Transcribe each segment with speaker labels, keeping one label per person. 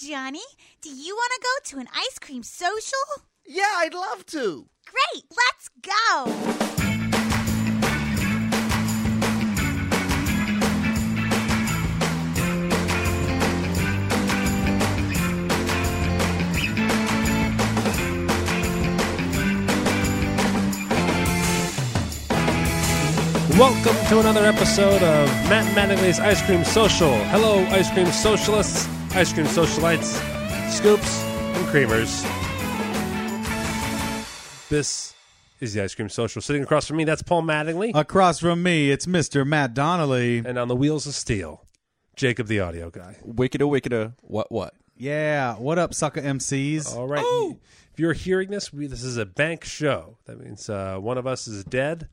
Speaker 1: Johnny. Do you want to go to an ice cream social?
Speaker 2: Yeah, I'd love to.
Speaker 1: Great, let's go.
Speaker 3: Welcome to another episode of Mathematically's Ice Cream Social. Hello, ice cream socialists, ice cream socialites, scoops, and creamers. This is the Ice Cream Social. Sitting across from me, that's Paul Mattingly.
Speaker 4: Across from me, it's Mr. Matt Donnelly.
Speaker 3: and on the wheels of steel, Jacob the audio guy.
Speaker 5: Wickeda, wickeda, what, what?
Speaker 4: Yeah, what up, sucker MCs?
Speaker 3: All right.
Speaker 4: Oh!
Speaker 3: If you're hearing this, we, this is a bank show. That means uh, one of us is dead.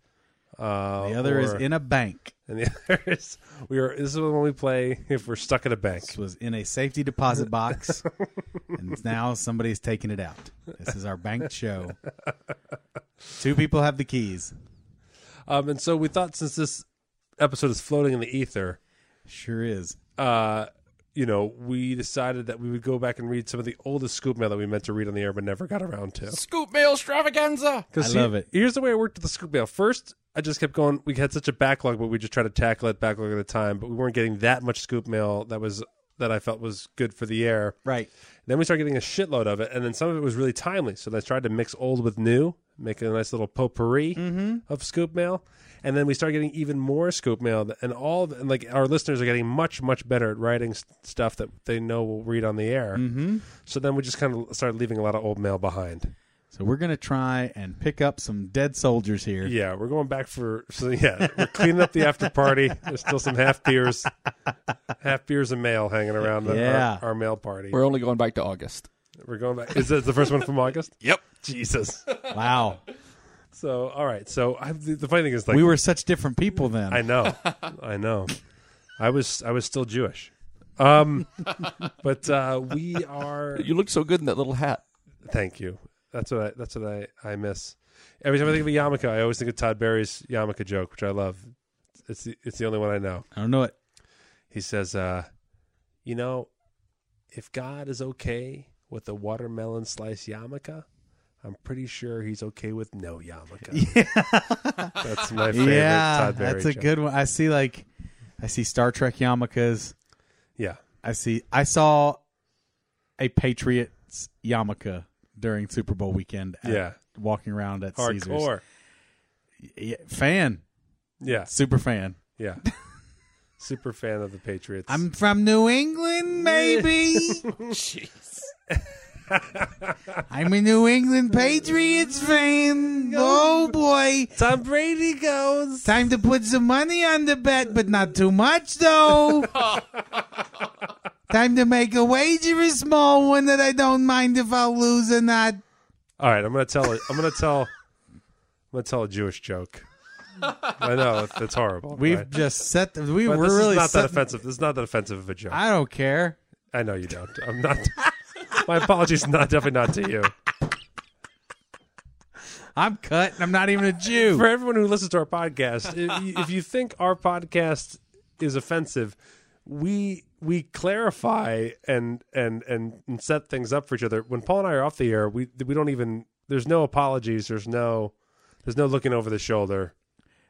Speaker 3: Uh,
Speaker 4: the other is
Speaker 3: or-
Speaker 4: in a bank.
Speaker 3: and the other is we are. This is when we play if we're stuck at a bank.
Speaker 4: This was in a safety deposit box, and now somebody's taking it out. This is our bank show. Two people have the keys.
Speaker 3: Um, and so we thought since this episode is floating in the ether,
Speaker 4: Sure is.
Speaker 3: uh, you know, we decided that we would go back and read some of the oldest scoop mail that we meant to read on the air but never got around to.
Speaker 5: Scoop mail extravaganza.
Speaker 3: 'Cause
Speaker 4: I
Speaker 3: see,
Speaker 4: love it.
Speaker 3: Here's the way I worked with the scoop mail. First, I just kept going. We had such a backlog, but we just tried to tackle it backlog at a time. But we weren't getting that much scoop mail that was that I felt was good for the air.
Speaker 4: Right.
Speaker 3: Then we started getting a shitload of it, and then some of it was really timely. So I tried to mix old with new, make a nice little potpourri of scoop mail. And then we started getting even more scoop mail, th- and all of- and like our listeners are getting much much better at writing s- stuff that they know we'll read on the air. Mm-hmm. So then we just kind of started leaving a lot of old mail behind.
Speaker 4: So we're going to try and pick up some dead soldiers here.
Speaker 3: Yeah, we're going back for so yeah, we're cleaning up the after party. There's still some half beers, half beers and mail hanging around the- our-
Speaker 4: Yeah.
Speaker 3: our, mail party. We're,
Speaker 5: We're only going back to August.
Speaker 3: going back. Is this the first one from August?
Speaker 5: Yep.
Speaker 3: Jesus.
Speaker 4: Wow.
Speaker 3: So all right. So I, the, the funny thing is, like,
Speaker 4: we were such different people then.
Speaker 3: I know, I know. I was I was still Jewish, um, but uh, we are.
Speaker 5: You look so good in that little hat.
Speaker 3: Thank you. That's what I, that's what I, I miss. Every time I think of a yarmulke, I always think of Todd Barry's yarmulke joke, which I love. It's the, it's the only one I know.
Speaker 4: I don't know it.
Speaker 3: He says, uh, "You know, if God is okay with a watermelon slice yarmulke." I'm pretty sure he's okay with no yarmulke. Yeah. That's my favorite
Speaker 4: Yeah,
Speaker 3: Todd Barry
Speaker 4: that's a
Speaker 3: joke.
Speaker 4: good one. I see like, I see Star Trek yarmulkes.
Speaker 3: Yeah.
Speaker 4: I see. I saw a Patriots yarmulke during Super Bowl weekend. at-
Speaker 3: Yeah.
Speaker 4: walking around at Caesars.
Speaker 3: Hardcore.
Speaker 4: Yeah, fan,
Speaker 3: Yeah.
Speaker 4: super fan.
Speaker 3: Yeah. Super fan of the Patriots.
Speaker 4: I'm from New England, maybe. I'm a New England Patriots fan. Oh boy,
Speaker 3: Tom Brady goes.
Speaker 4: time to put some money on the bet, but not too much though. time to make a wager, a small one that I don't mind if I lose or not.
Speaker 3: All right, I'm gonna tell it. I'm gonna tell. I'm gonna tell a Jewish joke. I know that's horrible.
Speaker 4: We've
Speaker 3: right?
Speaker 4: just set. We
Speaker 3: But
Speaker 4: were
Speaker 3: this
Speaker 4: really
Speaker 3: is not that
Speaker 4: set-
Speaker 3: offensive. This is not that offensive of a joke. I,
Speaker 4: I don't care.
Speaker 3: know you don't. I'm not. my apologies. Not definitely not to you.
Speaker 4: I'm cut. and I'm not even a Jew.
Speaker 3: For everyone who listens to our podcast, if you, if you think our podcast is offensive, we we clarify and and and and set things up for each other. When Paul and I are off the air, we we don't even there's no apologies. There's no there's no looking over the shoulder.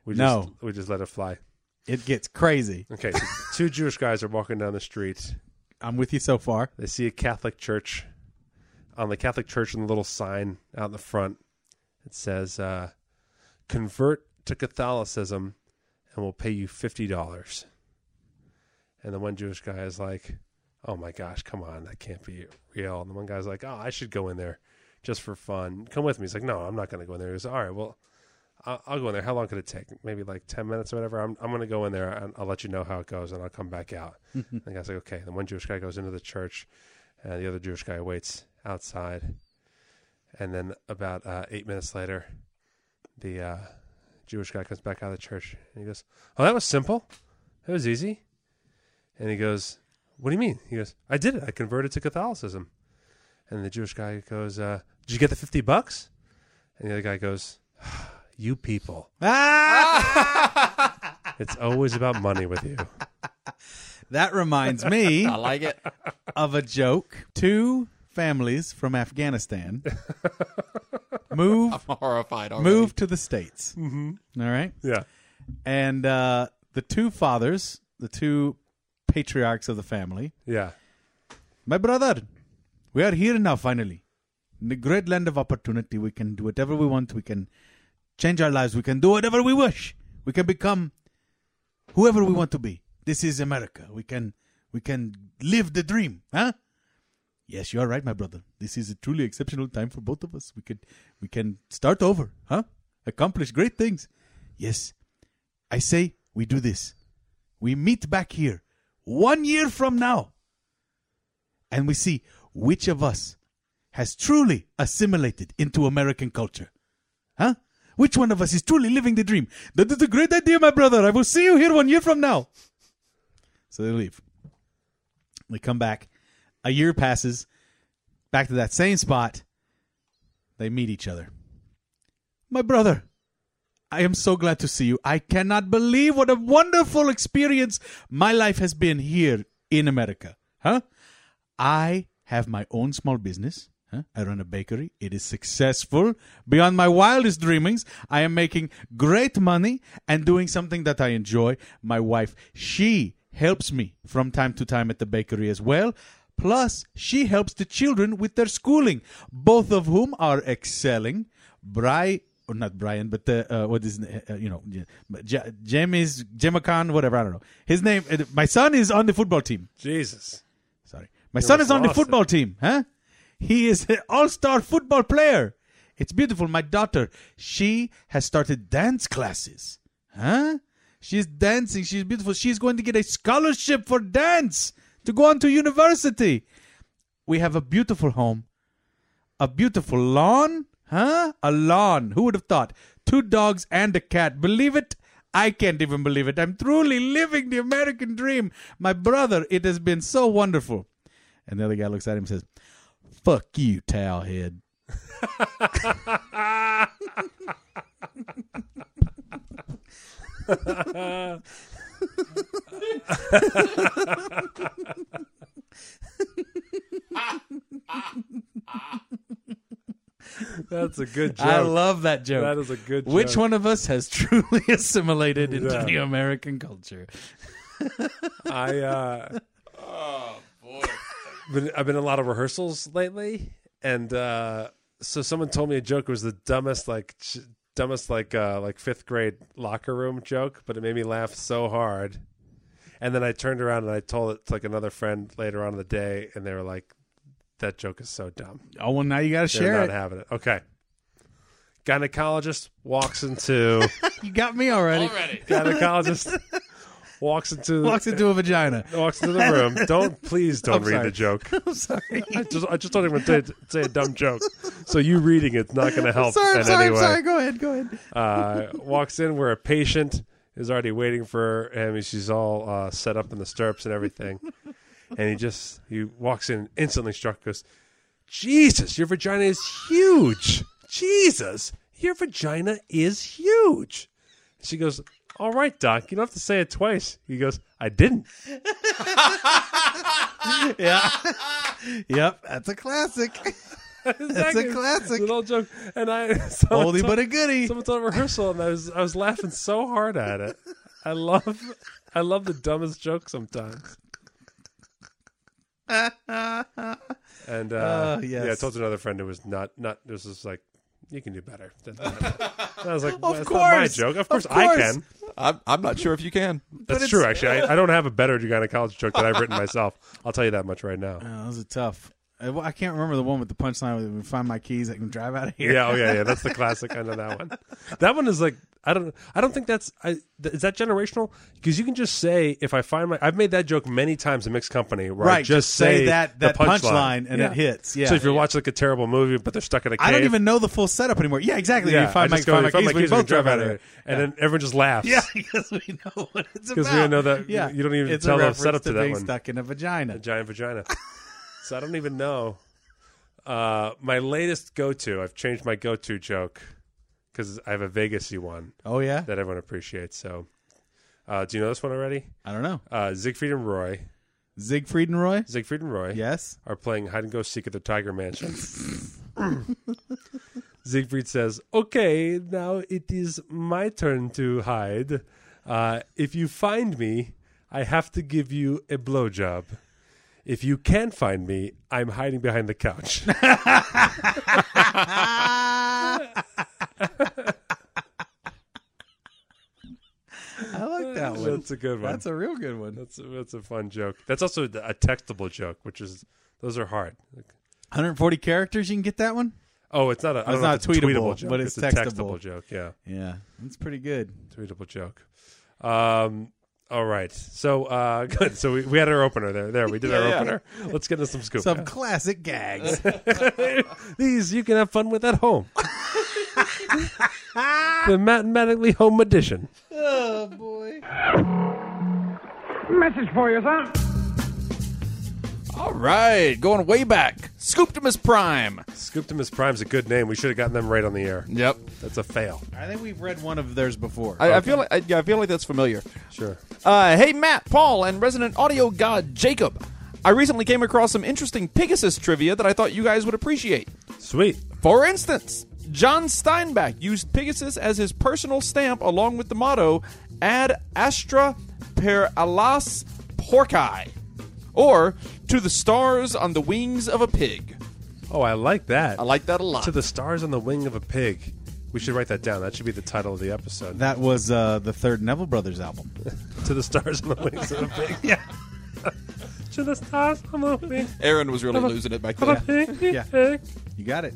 Speaker 3: We
Speaker 4: No.
Speaker 3: just, we just let it fly.
Speaker 4: It gets crazy.
Speaker 3: Okay, so two Jewish guys are walking down the street.
Speaker 4: I'm with you so far.
Speaker 3: They see a Catholic church. On the Catholic church, on the little sign out in the front, it says, uh, "Convert to Catholicism, and we'll pay you fifty dollars." And the one Jewish guy is like, "Oh my gosh, come on, that can't be real." And the one guy's like, "Oh, I should go in there just for fun. Come with me." He's like, "No, I'm not going to go in there." He goes, "All right, well." I- I'll go in there. How long could it take? Maybe like 10 minutes or whatever. I'm, I'm going to go in there and I'll let you know how it goes and I'll come back out. and the guy's like, okay. Then one Jewish guy goes into the church and uh, the other Jewish guy waits outside. And then about uh, eight minutes later, the uh, Jewish guy comes back out of the church and he goes, oh, that was simple. That was easy. And he goes, what do you mean? He goes, I did it. I converted to Catholicism. And the Jewish guy goes, uh, did you get the 50 bucks? And the other guy goes, you people.
Speaker 4: Ah!
Speaker 3: It's always about money with you.
Speaker 4: That reminds me
Speaker 5: I like it.
Speaker 4: of a joke. Two families from Afghanistan move
Speaker 5: I'm horrified already.
Speaker 4: move to the states. Mm-hmm. right,
Speaker 3: Yeah.
Speaker 4: and uh, the two fathers, the two patriarchs of the family,
Speaker 3: Yeah.
Speaker 4: my brother, we are here now finally. In the great land of opportunity, we can do whatever we want. We can change our lives. We can do whatever we wish. We can become whoever we want to be. This is America. We can we can live the dream, huh? Yes, you are right, my brother. This is a truly exceptional time for both of us. We could we can start over, huh? Accomplish great things. Yes. I say we do this. We meet back here one year from now and we see which of us has truly assimilated into American culture. Huh? Which one of us is truly living the dream? That is a great idea, my brother. I will see you here one year from now. So they leave. They come back. A year passes. Back to that same spot. They meet each other. My brother, I am so glad to see you. I cannot believe what a wonderful experience my life has been here in America. Huh? I have my own small business. Huh? I run a bakery. It is successful beyond my wildest dreamings. I am making great money and doing something that I enjoy. My wife, she helps me from time to time at the bakery as well. Plus, she helps the children with their schooling, both of whom are excelling. Bri, or not Brian, but the, uh, what is, uh, you know, J- Jem is, Gemma Khan, whatever, I don't know. His name, uh, my son is on the football team.
Speaker 3: Jesus.
Speaker 4: Sorry. My son
Speaker 3: we've
Speaker 4: is on the
Speaker 3: lost it.
Speaker 4: football team, huh? He is an all star football player. It's beautiful. My daughter, she has started dance classes, huh? She's dancing. She's beautiful. She's going to get a scholarship for dance to go on to university. We have a beautiful home, a beautiful lawn, huh? A lawn. Who would have thought? Two dogs and a cat. Believe it? I can't even believe it. I'm truly living the American dream. My brother, it has been so wonderful. And the other guy looks at him and says, Fuck you, towelhead.
Speaker 3: That's a good joke.
Speaker 4: I love that joke.
Speaker 3: That is a good joke.
Speaker 4: Which one of us has truly assimilated into
Speaker 3: Yeah.
Speaker 4: the American culture?
Speaker 3: I uh Oh boy. Been, I've been in a lot of rehearsals lately and uh so someone told me a joke was the dumbest like ch- dumbest like uh like 5th grade locker room joke, but it made me laugh so hard. And then I turned around and I told it to like another friend later on in the day and they were like that joke is so dumb.
Speaker 4: Oh, well, now you got to
Speaker 3: They're
Speaker 4: share
Speaker 3: not
Speaker 4: it.
Speaker 3: having it. Okay. Gynecologist walks into
Speaker 4: You got me already.
Speaker 3: gynecologist walks into
Speaker 4: Walks into a vagina.
Speaker 3: walks into the room. Don't please don't
Speaker 4: I'm
Speaker 3: read
Speaker 4: sorry.
Speaker 3: the joke.
Speaker 4: I'm sorry.
Speaker 3: I just I just don't even say, say a dumb joke. So you reading it's not going to help
Speaker 4: Sorry,
Speaker 3: in
Speaker 4: I'm sorry,
Speaker 3: any
Speaker 4: I'm
Speaker 3: way.
Speaker 4: sorry. Go ahead, go ahead.
Speaker 3: Uh, walks in where a patient is already waiting for him. and She's all uh, set up in the stirrups and everything, and he just he walks in instantly struck. Goes, Jesus, your vagina is huge. Jesus, your vagina is huge. She goes, All right, doc, you don't have to say it twice. He goes, I didn't.
Speaker 4: Yep, that's a classic.
Speaker 3: That's
Speaker 4: a classic.
Speaker 3: An old joke, and I someone
Speaker 4: Oldie
Speaker 3: told-
Speaker 4: but a goodie.
Speaker 3: Someone told a rehearsal, and I was I was laughing so hard at it. I love I love the dumbest joke sometimes. and uh,
Speaker 4: Ah, yes.
Speaker 3: yeah, I told another friend who was not not this is like you can do better. than that. I was like, of
Speaker 4: course.
Speaker 3: my joke. Of
Speaker 4: Of
Speaker 3: course, I
Speaker 4: course.
Speaker 3: can.
Speaker 5: I'm, I'm not sure if you can.
Speaker 3: That's
Speaker 4: it's-
Speaker 3: true. Actually, I, I don't have a better gynecologist joke that I've written myself. I'll tell you that much right now.
Speaker 4: Oh, those are tough. I, well, I can't remember the one with the punchline. where We find my keys. I can drive out of here.
Speaker 3: Yeah, oh yeah, yeah. That's the classic. I know that one. That one is like I don't I don't think that's I, th- is that generational because you can just say if I find my I've made that joke many times in mixed company where I
Speaker 4: Right,
Speaker 3: just,
Speaker 4: just say that-
Speaker 3: the
Speaker 4: that punchline and it hits, yeah.
Speaker 3: So if you're watching like a terrible movie but they're stuck in a cave,
Speaker 4: I don't even know the full setup anymore. Yeah, exactly.
Speaker 3: yeah,
Speaker 4: you find
Speaker 3: I
Speaker 4: my,
Speaker 3: just go,
Speaker 4: find
Speaker 3: "You
Speaker 4: my keys.
Speaker 3: my
Speaker 4: We both drive out of
Speaker 3: here,"
Speaker 4: here.
Speaker 3: and then everyone just laughs.
Speaker 4: Yeah, because we know what it's about.
Speaker 3: 'Cause we know that-
Speaker 4: Yeah,
Speaker 3: you don't even
Speaker 4: it's
Speaker 3: tell
Speaker 4: a
Speaker 3: the
Speaker 4: reference
Speaker 3: setup to that
Speaker 4: being
Speaker 3: one.
Speaker 4: Stuck in a vagina.
Speaker 3: a giant vagina. so I don't even know. Uh, my latest go-to, I've changed my go-to joke because I have a Vegasy one.
Speaker 4: Oh yeah.
Speaker 3: that everyone appreciates. So Uh, do you know this one already?
Speaker 4: I don't know.
Speaker 3: Uh, Siegfried and Roy.
Speaker 4: Siegfried and Roy?
Speaker 3: Siegfried and Roy
Speaker 4: Yes.
Speaker 3: are playing hide and go seek at the Tiger Mansion. Siegfried says, Okay, now it is my turn to hide. Uh, if you find me, I have to give you a blowjob. If you can't find me, I'm hiding behind the couch.
Speaker 4: I like that one.
Speaker 3: that's a good one.
Speaker 4: That's a real good one.
Speaker 3: That's a, that's a fun joke. That's also a textable joke, which is those are hard. Like,
Speaker 4: 140 characters. You can get that one.
Speaker 3: oh, it's not a I
Speaker 4: It's
Speaker 3: don't know
Speaker 4: not
Speaker 3: if a
Speaker 4: tweetable,
Speaker 3: joke,
Speaker 4: but it's
Speaker 3: a textable
Speaker 4: textable.
Speaker 3: joke. Yeah,
Speaker 4: Yeah, that's pretty good.
Speaker 3: tweetable joke. Um, all right, so uh, good. So we, we had our opener there. There, we did our
Speaker 5: Yeah, yeah.
Speaker 3: opener. Let's get into some scoop.
Speaker 4: Some classic gags.
Speaker 3: These you can have fun with at home. the mathematically home edition.
Speaker 4: oh boy.
Speaker 2: Message for you, son.
Speaker 5: All right, going way back. Scooptimus Prime.
Speaker 3: Scooptimus Prime's a good name. We should have gotten them right on the air.
Speaker 5: Yep.
Speaker 3: That's a fail.
Speaker 4: I think we've read one of theirs before.
Speaker 5: I, I feel like I, yeah, I feel like that's familiar.
Speaker 3: Sure.
Speaker 5: Uh, hey, Matt, Paul, and resident audio god Jacob. I recently came across some interesting Pegasus trivia that I thought you guys would appreciate.
Speaker 3: Sweet.
Speaker 5: For instance, John Steinbeck used Pegasus as his personal stamp along with the motto Ad Astra per alas porci, or to the stars on the wings of a pig.
Speaker 3: Oh, I like that.
Speaker 5: I like that a lot.
Speaker 3: To the stars on the wing of a pig. We should write that down. That should be the title of the episode.
Speaker 4: that was uh, the third Neville Brothers album.
Speaker 3: to the stars on the wings of a pig. Yeah. to the stars on the wing
Speaker 5: Aaron was really losing it back
Speaker 3: of a
Speaker 5: then.
Speaker 3: pig.
Speaker 4: Yeah.
Speaker 3: I
Speaker 4: You got it.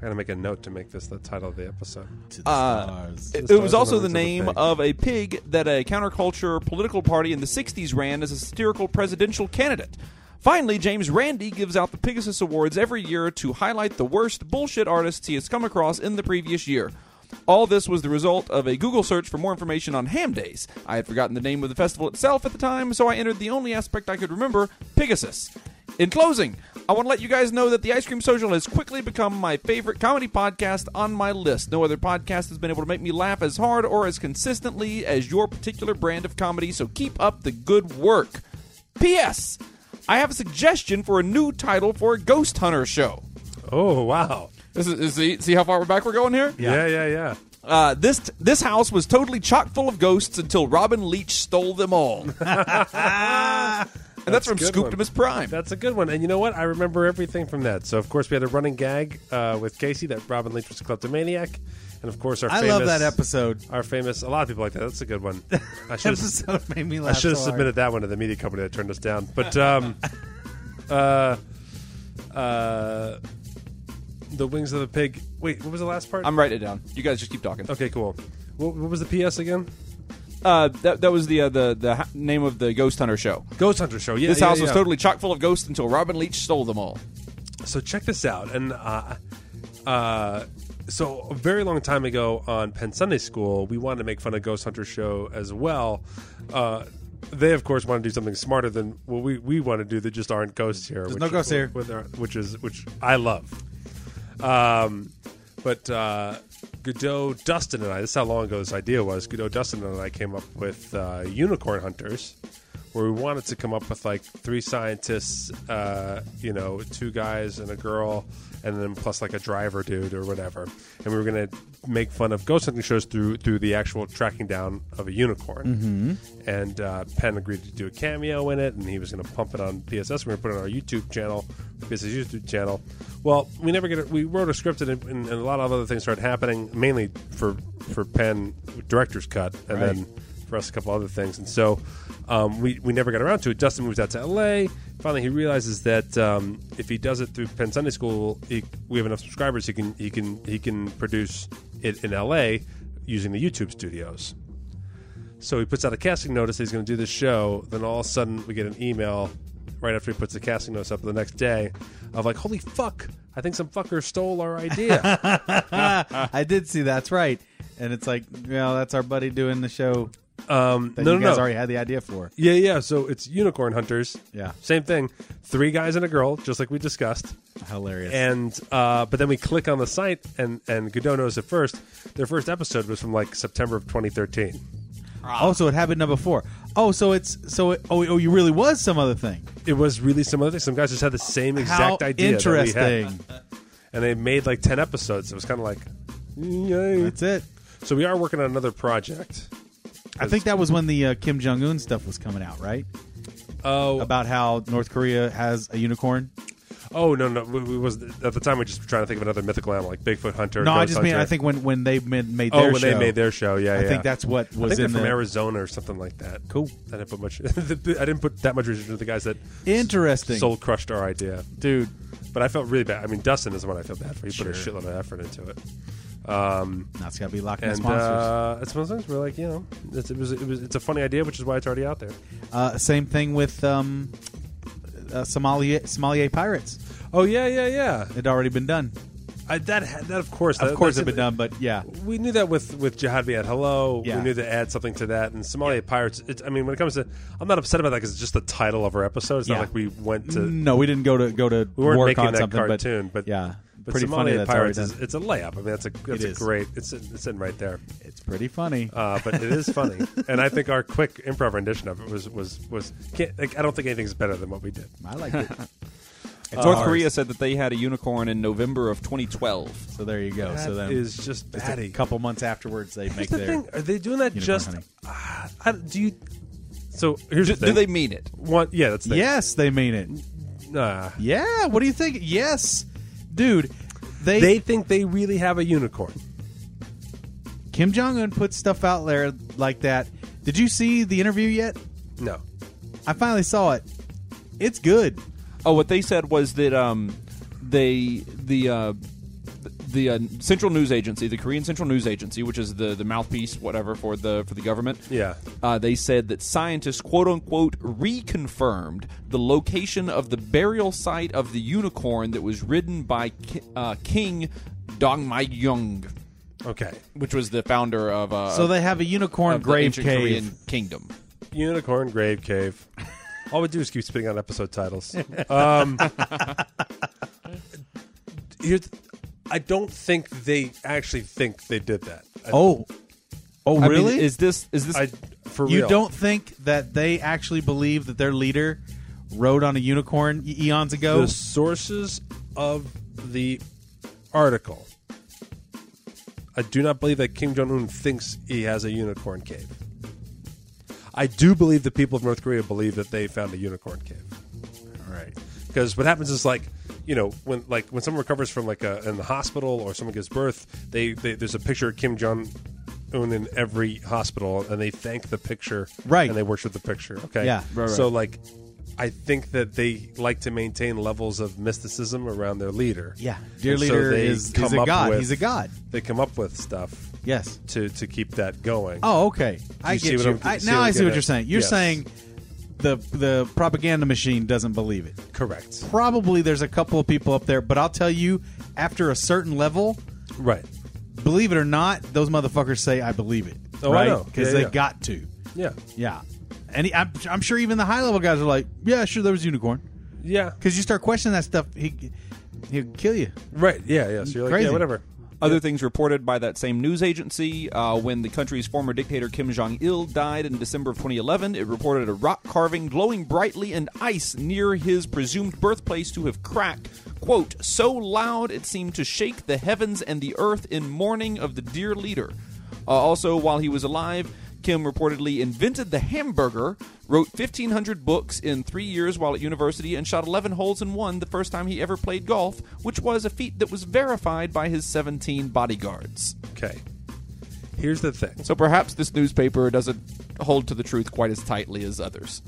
Speaker 3: gotta make a note to make this the title of the episode.
Speaker 4: To the
Speaker 3: Uh,
Speaker 4: stars.
Speaker 5: It,
Speaker 3: stars
Speaker 5: was
Speaker 3: on
Speaker 5: also
Speaker 3: the
Speaker 5: the
Speaker 3: wings
Speaker 5: name
Speaker 3: of a pig.
Speaker 5: of a pig that a counterculture political party in the 60s ran as a satirical presidential candidate. Finally, James Randi gives out the Pegasus Awards every year to highlight the worst bullshit artists he has come across in the previous year. All this was the result of a Google search for more information on ham days. I had forgotten the name of the festival itself at the time, so I entered the only aspect I could remember Pegasus. In closing, I want to let you guys know that the Ice Cream Social has quickly become my favorite comedy podcast on my list. No other podcast has been able to make me laugh as hard or as consistently as your particular brand of comedy, so keep up the good work. P.S. I have a suggestion for a new title for a Ghost Hunter show.
Speaker 3: Oh, wow.
Speaker 5: This is, is- see, see how far back we're going here?
Speaker 3: Yeah, yeah, yeah.
Speaker 5: Uh, this this house was totally chock full of ghosts until Robin Leach stole them all. and that's,
Speaker 3: a
Speaker 5: from
Speaker 3: good one.
Speaker 5: Scooptimus Prime.
Speaker 3: That's a good one. And you know what? I remember everything from that. So, of course, we had a running gag uh, with Casey that Robin Leach was a kleptomaniac. And, of course, our
Speaker 4: I
Speaker 3: famous.
Speaker 4: love that episode.
Speaker 3: Our famous. A lot of people like that. That's a good one. I should have
Speaker 4: episode made me
Speaker 3: I
Speaker 4: laugh.
Speaker 3: should have
Speaker 4: so hard.
Speaker 3: submitted that one to the media company that turned us down. But um, uh, uh, the wings of the pig. Wait, what was the last part?
Speaker 5: I'm writing it down. You guys just keep talking.
Speaker 3: okay, cool. What, what was the PS again?
Speaker 5: Uh, that, that was the uh, the the ha- name of the Ghost Hunter show.
Speaker 3: Ghost Hunter Show. Yeah,
Speaker 5: This
Speaker 3: yeah,
Speaker 5: house was
Speaker 3: yeah.
Speaker 5: totally chock full of ghosts until Robin Leach stole them all.
Speaker 3: So check this out. And uh, uh, so a very long time ago on Penn Sunday School, we wanted to make fun of Ghost Hunter Show as well. Uh, they of course want to do something smarter than what we, we want to do. That just aren't ghosts here. There's
Speaker 4: no ghosts here.
Speaker 3: Which is which I love. Um, but uh, Godot, Dustin, and I, this is how long ago this idea was. Godot, Dustin, and I came up with uh, Unicorn Hunters, where we wanted to come up with like three scientists, uh, you know, two guys and a girl, and then plus like a driver dude or whatever. And we were going to make fun of ghost hunting shows through through the actual tracking down of a unicorn. And uh, Penn agreed to do a cameo in it, and he was going to pump it on PSS. We are going to put it on our YouTube channel, PSS YouTube channel. Well, we never get it. We wrote a script, and, and, and a lot of other things started happening, mainly for for Penn director's cut, and then for us a couple other things. And so um, we we never got around to it. Dustin moves out to LA. Finally, he realizes that um, if he does it through Penn Sunday School, he, we have enough subscribers. He can he can he can produce it in LA using the YouTube studios. So he puts out a casting notice that he's going to do this show. Then all of a sudden, we get an email right after he puts the casting notice up the next day of like, "Holy fuck! I think some fucker stole our idea."
Speaker 4: I did see that's right. And it's like, you know, that's our buddy doing the show
Speaker 3: um,
Speaker 4: that
Speaker 3: no,
Speaker 4: you
Speaker 3: no,
Speaker 4: guys
Speaker 3: no.
Speaker 4: already had the idea for.
Speaker 3: yeah, yeah. So it's Unicorn Hunters.
Speaker 4: Yeah.
Speaker 3: same thing. Three guys and a girl, just like we discussed.
Speaker 4: Hilarious.
Speaker 3: And uh, but then we click on the site, and and Godot knows at first. Their first episode was from like September of 2013.
Speaker 4: Oh, so it happened number four. Oh, so it's so. It, oh, oh, you really was some other thing.
Speaker 3: It was really some other thing. Some guys just had the same exact
Speaker 4: How
Speaker 3: idea. that we had.
Speaker 4: Interesting.
Speaker 3: and they made like 10 episodes. It was kind of like, yay.
Speaker 4: That's it.
Speaker 3: So we are working on another project.
Speaker 4: I think that was when the uh, Kim Jong Un stuff was coming out, right?
Speaker 3: Oh,
Speaker 4: About how North Korea has a unicorn.
Speaker 3: oh no, no. We, we was at the time we just were trying to think of another mythical animal like Bigfoot Hunter.
Speaker 4: No, I
Speaker 3: Ghost
Speaker 4: just mean
Speaker 3: Hunter.
Speaker 4: I think when when they made, made
Speaker 3: Oh,
Speaker 4: their
Speaker 3: when
Speaker 4: show,
Speaker 3: they made their show, yeah,
Speaker 4: I
Speaker 3: yeah.
Speaker 4: think that's what
Speaker 3: I
Speaker 4: was
Speaker 3: think they're
Speaker 4: in
Speaker 3: from
Speaker 4: the-
Speaker 3: Arizona or something like that.
Speaker 4: Cool.
Speaker 3: I didn't put much. I didn't put that much research into the guys that
Speaker 4: Interesting,
Speaker 3: soul crushed our idea.
Speaker 4: dude.
Speaker 3: But I felt really bad. I mean, Dustin is the one I feel bad for. He put a
Speaker 4: Sure.
Speaker 3: shitload of effort into it.
Speaker 4: Now it's got to be Loch Ness
Speaker 3: And
Speaker 4: monsters.
Speaker 3: uh, it's one of those things where, like, you know, it's, it was, it was, it's a funny idea, which is why it's already out there.
Speaker 4: Uh, same thing with um, uh, Somalia Somalia pirates.
Speaker 3: Oh yeah, yeah, yeah.
Speaker 4: It'd already been done.
Speaker 3: I, that had- that of course,
Speaker 4: Of
Speaker 3: that-
Speaker 4: course,
Speaker 3: that's
Speaker 4: it'd been done, but yeah,
Speaker 3: We knew that with with Jihad Viad Hello.
Speaker 4: Yeah.
Speaker 3: We knew to add something to that. And Somalia Pirates. It's, I mean, when it comes to, I'm not upset about that because it's just the title of our episode. It's
Speaker 4: Yeah. Mm,
Speaker 3: not like we went to.
Speaker 4: no, we didn't go to go to
Speaker 3: we weren't
Speaker 4: work
Speaker 3: making
Speaker 4: on
Speaker 3: that
Speaker 4: something,
Speaker 3: cartoon, but,
Speaker 4: yeah,
Speaker 3: but
Speaker 4: pretty
Speaker 3: Somalia
Speaker 4: funny. That's already
Speaker 3: Pirates
Speaker 4: done.
Speaker 3: is it's a layup. I mean, that's a that's
Speaker 4: It
Speaker 3: a
Speaker 4: is.
Speaker 3: great. It's in- it's in right there,
Speaker 4: It's pretty funny.
Speaker 3: uh, but it is funny, and I think our quick improv rendition of it was was was. Can't, like, I don't think anything's better than what we did.
Speaker 4: I like it.
Speaker 5: Uh, North Korea said that they had a unicorn in November of 2012.
Speaker 4: So there you go.
Speaker 3: That
Speaker 4: Oh, so then
Speaker 3: is just
Speaker 4: it's a
Speaker 3: batty.
Speaker 4: couple months afterwards they make
Speaker 3: Here's the
Speaker 4: their
Speaker 3: thing: Are they doing that
Speaker 4: unicorn
Speaker 3: just?
Speaker 4: hunting.
Speaker 3: Ah, I, do you? So here's the
Speaker 5: Do
Speaker 3: thing.
Speaker 5: they mean it?
Speaker 3: want? Yeah, that's the,
Speaker 4: Yes, they mean it.
Speaker 3: Nah.
Speaker 4: Yeah, what do you think? Yes. Dude, they,
Speaker 3: They think they really have a unicorn.
Speaker 4: Kim Jong Un puts stuff out there like that. Did you see the interview yet?
Speaker 3: No,
Speaker 4: I finally saw it. It's good.
Speaker 5: Oh, what they said was that um, they the uh, the uh, central news agency, the Korean Central News Agency, which is the the mouthpiece, whatever for the for the government.
Speaker 3: Yeah.
Speaker 5: uh, they said that scientists quote unquote reconfirmed the location of the burial site of the unicorn that was ridden by ki- uh, King Dongmaegyung,
Speaker 3: okay.
Speaker 5: which was the founder of uh,
Speaker 4: So they have a unicorn
Speaker 5: of the
Speaker 4: grave
Speaker 5: ancient
Speaker 4: cave.
Speaker 5: Korean kingdom.
Speaker 3: Unicorn grave cave. All we do is keep spitting out episode titles. Um, here's, I don't think they actually think they did that. I,
Speaker 4: Oh. Oh,
Speaker 5: I mean,
Speaker 4: really?
Speaker 5: is this is this
Speaker 3: I for
Speaker 4: Oh, you
Speaker 3: real.
Speaker 4: don't think that they actually believe that their leader rode on a unicorn e- eons ago?
Speaker 3: the sources of the article. I do not believe that Kim Jong Un thinks he has a unicorn cave. I do believe the people of North Korea believe that they found a unicorn cave.
Speaker 4: right.
Speaker 3: because what happens is like you know when like when someone recovers from like a in the hospital or someone gives birth they, they there's a picture of kim jong un in every hospital and they thank the picture
Speaker 4: Right.
Speaker 3: and they worship the picture okay
Speaker 4: Yeah. Right, right.
Speaker 3: so like i think that they like to maintain levels of mysticism around their leader
Speaker 4: Yeah. Dear
Speaker 3: And so
Speaker 4: leader
Speaker 3: they
Speaker 4: is, is
Speaker 3: come
Speaker 4: a
Speaker 3: up
Speaker 4: god.
Speaker 3: with-
Speaker 4: He's a god.
Speaker 3: they come up with stuff
Speaker 4: Yes.
Speaker 3: to to keep that going
Speaker 4: Oh, okay. I
Speaker 3: you see
Speaker 4: get
Speaker 3: what
Speaker 4: you.
Speaker 3: I'm-
Speaker 4: I,
Speaker 3: see
Speaker 4: now
Speaker 3: what
Speaker 4: I
Speaker 3: I'm
Speaker 4: see
Speaker 3: getting
Speaker 4: what you're
Speaker 3: at?
Speaker 4: saying. You're
Speaker 3: Yes.
Speaker 4: saying the the propaganda machine doesn't believe it.
Speaker 3: correct
Speaker 4: Probably there's a couple of people up there, but I'll tell you, after a certain level,
Speaker 3: right
Speaker 4: believe it or not, those motherfuckers say I believe it.
Speaker 3: Oh, I know.
Speaker 4: because
Speaker 3: Yeah,
Speaker 4: they
Speaker 3: yeah.
Speaker 4: got to.
Speaker 3: yeah
Speaker 4: Yeah, and he, I'm, I'm sure even the high level guys are like, yeah, sure, there was unicorn.
Speaker 3: yeah
Speaker 4: Because you start questioning that stuff, he he'll kill you.
Speaker 3: right yeah yeah so you're like
Speaker 4: Crazy.
Speaker 3: yeah whatever
Speaker 5: Other things reported by that same news agency uh, when the country's former dictator Kim Jong il died in December of 2011, it reported a rock carving glowing brightly in ice near his presumed birthplace to have cracked, quote, so loud it seemed to shake the heavens and the earth in mourning of the dear leader. Uh, also, while he was alive, Kim reportedly invented the hamburger, wrote 1,500 books in three years while at university, and shot 11 holes in one the first time he ever played golf, which was a feat that was verified by his 17 bodyguards.
Speaker 3: okay here's the thing
Speaker 5: So perhaps this newspaper doesn't hold to the truth quite as tightly as others.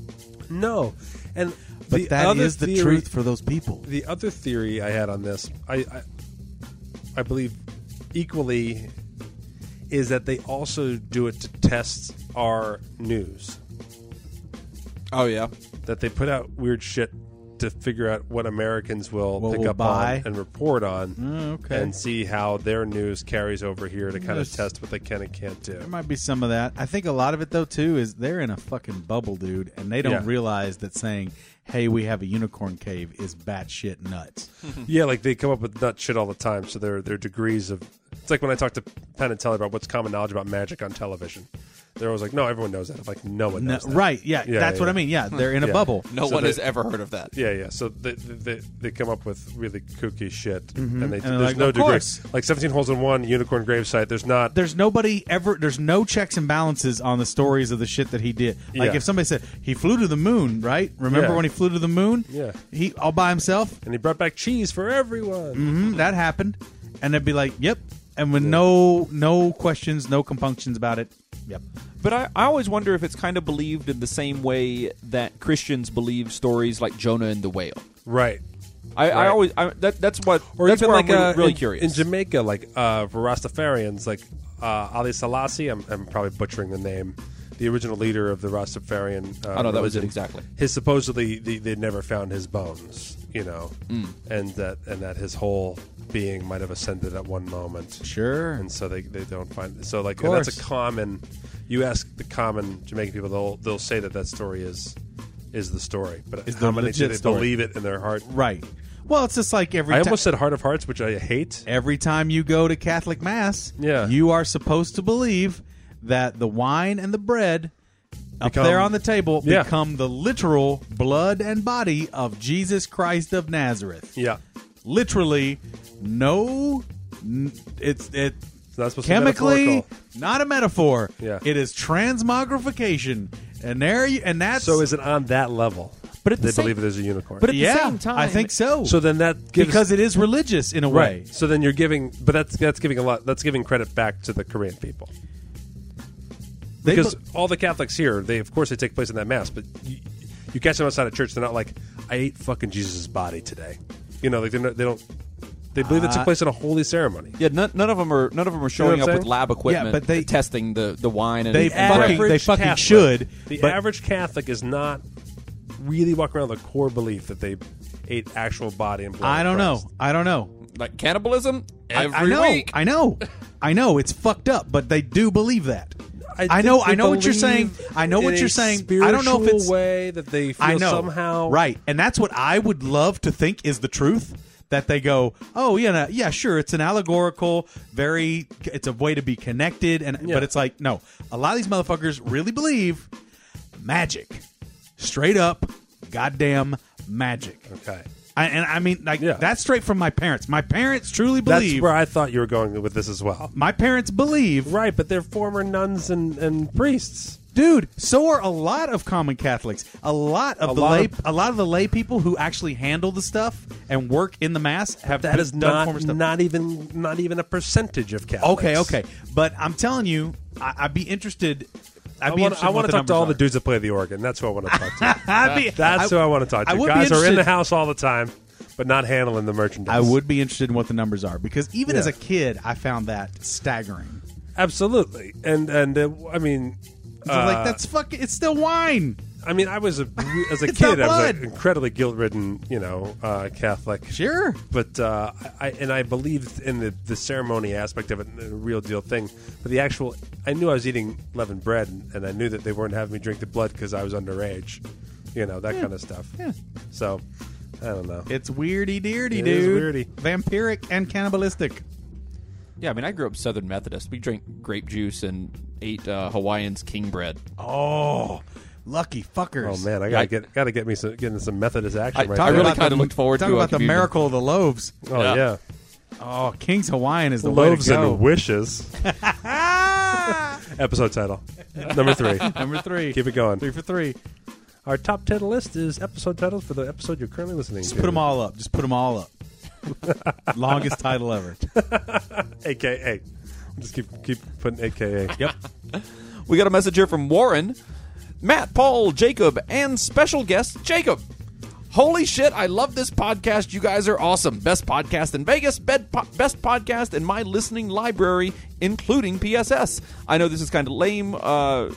Speaker 3: No, and
Speaker 4: But
Speaker 3: the
Speaker 4: that
Speaker 3: other
Speaker 4: is the
Speaker 3: theory-
Speaker 4: truth for those people.
Speaker 3: The other theory I had on this, I, I, I believe, equally, is that they also do it to test our news.
Speaker 5: Oh, yeah.
Speaker 3: That they put out weird shit to figure out what Americans will
Speaker 4: What
Speaker 3: pick
Speaker 4: we'll
Speaker 3: up
Speaker 4: buy. Mm,
Speaker 3: on and report on,
Speaker 4: okay.
Speaker 3: and see how their news carries over here to kind
Speaker 4: Yes.
Speaker 3: of test what they can and can't do.
Speaker 4: There might be some of that. I think a lot of it though too is they're in a fucking bubble, dude, and they don't
Speaker 3: Yeah.
Speaker 4: realize that saying hey, we have a unicorn cave is batshit nuts.
Speaker 3: Yeah, like they come up with nut shit all the time. So their their degrees of it's like when I talk to Penn and Teller about what's common knowledge about magic on television. They're always like, no, everyone knows that. I'm like, no one
Speaker 4: No,
Speaker 3: knows that.
Speaker 4: right? Yeah,
Speaker 3: Yeah,
Speaker 4: that's
Speaker 3: yeah,
Speaker 4: what I
Speaker 3: yeah.
Speaker 4: mean. Yeah, they're in a
Speaker 3: Yeah.
Speaker 4: bubble.
Speaker 5: No
Speaker 3: So
Speaker 5: one
Speaker 3: they-
Speaker 5: has ever heard of that.
Speaker 3: Yeah, yeah. So they they, they- they come up with really kooky shit, Mm-hmm. and they
Speaker 4: And they're
Speaker 3: there's
Speaker 4: like,
Speaker 3: no
Speaker 4: "Of
Speaker 3: degree.
Speaker 4: course."
Speaker 3: Like 17 holes in one unicorn gravesite. There's not.
Speaker 4: There's nobody ever. There's no checks and balances on the stories of the shit that he did. Like
Speaker 3: Yeah.
Speaker 4: if somebody said he flew to the moon, right? Remember
Speaker 3: Yeah.
Speaker 4: when he flew to the moon?
Speaker 3: Yeah.
Speaker 4: he all by himself.
Speaker 3: and he brought back cheese for everyone.
Speaker 4: hmm that happened, and they'd be like, "Yep," and with no no questions, no compunctions about it. Yep.
Speaker 5: But I, I always wonder if it's kind of believed in the same way that Christians believe stories like Jonah and the whale.
Speaker 3: Right.
Speaker 5: I, I
Speaker 3: Right.
Speaker 5: always I, that that's what that's where I'm really,
Speaker 3: uh,
Speaker 5: really
Speaker 3: in,
Speaker 5: curious.
Speaker 3: in Jamaica, like uh, for Rastafarians, like uh, Ali Selassie. I'm, I'm probably butchering the name. The original leader of the Rastafarian. Uh,
Speaker 5: I know that was it
Speaker 3: religion.
Speaker 5: exactly.
Speaker 3: His supposedly they, they never found his bones, you know, and that and that his whole being might have ascended at one moment.
Speaker 4: Sure.
Speaker 3: And so they, they don't find so like
Speaker 4: course.
Speaker 3: that's a common. You ask the common Jamaican people, they'll they'll say that that story is is the story, but
Speaker 4: Is the
Speaker 3: how many do
Speaker 4: legit
Speaker 3: they
Speaker 4: story.
Speaker 3: believe it in their heart?
Speaker 4: Right. Well, it's just like every
Speaker 3: I
Speaker 4: ti-
Speaker 3: almost said heart of hearts, which I hate.
Speaker 4: every time you go to Catholic Mass,
Speaker 3: Yeah.
Speaker 4: you are supposed to believe that the wine and the bread up
Speaker 3: Become-
Speaker 4: there on the table
Speaker 3: Yeah.
Speaker 4: become the literal blood and body of Jesus Christ of Nazareth.
Speaker 3: Yeah.
Speaker 4: Literally, no, n- it's it.
Speaker 3: It's not supposed to be
Speaker 4: chemically,
Speaker 3: metaphorical.
Speaker 4: not a metaphor.
Speaker 3: Yeah.
Speaker 4: It is transmogrification, and there you, and that's
Speaker 3: So is it on that level?
Speaker 5: But at the
Speaker 3: they
Speaker 5: same-
Speaker 3: believe there's a unicorn.
Speaker 5: but at the
Speaker 4: yeah.
Speaker 5: same time-
Speaker 4: I think so.
Speaker 3: so then that gives
Speaker 4: because it is religious in a way.
Speaker 3: right. So then you're giving, but that's that's giving a lot. That's giving credit back to the Korean people
Speaker 4: They
Speaker 3: because
Speaker 4: be-
Speaker 3: all the Catholics here, they of course they take place in that mass, but you, you catch them outside of church, they're not like I ate fucking Jesus' body today. You know, like they're not, they don't. They believe
Speaker 4: Uh,
Speaker 3: it took place in a holy ceremony.
Speaker 5: yeah, none, none of them are none of them are showing
Speaker 3: what
Speaker 5: up
Speaker 3: I'm
Speaker 5: with
Speaker 3: saying?
Speaker 5: lab equipment,
Speaker 4: but they-
Speaker 5: testing the, the wine and
Speaker 4: They
Speaker 5: the
Speaker 4: fucking-
Speaker 5: bread.
Speaker 4: they fucking
Speaker 3: Catholic-
Speaker 4: should,
Speaker 3: The
Speaker 4: but-
Speaker 3: average Catholic is not really walking around with a core belief that they ate actual body and blood.
Speaker 4: I
Speaker 3: of
Speaker 4: don't
Speaker 3: Christ.
Speaker 4: know. I don't know.
Speaker 5: like cannibalism
Speaker 4: I-
Speaker 5: every
Speaker 4: I, know,
Speaker 5: week.
Speaker 4: I know, I know. It's fucked up, but they do believe that. I,
Speaker 3: think
Speaker 4: know.
Speaker 3: they
Speaker 4: I know what you're saying.
Speaker 3: believe
Speaker 4: I know
Speaker 3: in
Speaker 4: what
Speaker 3: a
Speaker 4: you're saying. I don't know if
Speaker 3: spiritual
Speaker 4: it's
Speaker 3: way that they feel
Speaker 4: I know
Speaker 3: somehow
Speaker 4: right, and that's what I would love to think is the truth. That they go, oh yeah, no, yeah, sure. It's an allegorical, very. It's a way to be connected, and
Speaker 3: Yeah.
Speaker 4: but it's like no. A lot of these motherfuckers really believe magic, straight up, goddamn magic.
Speaker 3: Okay,
Speaker 4: I, and I mean, like
Speaker 3: Yeah.
Speaker 4: that's straight from my parents. My parents truly
Speaker 3: that's
Speaker 4: believe.
Speaker 3: where I thought you were going with this as well.
Speaker 4: My parents believe
Speaker 3: Right, but they're former nuns and, and priests.
Speaker 4: Dude, so are a lot of common Catholics. A lot of
Speaker 3: A
Speaker 4: the
Speaker 3: lot
Speaker 4: lay,
Speaker 3: of-
Speaker 4: a lot of the lay people who actually handle the stuff and work in the mass have
Speaker 3: That is
Speaker 4: done former
Speaker 3: not
Speaker 4: stuff.
Speaker 3: not even not even a percentage of Catholics.
Speaker 4: okay, okay. But I'm telling you, I, I'd be interested. I'd
Speaker 3: I
Speaker 4: be
Speaker 3: want,
Speaker 4: interested
Speaker 3: I
Speaker 4: in
Speaker 3: want to
Speaker 4: what the
Speaker 3: talk to all the
Speaker 4: numbers
Speaker 3: dudes that play the organ. That's who I want to talk to.
Speaker 4: are. I'd be-
Speaker 3: That's
Speaker 4: I-
Speaker 3: who I want to talk to.
Speaker 4: I would be
Speaker 3: Guys are in the
Speaker 4: interested-
Speaker 3: house all the time, but not handling the merchandise.
Speaker 4: I would be interested in what the numbers are because even
Speaker 3: Yeah.
Speaker 4: as a kid, I found that staggering.
Speaker 3: absolutely, and and uh, I mean, uh,
Speaker 4: So like that's fucking. It's still wine.
Speaker 3: I mean, I was a as a
Speaker 4: It's not
Speaker 3: kid, I was
Speaker 4: blood.
Speaker 3: an incredibly guilt-ridden, you know, uh, Catholic.
Speaker 4: Sure.
Speaker 3: But uh, I and I believed in the, the ceremony aspect of it, the real deal thing. But the actual, I knew I was eating leavened bread, and, and I knew that they weren't having me drink the blood because I was underage, you know, that kind of stuff.
Speaker 4: yeah.
Speaker 3: So I don't know.
Speaker 4: It's weirdy deardy,
Speaker 3: It is
Speaker 4: dude.
Speaker 3: weirdy.
Speaker 4: Vampiric and cannibalistic.
Speaker 5: Yeah, I mean, I grew up Southern Methodist. We drank grape juice and ate uh, Hawaiian's king bread.
Speaker 4: Oh, lucky fuckers.
Speaker 3: oh man, I gotta
Speaker 5: I-
Speaker 3: get gotta get me some getting some Methodist action
Speaker 5: I-
Speaker 3: right
Speaker 5: I
Speaker 3: there.
Speaker 5: really
Speaker 4: Talk about
Speaker 5: kinda
Speaker 4: the-
Speaker 5: looked forward
Speaker 4: talk
Speaker 5: to
Speaker 4: about
Speaker 5: our
Speaker 4: the
Speaker 5: communion.
Speaker 4: miracle of the loaves.
Speaker 3: oh
Speaker 5: Yeah.
Speaker 3: yeah,
Speaker 4: Oh, King's Hawaiian is the
Speaker 3: loaves
Speaker 4: way to go.
Speaker 3: and wishes.
Speaker 4: ah!
Speaker 3: Episode title number three.
Speaker 4: Number three.
Speaker 3: Keep it going.
Speaker 4: Three for three.
Speaker 3: Our top ten list is episode titles for the episode you're currently listening
Speaker 4: Just
Speaker 3: to.
Speaker 4: put them all up. Just put them all up. Longest title ever.
Speaker 3: AKA. Just keep keep putting AKA.
Speaker 4: Yep.
Speaker 5: We got a message here from Warren, Matt, Paul, Jacob, and special guest Jacob. Holy shit, I love this podcast. You guys are awesome. Best podcast in Vegas, bed po- best podcast in my listening library, including PSS. I know this is kind of lame uh,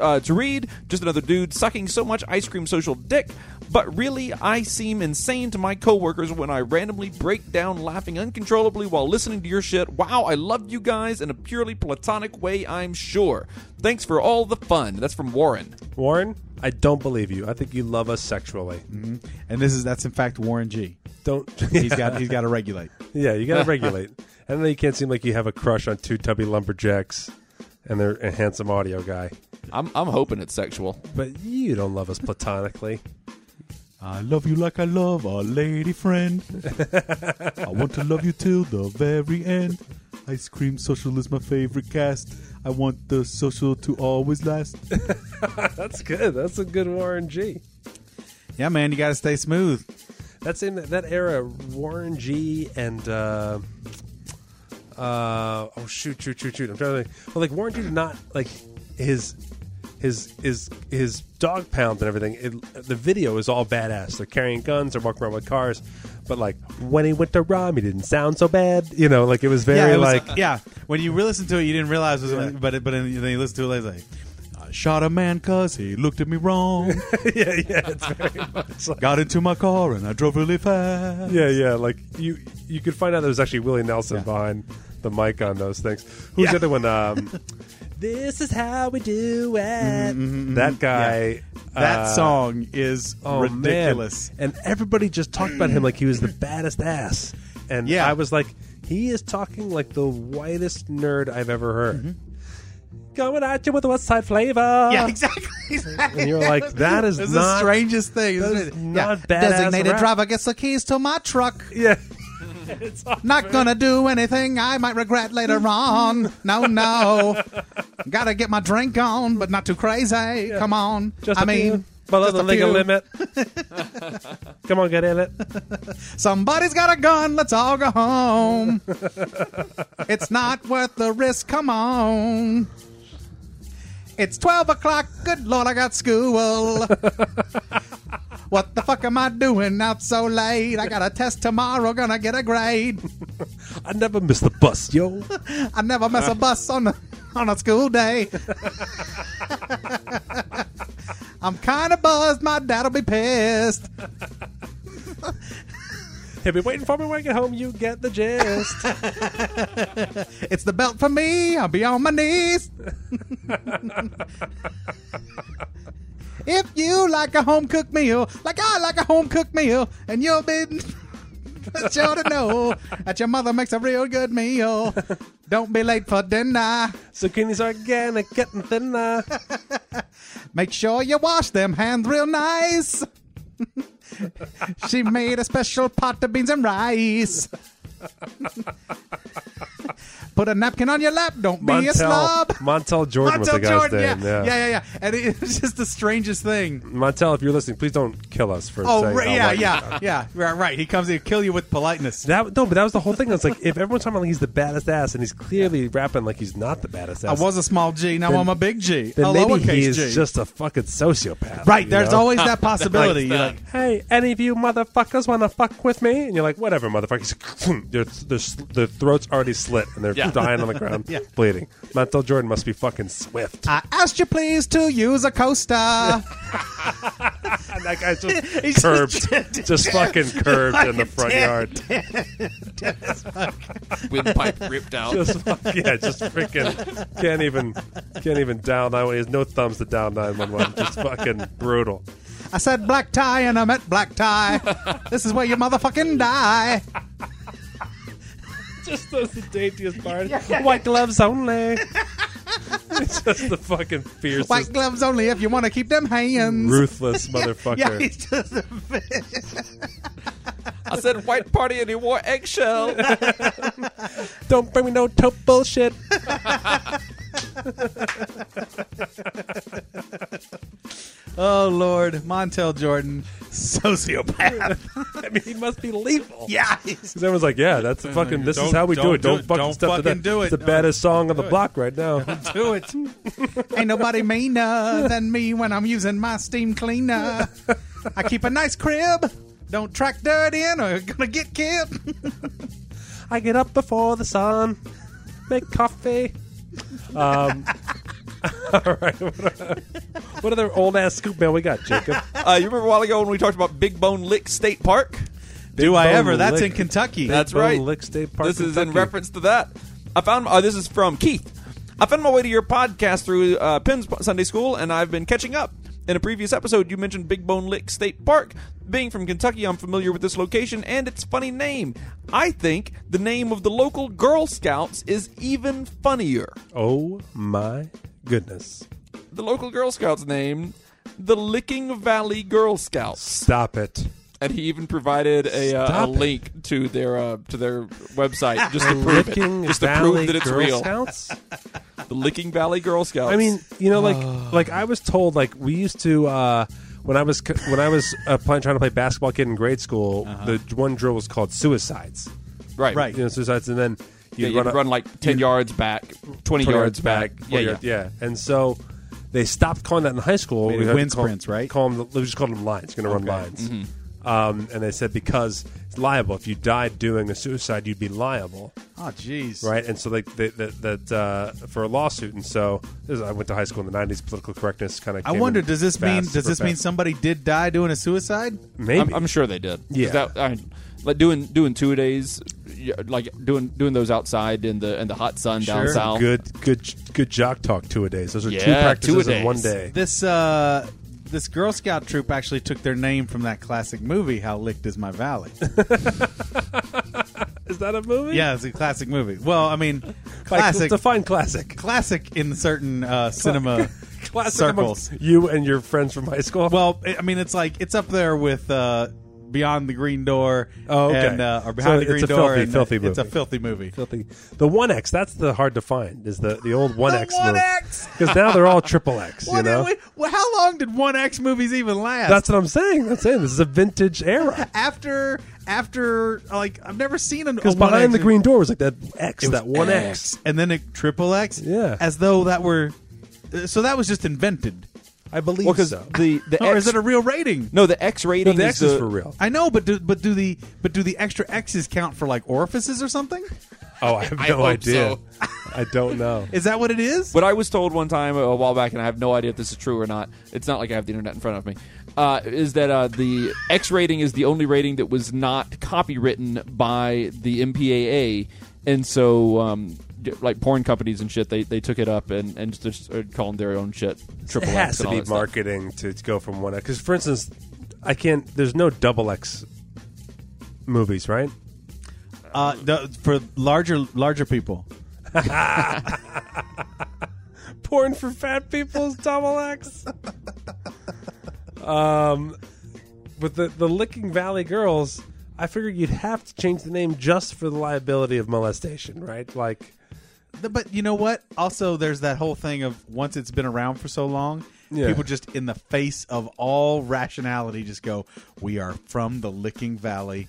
Speaker 5: uh, to read, just another dude sucking so much ice cream social dick, but really, I seem insane to my coworkers when I randomly break down laughing uncontrollably while listening to your shit. Wow, I love you guys in a purely platonic way, I'm sure. Thanks for all the fun. That's from Warren.
Speaker 3: Warren, I don't believe you. I think you love us sexually.
Speaker 4: And this is that's in fact Warren G.
Speaker 3: Don't.
Speaker 4: He's got he's got to regulate.
Speaker 3: yeah, you got to regulate. And then you can't seem like you have a crush on two tubby lumberjacks and their a handsome audio guy.
Speaker 5: I'm, I'm hoping it's sexual.
Speaker 3: But you don't love us platonically.
Speaker 4: I love you like I love a lady friend. I want to love you till the very end. Ice cream social is my favorite cast. I want the social to always last.
Speaker 3: That's good. That's a good Warren G.
Speaker 4: Yeah, man, you got to stay smooth.
Speaker 3: That's in that era. Warren G. and uh, uh, oh shoot, shoot, shoot, shoot. I'm trying to think. Well, like Warren G. did not like his his his his dog pound and everything. It, the video is all badass. They're carrying guns. They're walking around with cars. But like when he went to Rom, he didn't sound so bad. You know, like it was very
Speaker 4: yeah, it was- uh,
Speaker 3: like
Speaker 4: yeah. When you re listen to it, you didn't realize, it was but it, but then you then you listen to it later, it's like, I shot a man cause he looked at me wrong.
Speaker 3: yeah, yeah. It's very much like,
Speaker 4: Got into my car and I drove really fast.
Speaker 3: yeah, yeah. Like you you could find out there was actually Willie Nelson
Speaker 4: Yeah.
Speaker 3: behind the mic on those things. Who's the other one? Um, this is how we do it.
Speaker 4: Mm-hmm,
Speaker 3: That guy.
Speaker 4: That
Speaker 3: uh,
Speaker 4: song is
Speaker 3: oh, man.
Speaker 4: ridiculous.
Speaker 3: And everybody just talked about him like he was the baddest ass. And
Speaker 4: Yeah.
Speaker 3: I was like, he is talking like the whitest nerd I've ever heard. Going at you with the West Side flavor.
Speaker 4: Mm-hmm. Yeah, exactly. exactly.
Speaker 3: And you're like, that is
Speaker 4: It's
Speaker 3: not-
Speaker 4: the strangest thing.
Speaker 3: that
Speaker 4: isn't
Speaker 3: is
Speaker 4: it?
Speaker 3: not badass
Speaker 4: Designated
Speaker 3: rap.
Speaker 4: driver gets the keys to my truck.
Speaker 3: Yeah.
Speaker 4: Not gonna do anything I might regret later on. No, no. Gotta get my drink on, but not too crazy. Come on.
Speaker 3: Just
Speaker 4: I
Speaker 3: a
Speaker 4: mean,
Speaker 3: few below
Speaker 4: just
Speaker 3: the
Speaker 4: a
Speaker 3: legal
Speaker 4: few.
Speaker 3: limit. Come on, get in it.
Speaker 4: Somebody's got a gun. Let's all go home. it's not worth the risk. Come on. It's 12 o'clock. Good Lord, I got school. what the fuck am I doing out so late? I got a test tomorrow. Gonna get a grade.
Speaker 3: I never miss the bus, yo.
Speaker 4: I never miss a bus on a, on a school day. I'm kind of buzzed. My dad'll be pissed.
Speaker 3: He'll be waiting for me when I get home. You get the gist.
Speaker 4: It's the belt for me. I'll be on my knees. if you like a home cooked meal, like I like a home cooked meal, and you'll be sure to know that your mother makes a real good meal. Don't be late for dinner.
Speaker 3: Zucchini's organic, getting thinner.
Speaker 4: Make sure you wash them hands real nice. she made a special pot of beans and rice. Put a napkin on your lap. Don't be a
Speaker 3: Montel,
Speaker 4: slob.
Speaker 3: Montel Jordan was the guy's name.
Speaker 4: yeah.
Speaker 3: Yeah.
Speaker 4: yeah, yeah, yeah. And it, it's just the strangest thing.
Speaker 3: Montel, if you're listening, please don't kill us for
Speaker 4: Oh,
Speaker 3: saying
Speaker 4: right,
Speaker 3: how
Speaker 4: yeah,
Speaker 3: white-
Speaker 4: yeah, yeah. Right, right. He comes in to kill you with politeness.
Speaker 3: That, no, but that was the whole thing. It's like if everyone's talking about like he's the baddest ass, and he's clearly rapping like he's not the baddest
Speaker 4: I
Speaker 3: ass.
Speaker 4: was a small G. Now
Speaker 3: Then-
Speaker 4: I'm a big G. a
Speaker 3: Then maybe
Speaker 4: lowercase
Speaker 3: he is
Speaker 4: G.
Speaker 3: just a fucking sociopath.
Speaker 4: right.
Speaker 3: you
Speaker 4: There's
Speaker 3: know?
Speaker 4: always that possibility. You're like,
Speaker 3: hey, any of you motherfuckers want to fuck with me? And you're like, whatever, motherfuckers. their, their, their throat's already slit and they're
Speaker 5: Yeah.
Speaker 3: dying on the ground,
Speaker 4: Yeah.
Speaker 3: bleeding. Montel Jordan must be fucking swift.
Speaker 4: I asked you please to use a coaster.
Speaker 3: And that guy's just
Speaker 4: He's just
Speaker 3: curbed. Just, fucking curbed in the front yard.
Speaker 5: Windpipe ripped out.
Speaker 3: Just fuck- yeah, just freaking can't even can't even down nine one. He has no thumbs to down nine one one. Just fucking brutal.
Speaker 4: I said black tie and I meant black tie. this is where you motherfucking die.
Speaker 3: Just those the daintiest bars. White gloves only. it's just the fucking fiercest,
Speaker 4: White gloves only if you want to keep them hands.
Speaker 3: ruthless motherfucker.
Speaker 4: Yeah, he's just a
Speaker 5: I said white party and he wore eggshell.
Speaker 3: Don't bring me no taupe bullshit.
Speaker 4: Oh Lord, Montel Jordan, sociopath.
Speaker 3: I mean, he must be lethal.
Speaker 4: yeah, he's-
Speaker 3: Because everyone's like, yeah, that's the fucking, this is
Speaker 4: Don't-
Speaker 3: how we do
Speaker 4: don't
Speaker 3: it.
Speaker 4: do
Speaker 3: Don't
Speaker 4: it.
Speaker 3: fucking
Speaker 4: Don't
Speaker 3: step to that.
Speaker 4: fucking do
Speaker 3: It's
Speaker 4: it.
Speaker 3: the baddest song on the block right now.
Speaker 4: do it. Ain't nobody meaner than me when I'm using my steam cleaner. I keep a nice crib. Don't track dirt in or you're gonna get killed.
Speaker 3: I get up before the sun, make coffee. Um, all right. What, what other old ass scoop mail we got, Jacob?
Speaker 5: Uh, you remember a while ago when we talked about Big Bone Lick State Park?
Speaker 4: Do I
Speaker 3: Bone
Speaker 4: ever? That's
Speaker 3: lick.
Speaker 4: in Kentucky.
Speaker 5: That's
Speaker 3: Bone
Speaker 5: right.
Speaker 3: Lick State Park,
Speaker 5: This is in
Speaker 3: Kentucky.
Speaker 5: reference to that. I found. Uh, this is from Keith. I found my way to your podcast through uh, Penn's Sunday School, and I've been catching up. In a previous episode, you mentioned Big Bone Lick State Park. Being from Kentucky, I'm familiar with this location and its funny name. I think the name of the local Girl Scouts is even funnier.
Speaker 3: Oh my goodness.
Speaker 5: The local Girl Scouts name, the Licking Valley Girl Scouts.
Speaker 3: Stop it.
Speaker 5: and he even provided a, uh, a
Speaker 3: Stop it.
Speaker 5: link to their uh, to their website just to prove
Speaker 3: Licking
Speaker 5: it, just to
Speaker 3: Valley
Speaker 5: prove that it's
Speaker 3: Girl
Speaker 5: real.
Speaker 3: Scouts?
Speaker 5: The Licking Valley Girl Scouts.
Speaker 3: I mean, you know, like like I was told, like we used to uh, when I was c- when I was uh, playing, trying to play basketball kid in grade school.
Speaker 4: Uh-huh.
Speaker 3: The one drill was called suicides.
Speaker 5: right,
Speaker 4: right.
Speaker 3: You know, suicides, and then
Speaker 5: Yeah,
Speaker 3: you
Speaker 5: you run,
Speaker 3: run, up-
Speaker 5: like ten yards back, twenty,
Speaker 3: 20
Speaker 5: yards back.
Speaker 3: 40
Speaker 5: Yeah, yeah,
Speaker 3: yards- And so they stopped calling that in high school.
Speaker 4: Made it
Speaker 3: had to
Speaker 4: wind
Speaker 3: call-
Speaker 4: sprints, right?
Speaker 3: Call them, we just called them lines. Going to run lines.
Speaker 5: Mm-hmm.
Speaker 3: Um, and they said because it's liable. If you died doing a suicide, you'd be liable,
Speaker 4: Oh, jeez.
Speaker 3: right? And so like they, that that uh, for a lawsuit. And so this is, I went to high school in the '90s. Political correctness kind of.
Speaker 4: I wonder, does this mean does this mean somebody did die doing a suicide?
Speaker 3: Maybe.
Speaker 5: I'm, I'm sure they did. 'Cause
Speaker 3: Yeah.
Speaker 5: that- I mean, like doing doing two days, yeah, like doing doing those outside in the in the hot sun down
Speaker 4: Sure.
Speaker 5: south.
Speaker 3: good, good, good jock talk two a days. Those are two
Speaker 5: Yeah,
Speaker 3: practices
Speaker 5: two-a-days.
Speaker 3: in one day.
Speaker 4: This uh, this Girl Scout troop actually took their name from that classic movie, How Licked Is My Valley.
Speaker 3: Is that a movie?
Speaker 4: yeah, it's a classic movie. Well, I mean,
Speaker 3: Like,
Speaker 4: classic,
Speaker 3: Define classic.
Speaker 4: classic in certain uh, cinema
Speaker 3: Classic
Speaker 4: circles.
Speaker 3: amongst You and your friends from high school.
Speaker 4: Well, I I mean, it's like it's up there with uh, Beyond the Green Door.
Speaker 3: Oh, okay.
Speaker 4: and, uh, or Behind
Speaker 3: So
Speaker 4: the Green
Speaker 3: it's a
Speaker 4: Door.
Speaker 3: filthy,
Speaker 4: and, uh,
Speaker 3: filthy
Speaker 4: It's a
Speaker 3: movie.
Speaker 4: filthy movie.
Speaker 3: filthy. The one X, that's the hard to find. Is the the old one X movie?
Speaker 4: 1X!
Speaker 3: Because now they're all triple X. you
Speaker 4: What
Speaker 3: know,
Speaker 4: did we- well, how long did one X movies even last?
Speaker 3: that's what I'm saying. I'm saying this is a vintage era.
Speaker 4: after after like I've never seen an
Speaker 3: Because
Speaker 4: a 1X
Speaker 3: behind the green door was like that X,
Speaker 4: It was
Speaker 3: that one X.
Speaker 4: X, and then a triple X.
Speaker 3: Yeah.
Speaker 4: as though that were uh, so that was just invented.
Speaker 3: I believe
Speaker 5: Well, because
Speaker 3: so.
Speaker 5: the the
Speaker 4: Or
Speaker 3: Oh,
Speaker 4: is
Speaker 5: X,
Speaker 4: it a real rating?
Speaker 5: no the X rating
Speaker 3: No, the X
Speaker 5: is,
Speaker 3: is
Speaker 5: the-
Speaker 3: for real.
Speaker 4: I know, but do, but do the but do the extra X's count for like orifices or something?
Speaker 3: Oh, I have
Speaker 5: I
Speaker 3: no
Speaker 5: hope
Speaker 3: idea.
Speaker 5: so.
Speaker 3: I don't know.
Speaker 4: Is that what it is?
Speaker 5: What I was told one time a while back, and I have no idea if this is true or not. It's not like I have the internet in front of me. Uh, is that uh, the X rating is the only rating that was not copywritten by the MPAA, and so um, d- like porn companies and shit, they, they took it up and and just are calling their own shit
Speaker 3: It
Speaker 5: triple
Speaker 3: has
Speaker 5: X
Speaker 3: to
Speaker 5: and all
Speaker 3: be
Speaker 5: that stuff.
Speaker 3: marketing to, to go from one X. Because for instance, I can't. There's no double X movies, right?
Speaker 4: Uh, the, for larger larger people.
Speaker 3: Porn for fat people's double X. um, but the the Licking Valley Girls, I figured you'd have to change the name just for the liability of molestation, right? Like,
Speaker 4: The- But you know what? Also, there's that whole thing of once it's been around for so long,
Speaker 3: Yeah.
Speaker 4: people just in the face of all rationality just go, "We are from the Licking Valley.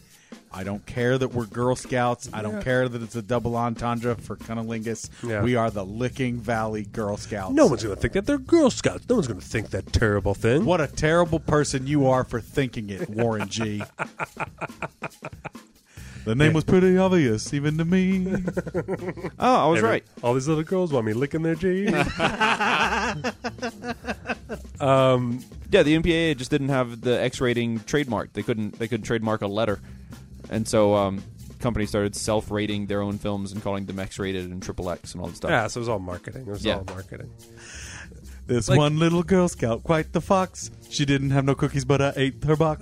Speaker 4: I don't care that we're Girl Scouts. I don't care that it's a double entendre for cunnilingus.
Speaker 3: Yeah.
Speaker 4: We are the Licking Valley Girl Scouts.
Speaker 3: no one's gonna think that they're Girl Scouts. No one's gonna think that terrible thing.
Speaker 4: What a terrible person you are for thinking it, Warren G. the name was pretty obvious, even to me.
Speaker 5: Oh, I was
Speaker 3: Every-
Speaker 5: right.
Speaker 3: All these little girls want me licking their jeans.
Speaker 5: Yeah, the MPAA just didn't have the X rating trademark. They couldn't they couldn't trademark a letter, and so um, companies started self rating their own films and calling them X rated and triple X and all that stuff.
Speaker 3: yeah, so it was all marketing. It was
Speaker 5: Yeah.
Speaker 3: all marketing.
Speaker 4: This
Speaker 3: Like-
Speaker 4: one little Girl Scout, quite the fox. She didn't have no cookies, but I ate her box.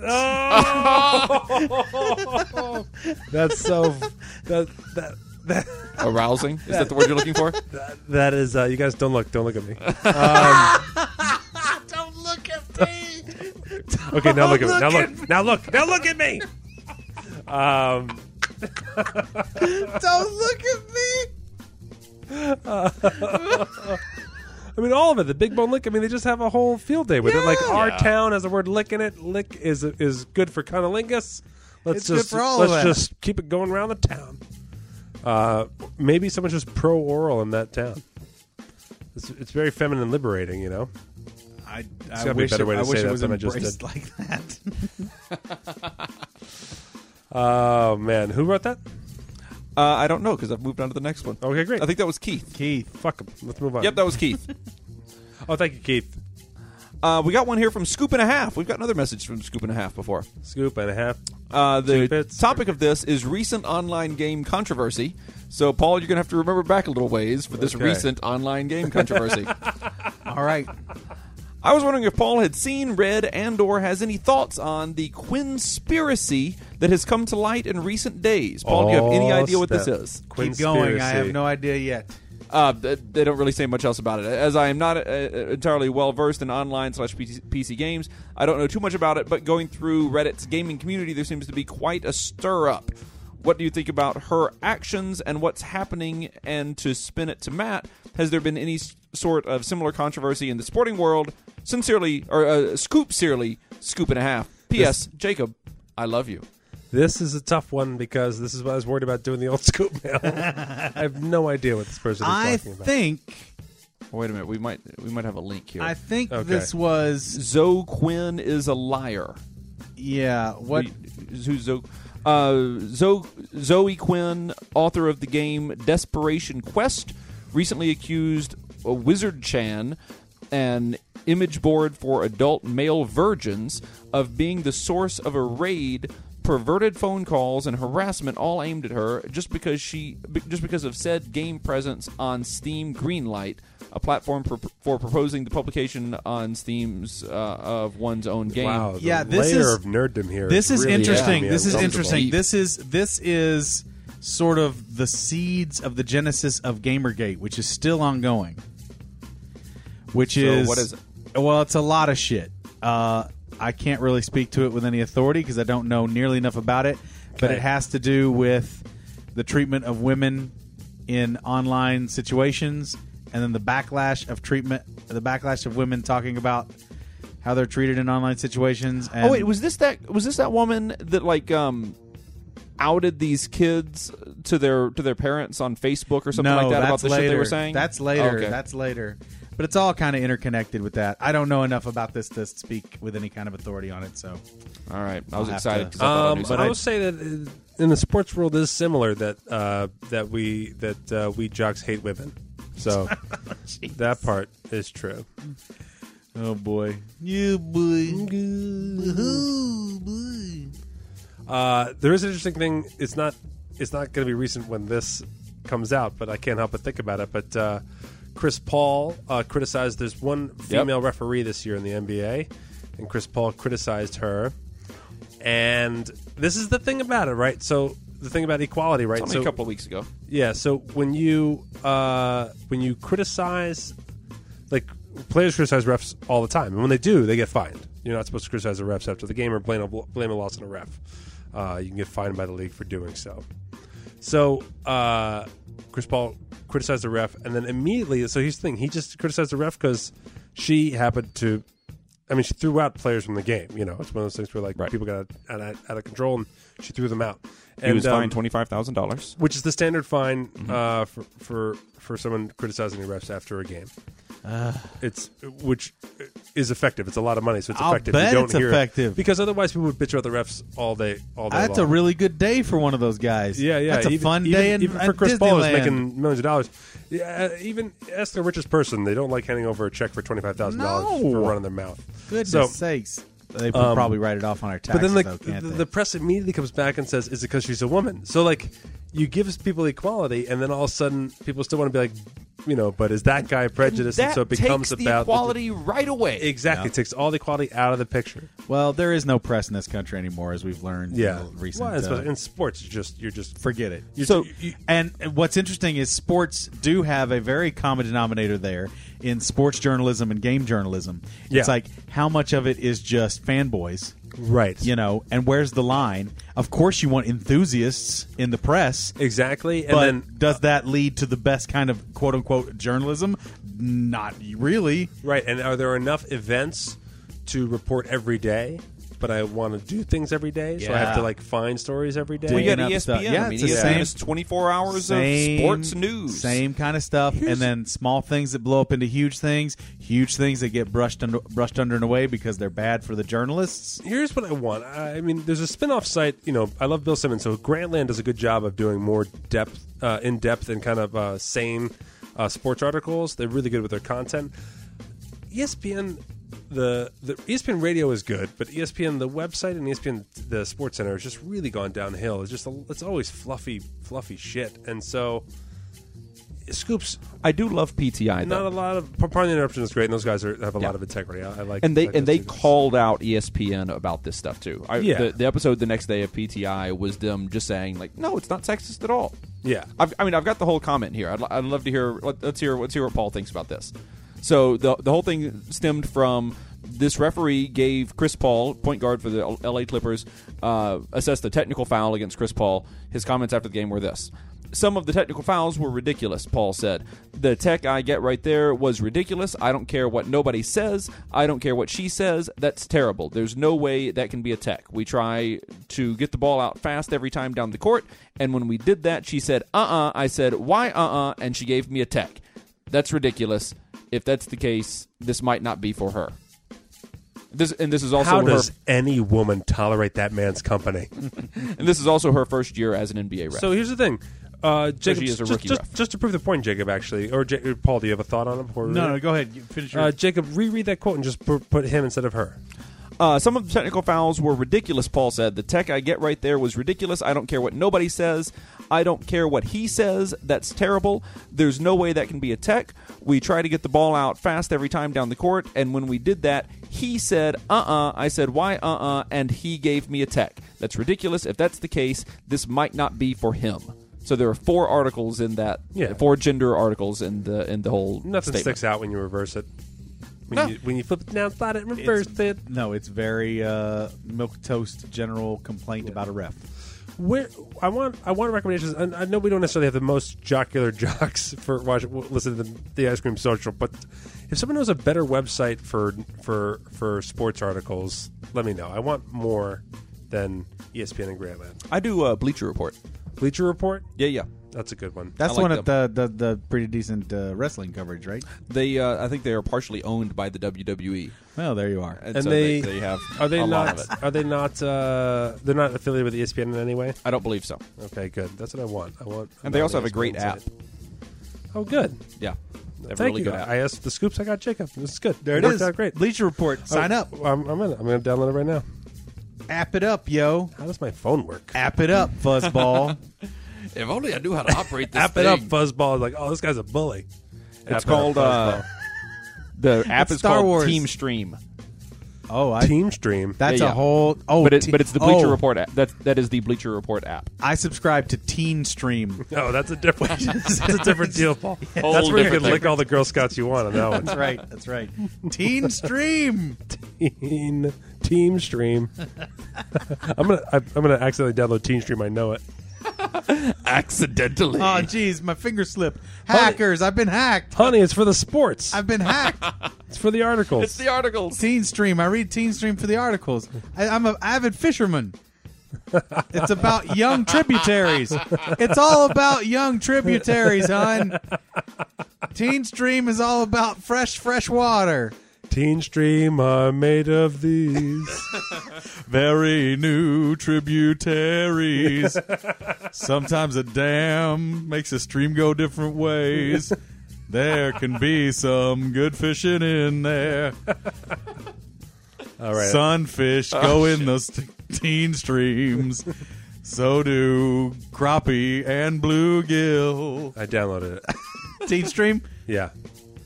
Speaker 3: That's so. that that that
Speaker 5: Arousing is that the word you're looking for?
Speaker 3: that is. Uh, you guys don't look. Don't look at me.
Speaker 4: Don't look at me.
Speaker 3: Okay, now look at me. Now
Speaker 4: Look
Speaker 3: look. Now look. Now look at me. Um,
Speaker 4: Don't look at me.
Speaker 3: I mean, all of it. The big bone lick. I mean, they just have a whole field day with it. Like
Speaker 4: Yeah.
Speaker 3: our
Speaker 5: Yeah.
Speaker 3: town has the word lick in it. Lick is is good for cunnilingus. Let's
Speaker 4: It's good
Speaker 3: just
Speaker 4: for all of
Speaker 3: let's
Speaker 4: us.
Speaker 3: just keep it going around the town. Uh, maybe someone's just pro oral in that town. It's, it's very feminine and liberating, you know.
Speaker 4: I,
Speaker 3: gotta be
Speaker 4: I
Speaker 3: a
Speaker 4: wish
Speaker 3: better
Speaker 4: it,
Speaker 3: way to
Speaker 4: I
Speaker 3: say
Speaker 4: wish it
Speaker 3: that
Speaker 4: was
Speaker 3: than I just
Speaker 4: embraced
Speaker 3: did.
Speaker 4: like that.
Speaker 3: Oh man, who wrote that?
Speaker 5: Uh, I don't know because I've moved on to the next one.
Speaker 3: Okay, great.
Speaker 5: I think that was Keith.
Speaker 4: Keith,
Speaker 3: Fuck 'em. Let's move on.
Speaker 5: Yep, that was Keith.
Speaker 3: oh, thank you, Keith.
Speaker 5: uh, we got one here from Scoop and a Half. We've got another message from Scoop and a Half before.
Speaker 3: Scoop and a half.
Speaker 5: Uh, the
Speaker 3: Tidbits.
Speaker 5: topic of this is recent online game controversy. So, Paul, you're going to have to remember back a little ways for this
Speaker 3: Okay.
Speaker 5: recent online game controversy.
Speaker 4: all right.
Speaker 5: I was wondering if Paul had seen, read, and/or has any thoughts on the Quinspiracy that has come to light in recent days. Paul, do you have any
Speaker 3: Oh,
Speaker 5: idea what this
Speaker 3: snap.
Speaker 5: is?
Speaker 4: Keep going. I have
Speaker 3: Quinspiracy.
Speaker 4: no idea yet.
Speaker 5: Uh, th- they don't really say much else about it. As I am not uh, entirely well versed in online slash PC PC games, I don't know too much about it. But going through Reddit's gaming community, there seems to be quite a stir up. What do you think about her actions and what's happening? And to spin it to Matt, has there been any s- sort of similar controversy in the sporting world? Sincerely, or uh, scoop sincerely, scoop and a half. P.S. Jacob, I love you.
Speaker 3: This is a tough one because this is what I was worried about doing the old scoop mail. I have no idea what this person is
Speaker 4: I
Speaker 3: talking about.
Speaker 4: think
Speaker 5: Wait a minute, we might we might have a link here.
Speaker 4: I think
Speaker 3: Okay.
Speaker 4: this was
Speaker 5: Zoe Quinn is a liar.
Speaker 4: yeah. What
Speaker 5: who's Zoe? Uh, Zoe, Zoe Quinn, author of the game Desperation Quest, recently accused uh, Wizard Chan, an image board for adult male virgins, of being the source of a raid, perverted phone calls, and harassment all aimed at her just because she be- just because of said game presence on Steam Greenlight, a platform for, for proposing the publication on Steam's uh, of one's own game.
Speaker 3: Wow, the
Speaker 4: Yeah, this
Speaker 3: layer
Speaker 4: is-
Speaker 3: of nerddom here.
Speaker 4: this is
Speaker 3: really
Speaker 4: interesting.
Speaker 3: making me
Speaker 4: This is
Speaker 3: uncomfortable.
Speaker 4: interesting. This is this is sort of the seeds of the genesis of Gamergate, which is still ongoing. Which is
Speaker 5: what is it?
Speaker 4: Well, it's a lot of shit. Uh, I can't really speak to it with any authority because I don't know nearly enough about it. But
Speaker 3: Okay.
Speaker 4: it has to do with the treatment of women in online situations, and then the backlash of treatment, the backlash of women talking about how they're treated in online situations. And
Speaker 5: Oh wait, was this that was this that woman that like um outed these kids to their to their parents on Facebook or something like that about the shit they were saying?
Speaker 4: That's later.
Speaker 5: Okay.
Speaker 4: That's later. But it's all kind of interconnected with that. I don't know enough about this to speak with any kind of authority on it. So
Speaker 5: all right. I
Speaker 4: I'll
Speaker 5: was
Speaker 4: have
Speaker 5: excited
Speaker 4: to-
Speaker 5: because I thought I
Speaker 3: Um,
Speaker 5: knew
Speaker 3: but
Speaker 5: something.
Speaker 3: I would say that uh, in the sports world it is similar that uh, that we that uh, we jocks hate women. So that part is true.
Speaker 4: oh boy, you boy.
Speaker 3: Uh, there is an interesting thing. It's not it's not going to be recent when this comes out, but I can't help but think about it. But uh, Chris Paul uh, criticized. There's one female referee this year in the NBA, and Chris Paul criticized her. And this is the thing about it, right? So the thing about equality, right?
Speaker 5: Tell me
Speaker 3: so
Speaker 5: a couple of weeks ago.
Speaker 3: Yeah. So when you uh, when you criticize, like players criticize refs all the time, and when they do, they get fined. You're not supposed to criticize the refs after the game or blame a, blame a loss on a ref. Uh, you can get fined by the league for doing so. So uh, Chris Paul criticized the ref, and then immediately, so here's the thing: he just criticized the ref because she happened to. I mean, she threw out players from the game. You know, it's one of those things where like
Speaker 5: Right.
Speaker 3: people got out of, out of control, and she threw them out.
Speaker 5: He
Speaker 3: and,
Speaker 5: was
Speaker 3: um,
Speaker 5: fined twenty five thousand dollars.
Speaker 3: which is the standard fine
Speaker 4: Mm-hmm.
Speaker 3: uh, for, for for someone criticizing the refs after a game. it's which is effective. It's a lot of money, so it's
Speaker 4: I'll
Speaker 3: effective.
Speaker 4: bet
Speaker 3: you don't
Speaker 4: it's
Speaker 3: hear it.
Speaker 4: effective.
Speaker 3: because otherwise people would bitch about the refs all day all day.
Speaker 4: That's
Speaker 3: long.
Speaker 4: a really good day for one of those guys.
Speaker 3: yeah yeah.
Speaker 4: That's a
Speaker 3: even,
Speaker 4: fun
Speaker 3: even,
Speaker 4: day. In,
Speaker 3: even for
Speaker 4: at
Speaker 3: Chris Paul who's
Speaker 4: Disneyland.
Speaker 3: making millions of dollars. Yeah, uh, even ask the richest person. They don't like handing over a check for twenty five thousand dollars
Speaker 4: No.
Speaker 3: for running their mouth.
Speaker 4: Goodness
Speaker 3: So- um,
Speaker 4: sakes, they would probably write it off on our taxes.
Speaker 3: but then like
Speaker 4: though,
Speaker 3: the,
Speaker 4: can't
Speaker 3: the,
Speaker 4: they?
Speaker 3: press immediately comes back and says is it because she's a woman so like you give people equality and then all of a sudden people still want to be like you know but is that guy prejudiced and
Speaker 5: That
Speaker 3: so it becomes
Speaker 5: takes the
Speaker 3: about
Speaker 5: equality right away.
Speaker 3: exactly it takes all the equality out of the picture
Speaker 4: well, there is no press in this country anymore, as we've learned.
Speaker 3: yeah
Speaker 4: in the recent.
Speaker 3: Well, it's-
Speaker 4: uh,
Speaker 3: in sports you're just you're just
Speaker 4: forget it.
Speaker 3: you're
Speaker 5: So-
Speaker 3: ju- you-
Speaker 4: And what's interesting is sports do have a very common denominator there in sports journalism and game journalism.
Speaker 3: Yeah.
Speaker 4: It's like how much of it is just fanboys,
Speaker 3: right
Speaker 4: you know, and where's the line? Of course, you want enthusiasts in the press,
Speaker 3: exactly and
Speaker 4: but
Speaker 3: then uh,
Speaker 4: does that lead to the best kind of quote unquote journalism? Not really.
Speaker 3: right and are there enough events to report every day but I want to do things every day, so I have
Speaker 4: Yeah.
Speaker 3: to like find stories every day.
Speaker 5: We got
Speaker 4: Digging up
Speaker 5: ESPN.
Speaker 4: stuff. Yeah,
Speaker 5: I mean, E
Speaker 4: it's the
Speaker 5: ESPN
Speaker 4: same-
Speaker 5: is twenty four hours of sports news.
Speaker 4: Same kind of stuff, and then small things that blow up into huge things, huge things that get brushed under, brushed under and away because they're bad for the journalists.
Speaker 3: here's what I want. I I mean, there's a spin-off site. You know, I love Bill Simmons, so Grantland does a good job of doing more depth, uh, in depth, and kind of uh, sane uh, sports articles. They're really good with their content. E ESPN, the the E ESPN Radio is good, but E ESPN the website and E ESPN the Sports Center has just really gone downhill. It's just a, it's always fluffy, fluffy shit, and so Scoops.
Speaker 5: I do love PTI
Speaker 3: Not
Speaker 5: though,
Speaker 3: a lot of. Pardon the interruption is great, and those guys are, have a
Speaker 5: Yeah.
Speaker 3: lot of integrity. I, I like.
Speaker 5: and they
Speaker 3: like
Speaker 5: and
Speaker 3: those
Speaker 5: they
Speaker 3: two guys.
Speaker 5: called out E ESPN about this stuff too. I,
Speaker 3: Yeah.
Speaker 5: the, the episode the next day of PTI was them just saying like, no, it's not sexist at all.
Speaker 3: Yeah.
Speaker 5: I've, I mean, I've got the whole comment here. I'd, I'd love to hear. Let, let's hear. Let's hear what Paul thinks about this. So the the whole thing stemmed from this referee gave Chris Paul, point guard for the L- L.A. Clippers, uh, assessed a technical foul against Chris Paul. His comments after the game were this. Some of the technical fouls were ridiculous, Paul said. The tech I get right there was ridiculous. I don't care what nobody says. I don't care what she says. That's terrible. There's no way that can be a tech. We try to get the ball out fast every time down the court, and when we did that, she said, uh uh I said, why uh uh? And she gave me a tech. That's ridiculous. If that's the case, this might not be for her. This and this is also
Speaker 3: How
Speaker 5: her
Speaker 3: does any woman tolerate that man's company?
Speaker 5: and this is also her first year as an NBA ref.
Speaker 3: So here's the thing. Uh, Jacob,
Speaker 5: she is a
Speaker 3: just,
Speaker 5: rookie
Speaker 3: just,
Speaker 5: ref.
Speaker 3: just to prove the point, Jacob, actually, or Ja- Paul, do you have a thought on him? Or
Speaker 4: No, no, go ahead. You Finish your.
Speaker 3: Uh, Jacob, reread that quote and just pu- put him instead of her.
Speaker 5: Uh, some of the technical fouls were ridiculous, Paul said. The tech I get right there was ridiculous. I don't care what nobody says. I don't care what he says. That's terrible. There's no way that can be a tech. We try to get the ball out fast every time down the court, and when we did that, he said, uh uh I said, why uh uh? And he gave me a tech. That's ridiculous. If that's the case, this might not be for him. So there are four articles in that,
Speaker 3: Yeah.
Speaker 5: four gender articles in the in the whole.
Speaker 3: Nothing
Speaker 5: statement.
Speaker 3: sticks out when you reverse it. When,
Speaker 5: No.
Speaker 3: you, when you flip it down, slide it, reverse it.
Speaker 4: no, it's very uh, milk toast general complaint about a ref.
Speaker 3: Where I want, I want recommendations. And I know we don't necessarily have the most jocular jocks for watch, w- listen to the, the ice cream social, but if someone knows a better website for for for sports articles, let me know. I want more than E ESPN and Grantland.
Speaker 5: I do uh, Bleacher Report.
Speaker 3: Bleacher Report,
Speaker 5: Yeah, yeah.
Speaker 3: that's a good one.
Speaker 4: That's
Speaker 5: I
Speaker 4: the one
Speaker 5: like
Speaker 4: at the, the the pretty decent uh, wrestling coverage, right?
Speaker 5: They, uh, I think they are partially owned by the WWE,
Speaker 4: Well, there you are.
Speaker 5: and,
Speaker 3: and
Speaker 5: so
Speaker 3: they,
Speaker 5: they, they have.
Speaker 3: are they
Speaker 5: a lot
Speaker 3: not
Speaker 5: of it.
Speaker 3: are they not uh, they're not affiliated with ESPN in any way?
Speaker 5: I don't believe so.
Speaker 3: Okay, good. That's what I want. I want, E
Speaker 5: And they
Speaker 3: I
Speaker 5: also
Speaker 3: want
Speaker 5: have a great
Speaker 3: ESPN
Speaker 5: app.
Speaker 3: site. Oh, good.
Speaker 5: Yeah, they have a
Speaker 3: Thank
Speaker 5: really
Speaker 3: you.
Speaker 5: good app.
Speaker 3: I asked the scoops. I got Jacob. This is good.
Speaker 4: There it
Speaker 3: worked
Speaker 4: is.
Speaker 3: Out great.
Speaker 4: Bleacher Report. Sign
Speaker 3: Oh,
Speaker 4: up.
Speaker 3: I'm, I'm in it. I'm going to download it right now.
Speaker 4: App it up, yo.
Speaker 3: How does my phone work?
Speaker 4: App it up, fuzzball.
Speaker 5: if only I knew how to operate this
Speaker 3: App it up, fuzzball. Like, oh, this guy's a bully. App
Speaker 5: It's
Speaker 3: it
Speaker 5: called
Speaker 3: up,
Speaker 5: uh, the app
Speaker 4: It's
Speaker 5: is
Speaker 4: Star
Speaker 5: called
Speaker 4: Wars.
Speaker 5: Team Stream,
Speaker 4: oh,
Speaker 3: fuzzball.
Speaker 4: I,
Speaker 3: Team Stream.
Speaker 4: that's
Speaker 5: Yeah,
Speaker 4: a
Speaker 5: yeah.
Speaker 4: whole. Oh,
Speaker 5: but it,
Speaker 4: te-
Speaker 5: but it's the Bleacher
Speaker 4: oh,
Speaker 5: Report app. That that is the Bleacher Report app.
Speaker 4: I subscribe to Teen Stream.
Speaker 3: no, Oh, that's a different. that's a different deal, Paul.
Speaker 5: Whole
Speaker 3: That's where you can
Speaker 5: different thing.
Speaker 3: lick all the Girl Scouts you want on that one.
Speaker 4: That's right. That's right. Teen Stream.
Speaker 3: Teen Team Stream. I'm gonna I, I'm gonna accidentally download Team Stream. I know it.
Speaker 5: Accidentally,
Speaker 4: Oh, jeez, my finger slipped. Hackers, I've been hacked.
Speaker 3: Honey, it's for the sports.
Speaker 4: I've been hacked.
Speaker 3: it's for the articles.
Speaker 5: it's the articles.
Speaker 4: Teen Stream. I read Teen Stream for the articles. I, I'm an avid fisherman. It's about young tributaries. It's all about young tributaries, hon. Teen Stream is all about fresh, fresh water.
Speaker 3: Teen Stream are made of these.
Speaker 4: Very new tributaries. Sometimes a dam makes a stream go different ways. There can be some good fishing in there.
Speaker 3: All right.
Speaker 4: Sunfish go in the st- teen streams. so do crappie and bluegill.
Speaker 3: I downloaded it.
Speaker 4: Teen stream,
Speaker 3: Yeah.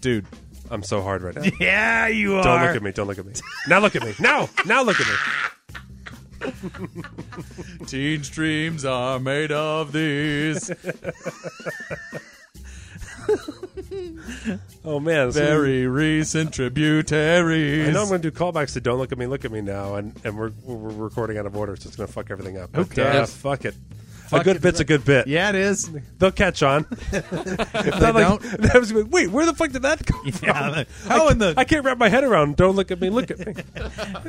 Speaker 4: dude.
Speaker 3: I'm so hard right now.
Speaker 4: Yeah, you are.
Speaker 3: Don't look at me. Don't look at me. Now look at me. Now. Now look at me.
Speaker 4: Teen streams are made of these
Speaker 3: Oh, man. this is-
Speaker 4: very recent tributaries.
Speaker 3: I know I'm going to do callbacks to Don't Look at Me, Look at Me Now, and, and we're, we're recording out of order, so it's going to fuck everything up. But,
Speaker 4: Okay.
Speaker 3: uh,
Speaker 4: Yes.
Speaker 3: fuck it.
Speaker 4: Fuck
Speaker 3: a good
Speaker 4: it.
Speaker 3: bit's a good bit.
Speaker 4: yeah, it is.
Speaker 3: They'll catch on.
Speaker 4: If they
Speaker 3: Not like,
Speaker 4: don't,
Speaker 3: that was, wait, where the fuck did that come from?
Speaker 4: yeah, how in the
Speaker 3: I can't wrap my head around Don't Look at Me, Look at Me.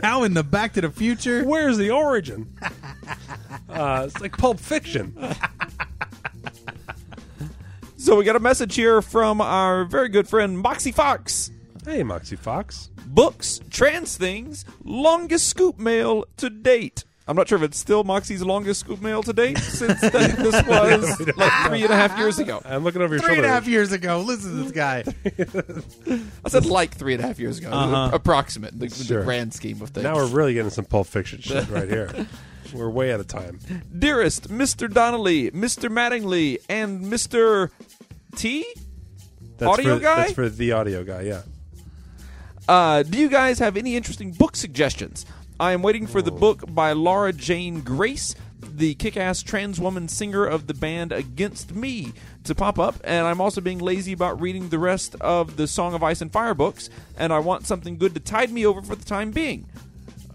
Speaker 4: how in the Back to the Future?
Speaker 3: Where's the origin? Uh, it's like Pulp Fiction.
Speaker 5: So we got a message here from our very good friend Moxie Fox.
Speaker 3: Hey, Moxie Fox.
Speaker 5: books, trans things, longest scoop mail to date. I'm not sure if it's still Moxie's longest scoop mail to date since that, this was like three and a half years ago.
Speaker 3: I'm looking over your
Speaker 4: Three and
Speaker 3: shoulder.
Speaker 4: a half years ago. Listen to this guy.
Speaker 5: I said like three and a half years ago,
Speaker 4: Uh-huh.
Speaker 5: approximate the, the grand scheme of things.
Speaker 3: Now we're really getting some Pulp Fiction shit right here. We're way out of time.
Speaker 5: Dearest Mr. Donnelly, Mr. Mattingly, and Mr. T?
Speaker 3: That's
Speaker 5: Audio
Speaker 3: for,
Speaker 5: guy?
Speaker 3: That's for the audio guy. Yeah.
Speaker 5: Uh, do you guys have any interesting book suggestions? I am waiting for the book by Laura Jane Grace, the kick ass trans woman singer of the band Against Me, to pop up, and I'm also being lazy about reading the rest of the Song of Ice and Fire books, and I want something good to tide me over for the time being.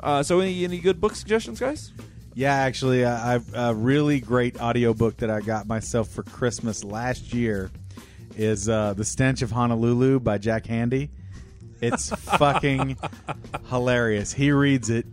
Speaker 5: Uh, so, any, any good book suggestions, guys?
Speaker 4: Yeah, actually, I, I've a really great audiobook that I got myself for Christmas last year is uh, The Stench of Honolulu by Jack Handy. It's fucking hilarious. He reads it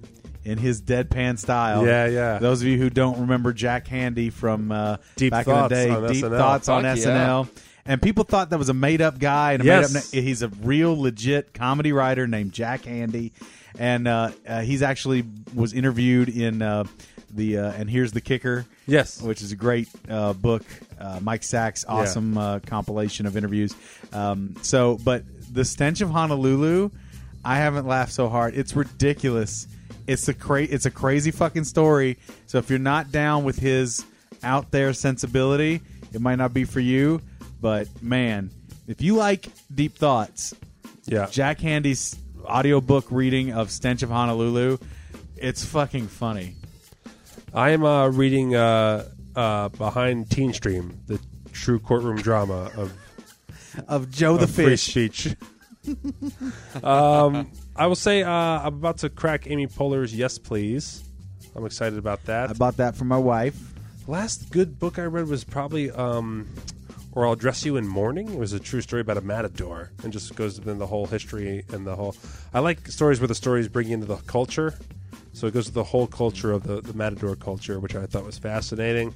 Speaker 4: in his deadpan style.
Speaker 3: Yeah, yeah.
Speaker 4: Those of you who don't remember Jack Handy from uh,
Speaker 3: Deep
Speaker 4: back
Speaker 3: Thoughts
Speaker 4: in the
Speaker 3: on
Speaker 4: day, Deep
Speaker 3: SNL.
Speaker 4: Thoughts on
Speaker 5: Fuck yeah.
Speaker 4: SNL. And people thought that was a made up guy. And a
Speaker 3: Yes.
Speaker 4: made up na- he's a real legit comedy writer named Jack Handy, and uh, uh, he's actually was interviewed in uh, the uh, and here's the kicker.
Speaker 3: Yes.
Speaker 4: which is a great uh, book. Uh, Mike Sachs, awesome uh, compilation of interviews. Um, so, but the stench of Honolulu, I haven't laughed so hard. It's ridiculous. It's a cra- It's a crazy fucking story. So if you're not down with his out there sensibility, it might not be for you. But man, if you like deep thoughts,
Speaker 3: Yeah.
Speaker 4: Jack Handy's audiobook reading of Stench of Honolulu. It's fucking funny.
Speaker 3: I am uh, reading uh, uh, behind Teen Stream, the true courtroom drama of
Speaker 4: Of Joe the
Speaker 3: of free
Speaker 4: Fish.
Speaker 3: speech. um, I will say uh, I'm about to crack Amy Poehler's Yes Please. I'm excited about that.
Speaker 4: I bought that for my wife.
Speaker 3: Last good book I read was probably um, Or I'll Dress You in Mourning. It was a true story about a matador and just goes into the whole history and the whole. I like stories where the stories bring you into the culture. So it goes to the whole culture of the, the matador culture, which I thought was fascinating.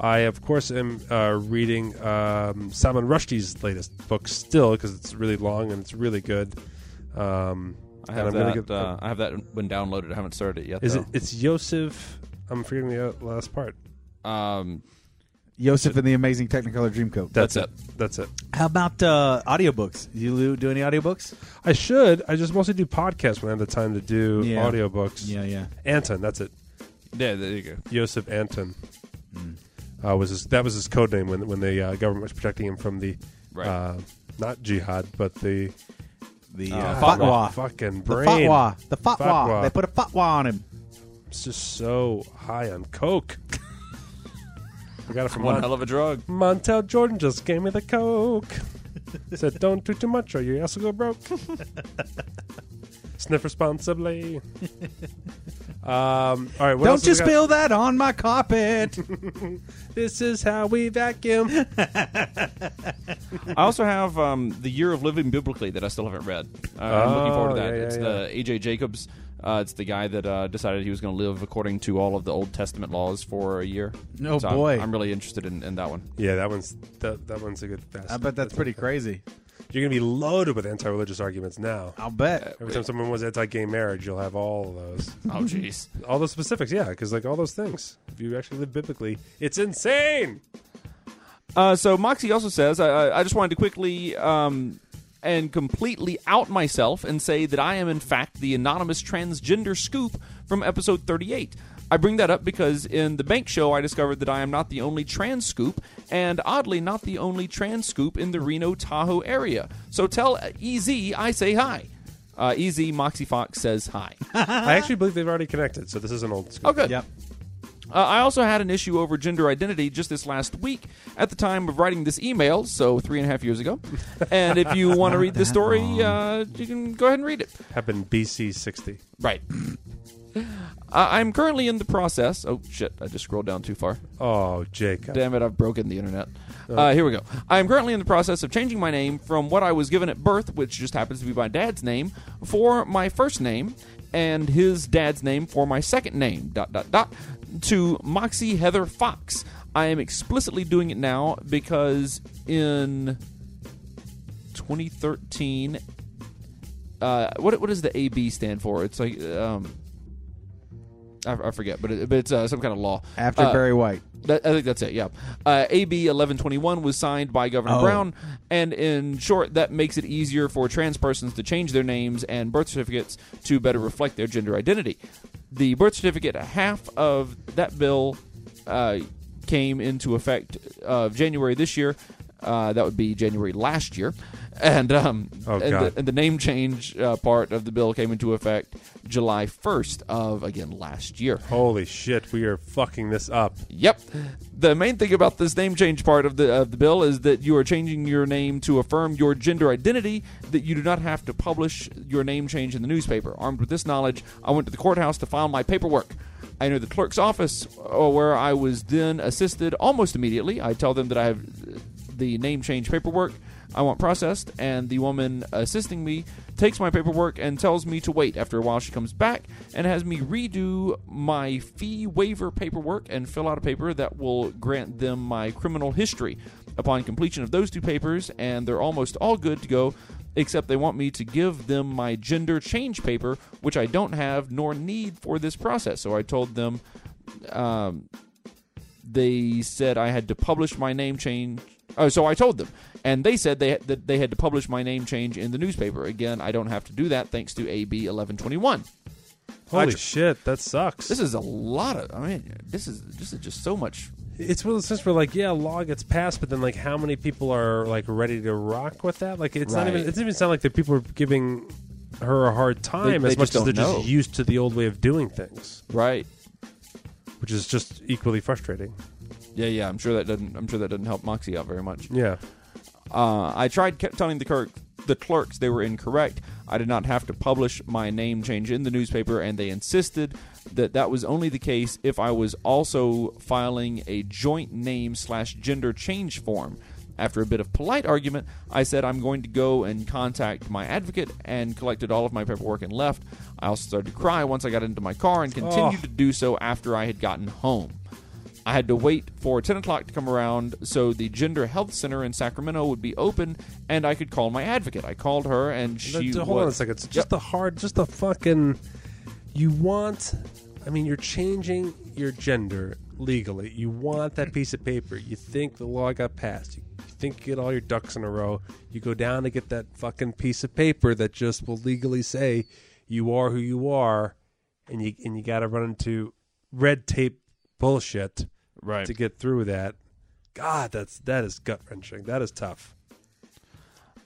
Speaker 3: I, of course, am uh, reading um, Salman Rushdie's latest book still because it's really long and it's really good. Um,
Speaker 5: I
Speaker 3: and
Speaker 5: have,
Speaker 3: I'm gonna
Speaker 5: that,
Speaker 3: give-
Speaker 5: uh, I have that one downloaded. I haven't started it yet.
Speaker 3: is
Speaker 5: though.
Speaker 3: it? It's Yosef. I'm forgetting the uh, last part.
Speaker 5: Um,
Speaker 4: Yosef and the Amazing Technicolor Dreamcoat.
Speaker 3: That's,
Speaker 5: That's
Speaker 3: it. That's it.
Speaker 4: How about uh, audiobooks? You do- do any audiobooks?
Speaker 3: I should. I just mostly do podcasts when I have the time to do
Speaker 4: Yeah.
Speaker 3: audiobooks.
Speaker 4: Yeah, yeah.
Speaker 3: Anton, that's it.
Speaker 5: yeah, there you go.
Speaker 3: Yosef Anton
Speaker 4: Hmm.
Speaker 3: uh, was his, that was his code name when when the uh, government was protecting him from the
Speaker 5: Right.
Speaker 3: uh, not jihad but the
Speaker 4: The
Speaker 5: Uh,
Speaker 4: uh,
Speaker 5: fatwa.
Speaker 4: fatwa.
Speaker 3: fucking
Speaker 4: The
Speaker 3: brain.
Speaker 4: fatwa. The fatwa.
Speaker 3: Fatwa.
Speaker 4: They put a fatwa on him.
Speaker 3: It's just so high on coke. I got it from
Speaker 5: One
Speaker 3: Mon-
Speaker 5: hell of a drug.
Speaker 3: Montel Jordan. Just gave me the coke. Said, "Don't do too much, or your ass will go broke." Sniff responsibly. um, all right. What else
Speaker 4: Don't
Speaker 3: have
Speaker 4: you
Speaker 3: we got?
Speaker 4: spill that on my carpet.
Speaker 3: This is how we vacuum.
Speaker 5: I also have um, the Year of Living Biblically that I still haven't read. Uh, I'm looking forward to
Speaker 3: Oh,
Speaker 5: that.
Speaker 3: yeah, yeah,
Speaker 5: it's the AJ Jacobs. Uh, it's the guy that uh, decided he was going to live according to all of the Old Testament laws for a year.
Speaker 3: Oh,
Speaker 4: No
Speaker 5: So I'm-
Speaker 4: boy.
Speaker 5: I'm, really interested in, in that one.
Speaker 3: yeah, that one's that, that one's a good. Fast.
Speaker 4: I bet that's pretty crazy.
Speaker 3: You're gonna be loaded with anti-religious arguments now.
Speaker 4: I'll bet.
Speaker 3: Every time someone was anti-gay marriage, you'll have all of those,
Speaker 5: Oh, jeez.
Speaker 3: all those specifics. Yeah, because like all those things, if you actually live biblically, it's insane.
Speaker 5: Uh, so Moxie also says, I, I- I just wanted to quickly um, and completely out myself and say that I am, in fact, the anonymous transgender scoop from episode 38. I bring that up because in the bank show, I discovered that I am not the only trans scoop, and oddly, not the only trans scoop in the Reno Tahoe area. So tell EZ I say hi. Uh, EZ Moxie Fox says hi.
Speaker 3: I actually believe they've already connected, so this is an old. Scoop.
Speaker 5: Oh, good.
Speaker 4: Yep.
Speaker 5: Uh, I also had an issue over gender identity just this last week at the time of writing this email, so three and a half years ago. And if you want to read the story, uh, you can go ahead and read it.
Speaker 3: Happened BC sixty.
Speaker 5: Right. Uh, I'm currently in the process. Oh, shit. I just scrolled down too far.
Speaker 3: Oh, Jake.
Speaker 5: Damn it, I've broken the internet. Uh, here we go. I am currently in the process of changing my name from what I was given at birth, which just happens to be my dad's name, for my first name, and his dad's name for my second name, dot, dot, dot, to Moxie Heather Fox. I am explicitly doing it now because in 2013, uh, what, what does the AB stand for? It's like, um, I, I forget, but, it, but it's uh, some kind of law.
Speaker 4: After
Speaker 5: Uh,
Speaker 4: Barry White.
Speaker 5: that, I think that's it. Yeah, uh, AB eleven twenty one was signed by Governor
Speaker 4: Oh.
Speaker 5: Brown, and in short, that makes it easier for trans persons to change their names and birth certificates to better reflect their gender identity. The birth certificate half of that bill uh, came into effect of January this year. Uh, that would be January last year, and um,
Speaker 3: Oh,
Speaker 5: and,
Speaker 3: God.
Speaker 5: The, and the name change uh, part of the bill came into effect July 1st of again last year.
Speaker 3: Holy shit, we are fucking this up.
Speaker 5: Yep. The main thing about this name change part of the of the bill is that you are changing your name to affirm your gender identity. That you do not have to publish your name change in the newspaper. Armed with this knowledge, I went to the courthouse to file my paperwork. I entered the clerk's office, uh, where I was then assisted almost immediately. I tell them that I have uh, the name change paperwork I want processed, and the woman assisting me takes my paperwork and tells me to wait. After a while, she comes back and has me redo my fee waiver paperwork and fill out a paper that will grant them my criminal history. Upon completion of those two papers, and they're almost all good to go, except they want me to give them my gender change paper, which I don't have nor need for this process. So I told them um, they said I had to publish my name change. Oh, so I told them, and they said they that they had to publish my name change in the newspaper. Again, I don't have to do that thanks to AB eleven twenty one.
Speaker 3: Holy
Speaker 5: Roger.
Speaker 3: shit, that sucks.
Speaker 5: This is a lot of. I mean, this is this is just so much.
Speaker 3: it's one of those things where like, yeah, law gets passed, but then like, how many people are like ready to rock with that? Like, it's not even.
Speaker 5: Right.
Speaker 3: It doesn't even sound like the people are giving her a hard time
Speaker 5: they
Speaker 3: as
Speaker 5: just
Speaker 3: much as
Speaker 5: don't
Speaker 3: they're
Speaker 5: know.
Speaker 3: just used to the old way of doing things,
Speaker 5: Right.
Speaker 3: which is just equally frustrating.
Speaker 5: Yeah, yeah. I'm sure that doesn't. I'm sure that doesn't help Moxie out very much.
Speaker 3: Yeah.
Speaker 5: Uh, I tried kept telling the clerk the clerks they were incorrect. I did not have to publish my name change in the newspaper, and they insisted that that was only the case if I was also filing a joint name slash gender change form. After a bit of polite argument, I said I'm going to go and contact my advocate and collected all of my paperwork and left. I also started to cry once I got into my car and continued
Speaker 3: Oh.
Speaker 5: to do so after I had gotten home. I had to wait for 10 o'clock to come around so the Gender Health Center in Sacramento would be open and I could call my advocate. I called her and she.
Speaker 3: Hold
Speaker 5: was,
Speaker 3: on a second. It's just
Speaker 5: Yep.
Speaker 3: the hard, just the fucking. You want. I mean, you're changing your gender legally. You want that piece of paper. You think the law got passed. You think you get all your ducks in a row. You go down to get that fucking piece of paper that just will legally say you are who you are, and you and you got to run into red tape bullshit
Speaker 5: Right.
Speaker 3: to get through that. God, that's that is gut wrenching. That is tough.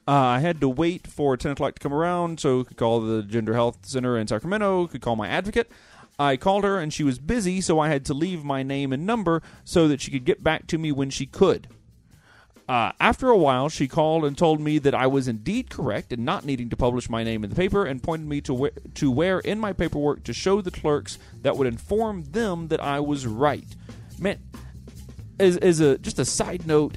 Speaker 5: Uh, I had to wait for 10 o'clock to come around so I could call the Gender Health Center in Sacramento, could call my advocate. I called her and she was busy, so I had to leave my name and number so that she could get back to me when she could. Uh, after a while, she called and told me that I was indeed correct in not needing to publish my name in the paper and pointed me to where, to where in my paperwork to show the clerks that would inform them that I was right. Man, as, as a just a side note,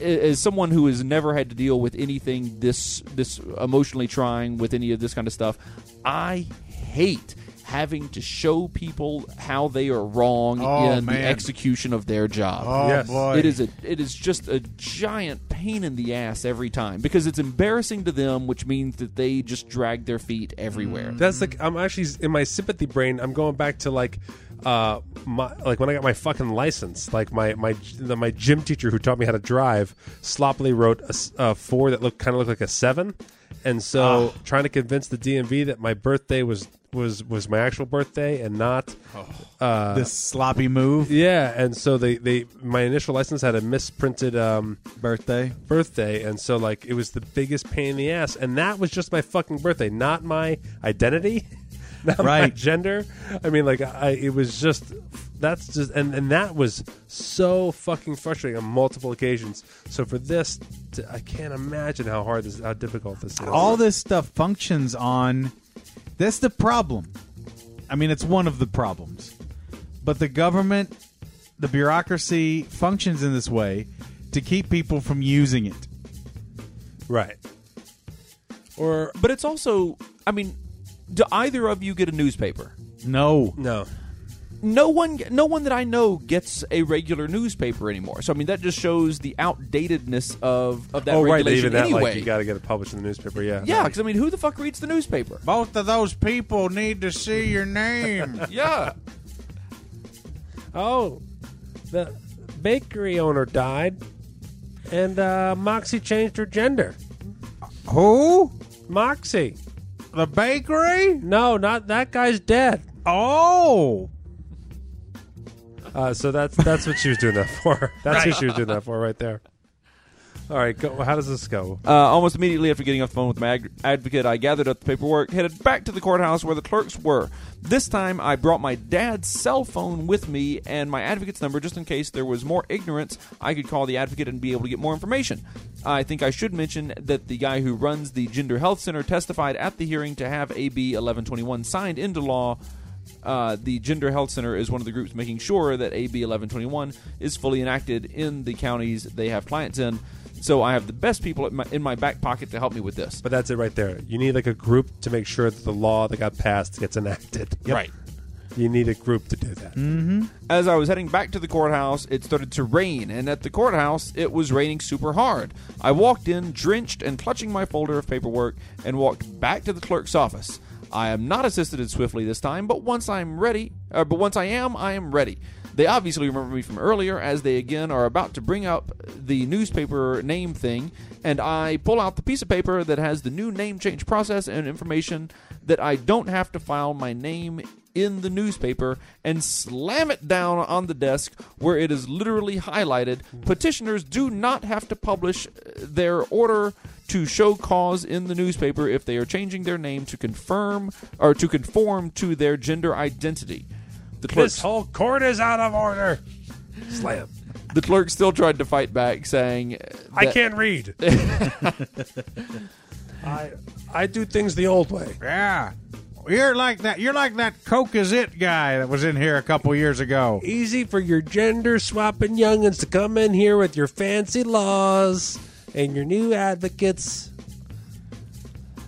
Speaker 5: a- as someone who has never had to deal with anything this this emotionally trying with any of this kind of stuff, I hate having to show people how they are wrong
Speaker 4: Oh,
Speaker 5: in the
Speaker 4: man.
Speaker 5: execution of their job.
Speaker 4: Oh
Speaker 3: Yes.
Speaker 4: boy!
Speaker 5: It is a it is just a giant pain in the ass every time because it's embarrassing to them, which means that they just drag their feet everywhere.
Speaker 3: That's like I'm actually in my sympathy brain. I'm going back to like, uh, my like when I got my fucking license. Like my my the, my gym teacher who taught me how to drive sloppily wrote a, s- a four that looked kind of looked like a seven, and so trying to convince the DMV that my birthday was was was my actual birthday and not
Speaker 4: this sloppy move.
Speaker 3: yeah. And so they they my initial license had a misprinted um
Speaker 4: Birthday.
Speaker 3: birthday and so like it was the biggest pain in the ass and that was just my fucking birthday not my identity not my
Speaker 4: Right.
Speaker 3: gender i mean like i it was just that's just and and that was so fucking frustrating on multiple occasions so for this to, i can't imagine how hard this how difficult this is
Speaker 4: all this stuff functions on that's the problem i mean it's one of the problems but the government the bureaucracy functions in this way to keep people from using it
Speaker 3: right or
Speaker 5: But it's also, I mean, do either of you get a newspaper?
Speaker 4: no
Speaker 3: no
Speaker 5: No one, no one that I know gets a regular newspaper anymore. So I mean, that just shows the outdatedness of of that
Speaker 3: oh right
Speaker 5: regulation
Speaker 3: even that
Speaker 5: anyway.
Speaker 3: like you got to get it published in the newspaper yeah
Speaker 5: yeah, because I mean, who the fuck reads the newspaper?
Speaker 4: both of those people need to see your name
Speaker 5: Yeah,
Speaker 3: oh the bakery owner died and uh, moxie changed her gender
Speaker 4: who
Speaker 3: Moxie.
Speaker 4: the bakery
Speaker 3: No, not that guy's dead.
Speaker 4: oh
Speaker 3: Uh, so that's that's what she was doing that for. That's who she was doing that for right there. All right, go, how does this go?
Speaker 5: Uh, almost immediately after getting off the phone with my ag- advocate, I gathered up the paperwork, headed back to the courthouse where the clerks were. This time, I brought my dad's cell phone with me and my advocate's number just in case there was more ignorance. I could call the advocate and be able to get more information. I think I should mention that the guy who runs the Gender Health Center testified at the hearing to have AB 1121 signed into law. Uh, the Gender Health Center is one of the groups making sure that AB 1121 is fully enacted in the counties they have clients in. So I have the best people at my, in my back pocket to help me with this.
Speaker 3: But that's it right there. You need like a group to make sure that the law that got passed gets enacted.
Speaker 5: Right.
Speaker 3: You need a group to do that.
Speaker 5: As I was heading back to the courthouse, it started to rain, and at the courthouse, it was raining super hard. I walked in, drenched and clutching my folder of paperwork, and walked back to the clerk's office. I am not assisted as swiftly this time, but once I'm ready, uh, but once I am, I am ready. They obviously remember me from earlier, as they again are about to bring up the newspaper name thing, and I pull out the piece of paper that has the new name change process and information that I don't have to file my name in the newspaper and slam it down on the desk where it is literally highlighted. Petitioners do not have to publish uh, their order to show cause in the newspaper if they are changing their name to confirm or to conform to their gender identity. The clerk,
Speaker 3: This whole court is out of order. Slam.
Speaker 5: the clerk still tried to fight back, saying, uh,
Speaker 3: I
Speaker 5: that-
Speaker 3: can't read. I I do things the old way.
Speaker 4: Yeah. You're like that. You're like that Coke is it guy that was in here a couple years ago.
Speaker 3: Easy for your gender swapping youngins to come in here with your fancy laws and your new advocates.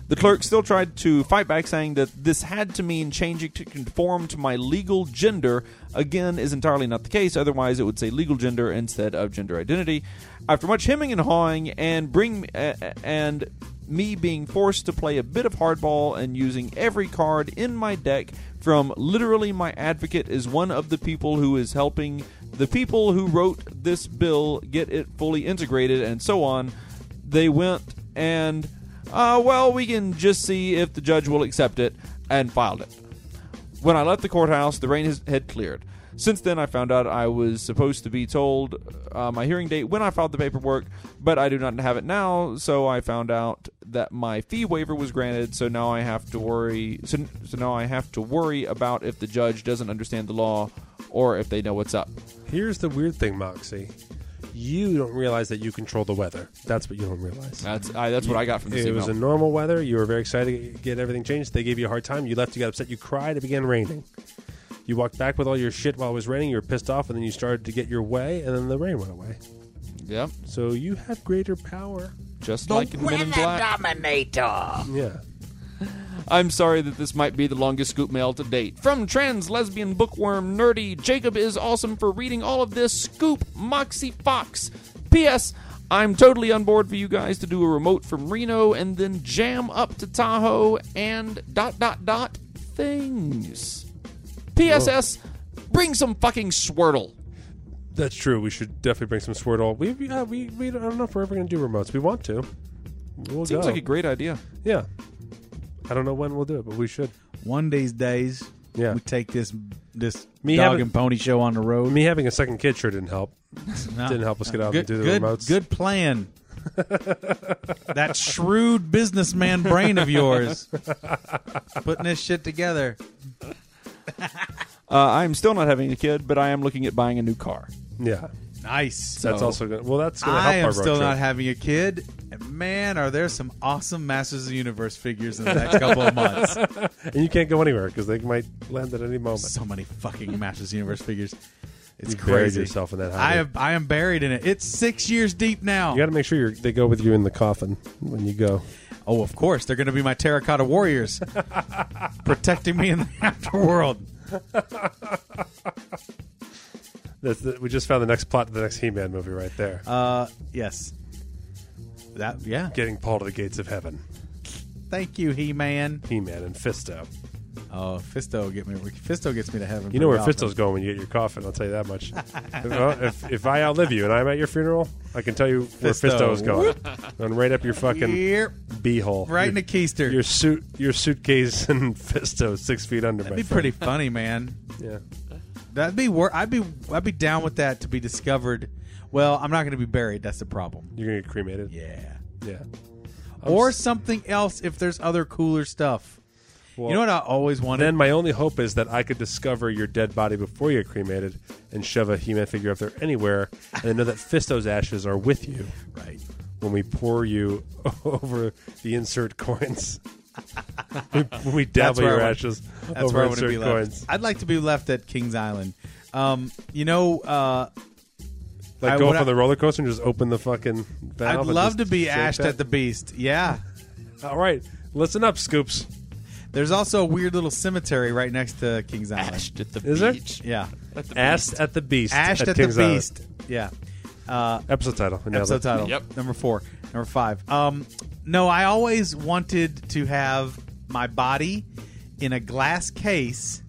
Speaker 5: The clerk still tried to fight back, saying that this had to mean changing to conform to my legal gender. Again, is entirely not the case. Otherwise, it would say legal gender instead of gender identity. After much hemming and hawing, and bring uh, and me being forced to play a bit of hardball and using every card in my deck from literally my advocate is one of the people who is helping the people who wrote this bill get it fully integrated and so on they went and uh, well we can just see if the judge will accept it and filed it when i left the courthouse the rain has, had cleared since then i found out i was supposed to be told uh, my hearing date when i filed the paperwork but i do not have it now so i found out that my fee waiver was granted so now i have to worry so, so now i have to worry about if the judge doesn't understand the law or if they know what's up
Speaker 3: Here's the weird thing, Moxie. You don't realize that you control the weather. That's what you don't realize.
Speaker 5: that's I, that's what i got from this
Speaker 3: It
Speaker 5: email.
Speaker 3: was a normal weather. You were very excited to get everything changed. They gave you a hard time. You left. You got upset. You cried. It began raining. You walked back with all your shit while it was raining. You were pissed off, and then you started to get your way, and then the rain went away.
Speaker 5: yeah
Speaker 3: So you have greater power.
Speaker 5: just like in men in black
Speaker 2: Dominator.
Speaker 3: Yeah.
Speaker 5: I'm sorry that this might be the longest scoop mail to date. From trans lesbian bookworm nerdy, Jacob is awesome for reading all of this. Scoop Moxie Fox. P.S. I'm totally on board for you guys to do a remote from Reno and then jam up to Tahoe and dot dot dot things. P.S.S. Bring some fucking Swirtle.
Speaker 3: That's true. We should definitely bring some Squirtle. We yeah, we we I don't know if we're ever going to do remotes. We want to. We'll
Speaker 5: Seems
Speaker 3: go.
Speaker 5: like a great idea.
Speaker 3: yeah. I don't know when we'll do it, but we should.
Speaker 4: One these days,
Speaker 3: Yeah.
Speaker 4: we take this this
Speaker 3: Me
Speaker 4: dog
Speaker 3: having-
Speaker 4: and pony show on the road.
Speaker 3: Me having a second kid sure didn't help. Didn't help us get out
Speaker 4: good,
Speaker 3: and do the
Speaker 4: good,
Speaker 3: remotes.
Speaker 4: Good plan. that shrewd businessman brain of yours, putting this shit together.
Speaker 5: Uh, I'm still not having a kid, but I am looking at buying a new car.
Speaker 3: Yeah.
Speaker 4: Nice.
Speaker 3: That's
Speaker 5: So-
Speaker 3: also going. to Well, that's going to help
Speaker 4: I
Speaker 3: our
Speaker 4: am
Speaker 3: road
Speaker 4: still
Speaker 3: trip.
Speaker 4: not having a kid. And Man, are there some awesome Masters of the Universe figures in the next couple of months?
Speaker 3: and you can't go anywhere because they might land at any moment.
Speaker 4: so many fucking Masters of the Universe figures. It's
Speaker 3: You buried
Speaker 4: crazy.
Speaker 3: yourself in that hobby.
Speaker 4: I have, I am buried in it. It's six years deep now.
Speaker 3: you got to make sure you're, they go with you in the coffin when you go.
Speaker 4: Oh, of course, they're going to be my terracotta warriors, protecting me in the afterworld.
Speaker 3: That's the, we just found the next plot to the next He-Man movie right there.
Speaker 4: Uh, yes. That yeah.
Speaker 3: Getting Paul to the gates of heaven.
Speaker 4: Thank you, He Man.
Speaker 3: He-Man and Fisto.
Speaker 4: Oh, Fisto get me. Fisto gets me to heaven.
Speaker 3: You know where
Speaker 4: pretty
Speaker 3: Fisto's going when you get your coffin. I'll tell you that much. if, well, if, if I outlive you and I'm at your funeral, I can tell you where
Speaker 4: Fisto.
Speaker 3: Fisto's going. and right up your fucking
Speaker 4: often. Yep,
Speaker 3: beehole.
Speaker 4: right in
Speaker 3: your,
Speaker 4: the keister.
Speaker 3: your suit, your suitcase, and Fisto six feet under.
Speaker 4: That'd
Speaker 3: my
Speaker 4: be pretty funny, man.
Speaker 3: friend. Yeah.
Speaker 4: That'd be wor- I'd be I'd be down with that to be discovered. Well, I'm not going to be buried. That's the problem.
Speaker 3: You're gonna get cremated.
Speaker 4: Yeah.
Speaker 3: Yeah.
Speaker 4: or something else if there's other cooler stuff.
Speaker 3: Well,
Speaker 4: you know what I always wanted?
Speaker 3: Then my only hope is that I could discover your dead body before you get cremated and shove a He-Man figure up there anywhere, and I know that Fisto's ashes are with you
Speaker 4: right.
Speaker 3: when we pour you over the insert coins. when we dabble
Speaker 4: where I
Speaker 3: your
Speaker 4: want-
Speaker 3: ashes
Speaker 4: That's
Speaker 3: over
Speaker 4: where I want to
Speaker 3: insert
Speaker 4: be
Speaker 3: coins,
Speaker 4: left. I'd like to be left at Kings Island. Um, you know, uh,
Speaker 3: like
Speaker 4: I-
Speaker 3: go
Speaker 4: what
Speaker 3: up on
Speaker 4: I-
Speaker 3: the roller coaster and just open the fucking.
Speaker 4: I'd
Speaker 3: valve and
Speaker 4: love to
Speaker 3: just
Speaker 4: be
Speaker 3: shake
Speaker 4: ashed
Speaker 3: that.
Speaker 4: at the beast. Yeah.
Speaker 3: All right, listen up, scoops.
Speaker 4: There's also a weird little cemetery right next to Kings Island.
Speaker 2: Ashed at the
Speaker 3: Is there?
Speaker 2: beach.
Speaker 4: Yeah.
Speaker 2: At the
Speaker 3: Ashed at the beast.
Speaker 4: Ashed at, the
Speaker 3: Kings Island.
Speaker 4: beast. Yeah.
Speaker 3: Episode title. Now
Speaker 4: Episode
Speaker 3: that-
Speaker 4: title.
Speaker 2: Yep.
Speaker 4: Number four. Number five. Um, no, I always wanted to have my body in a glass case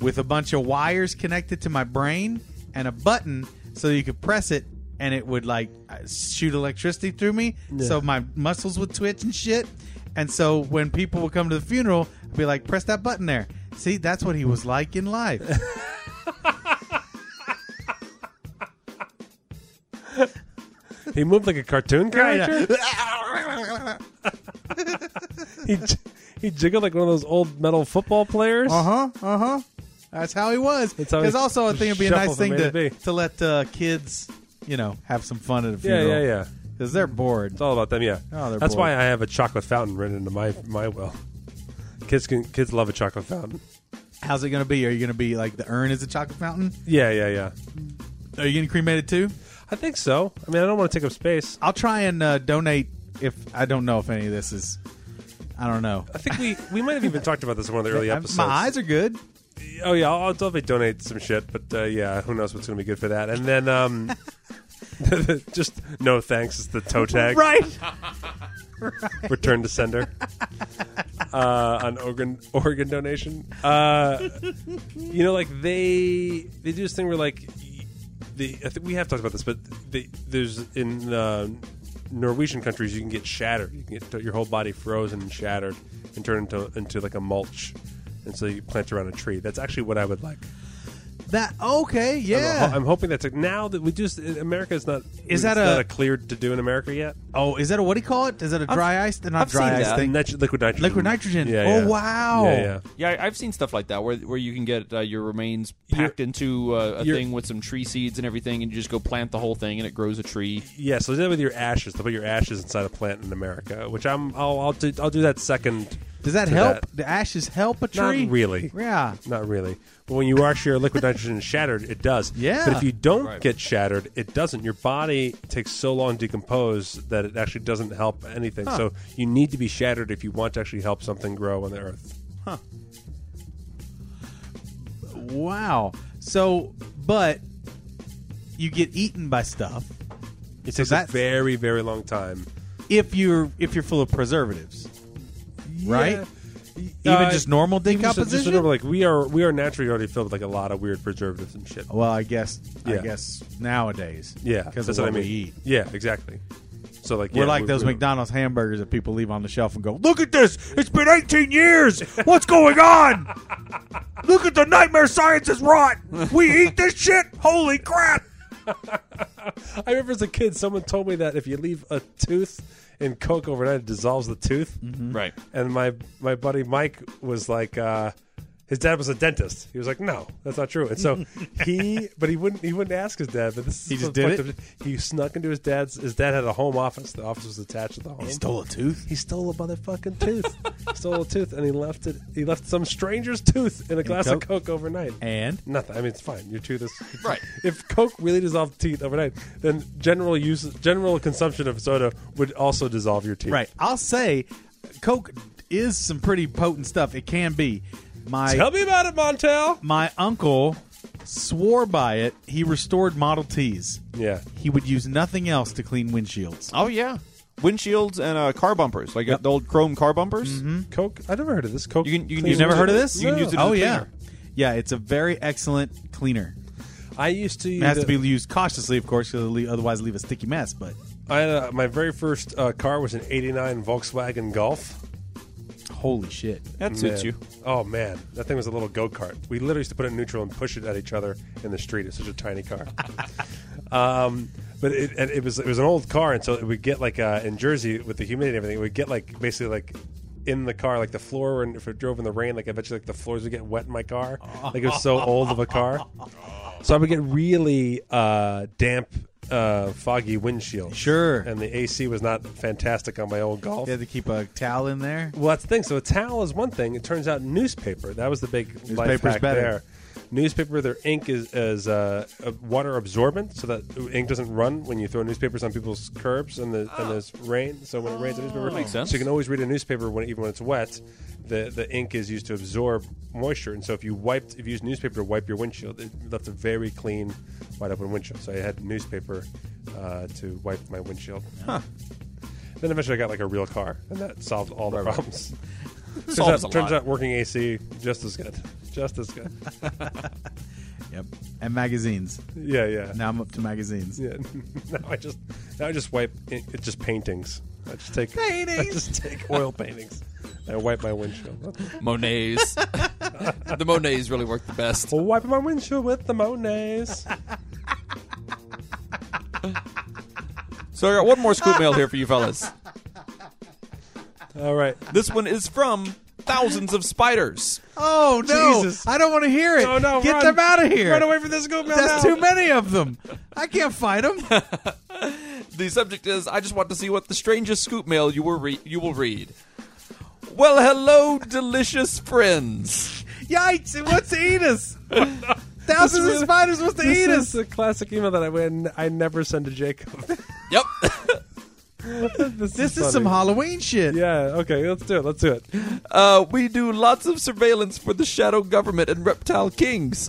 Speaker 4: with a bunch of wires connected to my brain and a button so you could press it and it would like uh, shoot electricity through me so my muscles would twitch and shit and so when people would come to the funeral i'd be like press that button there see that's what he was like in life
Speaker 3: He moved like a cartoon character. he j- he jiggled like one of those old metal football players.
Speaker 4: Uh huh. Uh huh. That's how he was.
Speaker 3: That's how
Speaker 4: Because
Speaker 3: he-
Speaker 4: also, I think it'd be a nice
Speaker 3: shuffles them
Speaker 4: thing
Speaker 3: way to
Speaker 4: to,
Speaker 3: be.
Speaker 4: to let uh, kids, you know, have some fun at a
Speaker 3: Yeah,
Speaker 4: funeral.
Speaker 3: yeah, yeah.
Speaker 4: Because they're bored.
Speaker 3: It's all about them. Yeah,
Speaker 4: Oh, they're
Speaker 3: that's
Speaker 4: bored.
Speaker 3: why I have a chocolate fountain written into my my will. Kids can kids love a chocolate fountain.
Speaker 4: How's it going to be? Are you going to be like the urn is a chocolate fountain?
Speaker 3: Yeah, yeah, yeah.
Speaker 4: Are you going to cremate it too?
Speaker 3: I think so. I mean, I don't want to take up space.
Speaker 4: I'll try and uh, donate if I don't know if any of this is. I don't know.
Speaker 3: I think we we might have even talked about this in one of the early
Speaker 4: I-
Speaker 3: episodes.
Speaker 4: My eyes are good.
Speaker 3: Oh yeah, I'll, I'll definitely donate some shit. But uh, yeah, who knows what's going to be good for that? And then um, just no thanks. It's the toe tag.
Speaker 4: Right.
Speaker 3: return to sender uh, on organ organ donation. Uh, you know, like they they do this thing where like y- they I think we have talked about this, but they, there's in uh, Norwegian countries you can get shattered. You can get t- your whole body frozen and shattered and turned into into like a mulch. And so you plant around a tree. That's actually what I would like.
Speaker 4: That okay?
Speaker 3: I'm-
Speaker 4: Yeah.
Speaker 3: I'm hoping that's like now that we just America is not
Speaker 4: Is
Speaker 3: it's
Speaker 4: that a-
Speaker 3: not cleared to do in America yet?
Speaker 4: oh, is that a what do you call it? Is that a dry ice? Not
Speaker 5: I've
Speaker 4: dry
Speaker 5: seen
Speaker 4: ice
Speaker 5: that.
Speaker 4: thing.
Speaker 3: Nit- liquid nitrogen.
Speaker 4: Liquid nitrogen.
Speaker 3: Yeah,
Speaker 4: Oh,
Speaker 3: yeah.
Speaker 4: wow.
Speaker 3: Yeah, yeah.
Speaker 5: Yeah, I- I've seen stuff like that where where you can get uh, your remains
Speaker 3: You're-
Speaker 5: packed into uh, a
Speaker 3: you're-
Speaker 5: thing with some tree seeds and everything, and you just go plant the whole thing, and it grows a tree.
Speaker 3: Yeah, so they did it with your ashes. They put your ashes inside a plant in America, which I'm I'll I'll do, I'll do that second.
Speaker 4: Does that
Speaker 3: to
Speaker 4: help? The ashes help a
Speaker 3: Not
Speaker 4: tree?
Speaker 3: really.
Speaker 4: Yeah.
Speaker 3: Not really. But when you actually are liquid nitrogen and shattered, it does.
Speaker 4: Yeah.
Speaker 3: But if you don't
Speaker 5: Right.
Speaker 3: get shattered, it doesn't. Your body takes so long to decompose that it actually doesn't help anything. So you need to be shattered if you want to actually help something grow on the earth.
Speaker 4: Wow. So, but you get eaten by stuff
Speaker 3: It takes a
Speaker 4: that's-
Speaker 3: very very long time.
Speaker 4: if you're if you're full of preservatives, right? Even
Speaker 3: Uh,
Speaker 4: just normal
Speaker 3: Even just- just
Speaker 4: decomposition.
Speaker 3: remember, like we are we are naturally already filled with like a lot of weird preservatives and shit.
Speaker 4: well, I guess I
Speaker 3: Yeah.
Speaker 4: guess nowadays,
Speaker 3: Yeah,
Speaker 4: because of
Speaker 3: that's
Speaker 4: what,
Speaker 3: what I mean.
Speaker 4: we eat.
Speaker 3: Yeah, exactly. So like
Speaker 4: We're
Speaker 3: yeah,
Speaker 4: like those
Speaker 3: we-
Speaker 4: McDonald's hamburgers that people leave on the shelf and go, "Look at this! It's been 18 years. What's going on? Look at the nightmare science is wrought. We eat this shit. Holy crap!"
Speaker 3: I remember as a kid, someone told me that if you leave a tooth in Coke overnight, it dissolves the tooth.
Speaker 4: Mm-hmm.
Speaker 5: Right.
Speaker 3: And my my buddy Mike was like, uh, his dad was a dentist. He was like, no, that's not true. And so he, but he wouldn't he wouldn't ask his dad. But this
Speaker 4: He
Speaker 3: is
Speaker 4: just
Speaker 3: the
Speaker 4: did
Speaker 3: point of- he snuck into his dad's. His dad had a home office. The office was attached to the home.
Speaker 4: He stole a tooth.
Speaker 3: He stole a motherfucking tooth. He stole a tooth, and he left it. He left some stranger's tooth in a glass
Speaker 4: Coke?
Speaker 3: of Coke overnight.
Speaker 4: And
Speaker 3: Nothing. I mean, it's fine. Your tooth is
Speaker 5: Right.
Speaker 3: If Coke really dissolved teeth overnight, then general use, general consumption of soda would also dissolve your teeth.
Speaker 4: Right. I'll say Coke is some pretty potent stuff. It can be. My
Speaker 3: Tell me about it, Montel.
Speaker 4: my uncle swore by it. He restored Model Ts.
Speaker 3: Yeah.
Speaker 4: He would use nothing else to clean windshields.
Speaker 5: Oh yeah, windshields and uh, car bumpers, like uh, the old chrome car bumpers.
Speaker 3: Coke. I never heard of this. Coke.
Speaker 5: You can- you can
Speaker 3: cleans
Speaker 5: use it
Speaker 4: Never
Speaker 5: as
Speaker 3: it.
Speaker 4: heard of this?
Speaker 5: You can use it as a
Speaker 4: oh yeah.
Speaker 5: cleaner.
Speaker 4: Yeah, it's a very excellent cleaner.
Speaker 3: I used to.
Speaker 4: It has to be used cautiously, of course, because otherwise leave a sticky mess. But
Speaker 3: I, uh, my very first uh, car was an '89 Volkswagen Golf.
Speaker 4: holy shit.
Speaker 5: That suits you.
Speaker 3: Oh man, that thing was a little go kart. We literally used to put it in neutral and push it at each other in the street. It's such a tiny car. um, but it, and it was it was an old car, and so it would get like uh, in Jersey with the humidity and everything, it would get like basically like in the car, like the floor. And if it drove in the rain, like eventually like the floors would get wet in my car. Like it was so old of a car. So I would get really uh, damp. Uh, foggy windshield.
Speaker 4: Sure.
Speaker 3: And the AC was not fantastic on my old golf.
Speaker 4: You had to keep a towel in there.
Speaker 3: Well, that's the thing. So a towel is one thing. It turns out newspaper. That was the big life
Speaker 4: Newspaper's
Speaker 3: hack
Speaker 4: better.
Speaker 3: there. Newspaper, their ink is, is uh, uh, water absorbent, so that ink doesn't run when you throw newspapers on people's curbs and the and there's rain. So when it rains, the newspaper
Speaker 5: Makes sense.
Speaker 3: So you can always read a newspaper when even when it's wet. The the ink is used to absorb moisture, and so if you wiped if you used newspaper to wipe your windshield, it left a very clean, wide open windshield. So I had newspaper uh, to wipe my windshield. Then eventually I got like a real car, and that solved all the problems. turns
Speaker 5: Solves
Speaker 3: out,
Speaker 5: a
Speaker 3: turns
Speaker 5: lot.
Speaker 3: out working AC just as good, just as good.
Speaker 4: Yep. And magazines.
Speaker 3: Yeah, yeah.
Speaker 4: Now I'm up to magazines.
Speaker 3: Yeah. now I just now I just wipe it, it's just paintings. I just take I
Speaker 4: Paintings.
Speaker 3: just take oil paintings. I wipe my windshield.
Speaker 2: Monets. the Monets really work the best.
Speaker 3: Well, wiping my windshield with the Monets.
Speaker 5: So I got one more scoop mail here for you fellas.
Speaker 3: All right.
Speaker 5: This one is from thousands of spiders.
Speaker 4: Oh no!
Speaker 3: Jesus.
Speaker 4: I don't want to hear it.
Speaker 3: No, no,
Speaker 4: Get
Speaker 3: run.
Speaker 4: them out of here.
Speaker 3: Run away from this scoop mail
Speaker 4: That's
Speaker 3: now.
Speaker 4: too many of them. I can't fight them.
Speaker 5: The subject is I just want to see what the strangest scoop mail you will re- you will read. Well, hello, delicious friends.
Speaker 4: Yikes! It wants to eat us. Thousands of
Speaker 3: really-
Speaker 4: spiders wants to
Speaker 3: This
Speaker 4: eat
Speaker 3: is
Speaker 4: us.
Speaker 3: the classic email that I win. I never send to Jacob.
Speaker 2: Yep.
Speaker 3: this,
Speaker 4: This is
Speaker 3: funny.
Speaker 4: some Halloween shit.
Speaker 3: Yeah. Okay. Let's do it. Let's do it.
Speaker 5: Uh, we do lots of surveillance for the shadow government and reptile kings.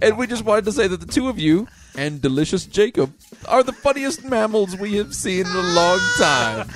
Speaker 5: And we just wanted to say that the two of you and delicious Jacob are the funniest mammals we have seen in a long time.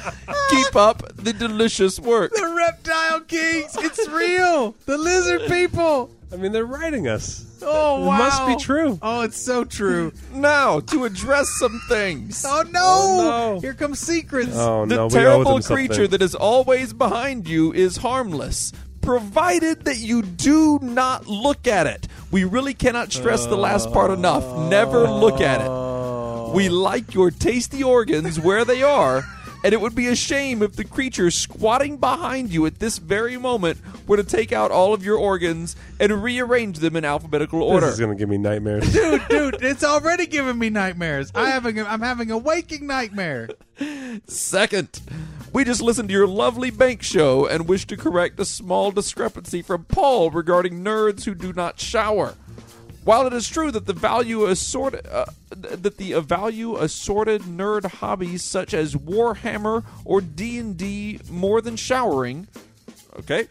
Speaker 5: Keep up the delicious work.
Speaker 4: The reptile kings. It's real. The lizard people.
Speaker 3: I mean, they're writing us.
Speaker 4: Oh wow!
Speaker 3: must be true.
Speaker 4: Oh, it's so true.
Speaker 5: Now, to address some things.
Speaker 4: Oh no!
Speaker 3: Oh, no.
Speaker 4: Here come secrets.
Speaker 3: Oh
Speaker 5: The
Speaker 3: no! we owe
Speaker 5: terrible
Speaker 3: them
Speaker 5: creature
Speaker 3: something.
Speaker 5: that is always behind you is harmless, provided that you do not look at it. We really cannot stress the last part enough. Never look at it. We like your tasty organs where they are, and it would be a shame if the creature squatting behind you at this very moment were to take out all of your organs and rearrange them in alphabetical order.
Speaker 3: This is gonna give me nightmares.
Speaker 4: dude, dude, it's already giving me nightmares. I having, I'm having a waking nightmare.
Speaker 5: Second, we just listened to your lovely bank show and wish to correct a small discrepancy from Paul regarding nerds who do not shower. While it is true that the value assorted, uh, th- that the value assorted nerd hobbies such as Warhammer or D and D more than showering, okay,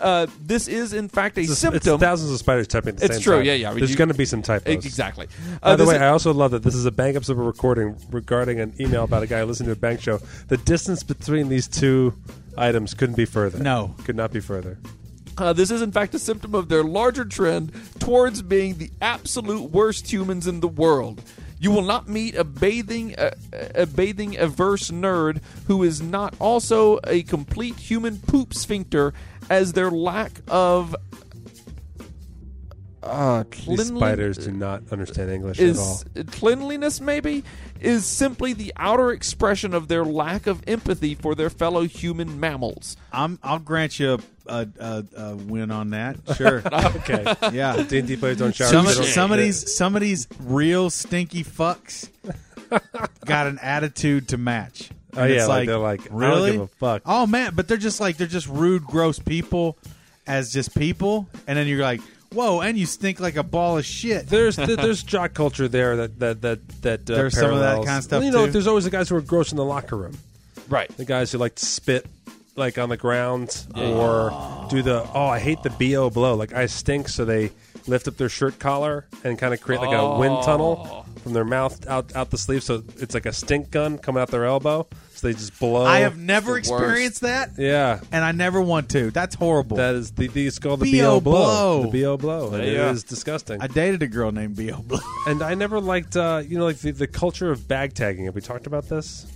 Speaker 5: uh, this is in fact a
Speaker 3: It's-
Speaker 5: symptom.
Speaker 3: It's thousands of spiders typing at the
Speaker 5: It's
Speaker 3: same
Speaker 5: true,
Speaker 3: time.
Speaker 5: yeah, yeah.
Speaker 3: There's
Speaker 5: You-
Speaker 3: going to be some typos.
Speaker 5: exactly.
Speaker 3: By
Speaker 5: Uh,
Speaker 3: the
Speaker 5: this
Speaker 3: way,
Speaker 5: is-
Speaker 3: I also love that this is a bang up of a recording regarding an email about a guy listening to a bank show. The distance between these two items couldn't be further.
Speaker 4: No.
Speaker 3: could not be further.
Speaker 5: Uh, this is, in fact, a symptom of their larger trend towards being the absolute worst humans in the world. You will not meet a bathing, a, a bathing averse nerd who is not also a complete human poop sphincter, as their lack of uh,
Speaker 3: These
Speaker 5: cleanli-
Speaker 3: spiders do not understand English at all.
Speaker 5: is cleanliness maybe is simply the outer expression of their lack of empathy for their fellow human mammals.
Speaker 4: I'm, I'll grant you a, a, a, a win on that. Sure.
Speaker 3: Okay,
Speaker 4: Yeah.
Speaker 3: D and D players don't shower.
Speaker 4: Some,
Speaker 3: they don't-
Speaker 4: some of these, some of these real stinky fucks got an attitude to match.
Speaker 3: Oh,
Speaker 4: And
Speaker 3: yeah,
Speaker 4: it's
Speaker 3: like, they're like, I don't
Speaker 4: really?
Speaker 3: give a fuck.
Speaker 4: Oh man, but they're just like they're just rude, gross people as just people, and then you're like, whoa, and you stink like a ball of shit.
Speaker 3: there's th- there's jock culture there that that that that uh,
Speaker 4: There's some of that
Speaker 3: parallels.
Speaker 4: kind of stuff,
Speaker 3: Well, you know,
Speaker 4: too.
Speaker 3: there's always the guys who are gross in the locker room.
Speaker 5: Right.
Speaker 3: the guys who like to spit like on the ground or do the oh I hate the bo blow like I stink so they lift up their shirt collar and kind of create like a
Speaker 5: Oh.
Speaker 3: wind tunnel from their mouth out out the sleeve so it's like a stink gun coming out their elbow so they just blow
Speaker 4: I have never
Speaker 2: the worst.
Speaker 4: experienced that,
Speaker 3: yeah
Speaker 4: and I never want to. That's horrible.
Speaker 3: that is the, the it's called the bo
Speaker 4: B.O.
Speaker 3: blow,
Speaker 4: blow.
Speaker 3: the bo blow and
Speaker 5: Yeah.
Speaker 3: it is disgusting
Speaker 4: I dated a girl named B.O. Blow.
Speaker 3: and I never liked uh you know like the, the culture of bag tagging have we talked about this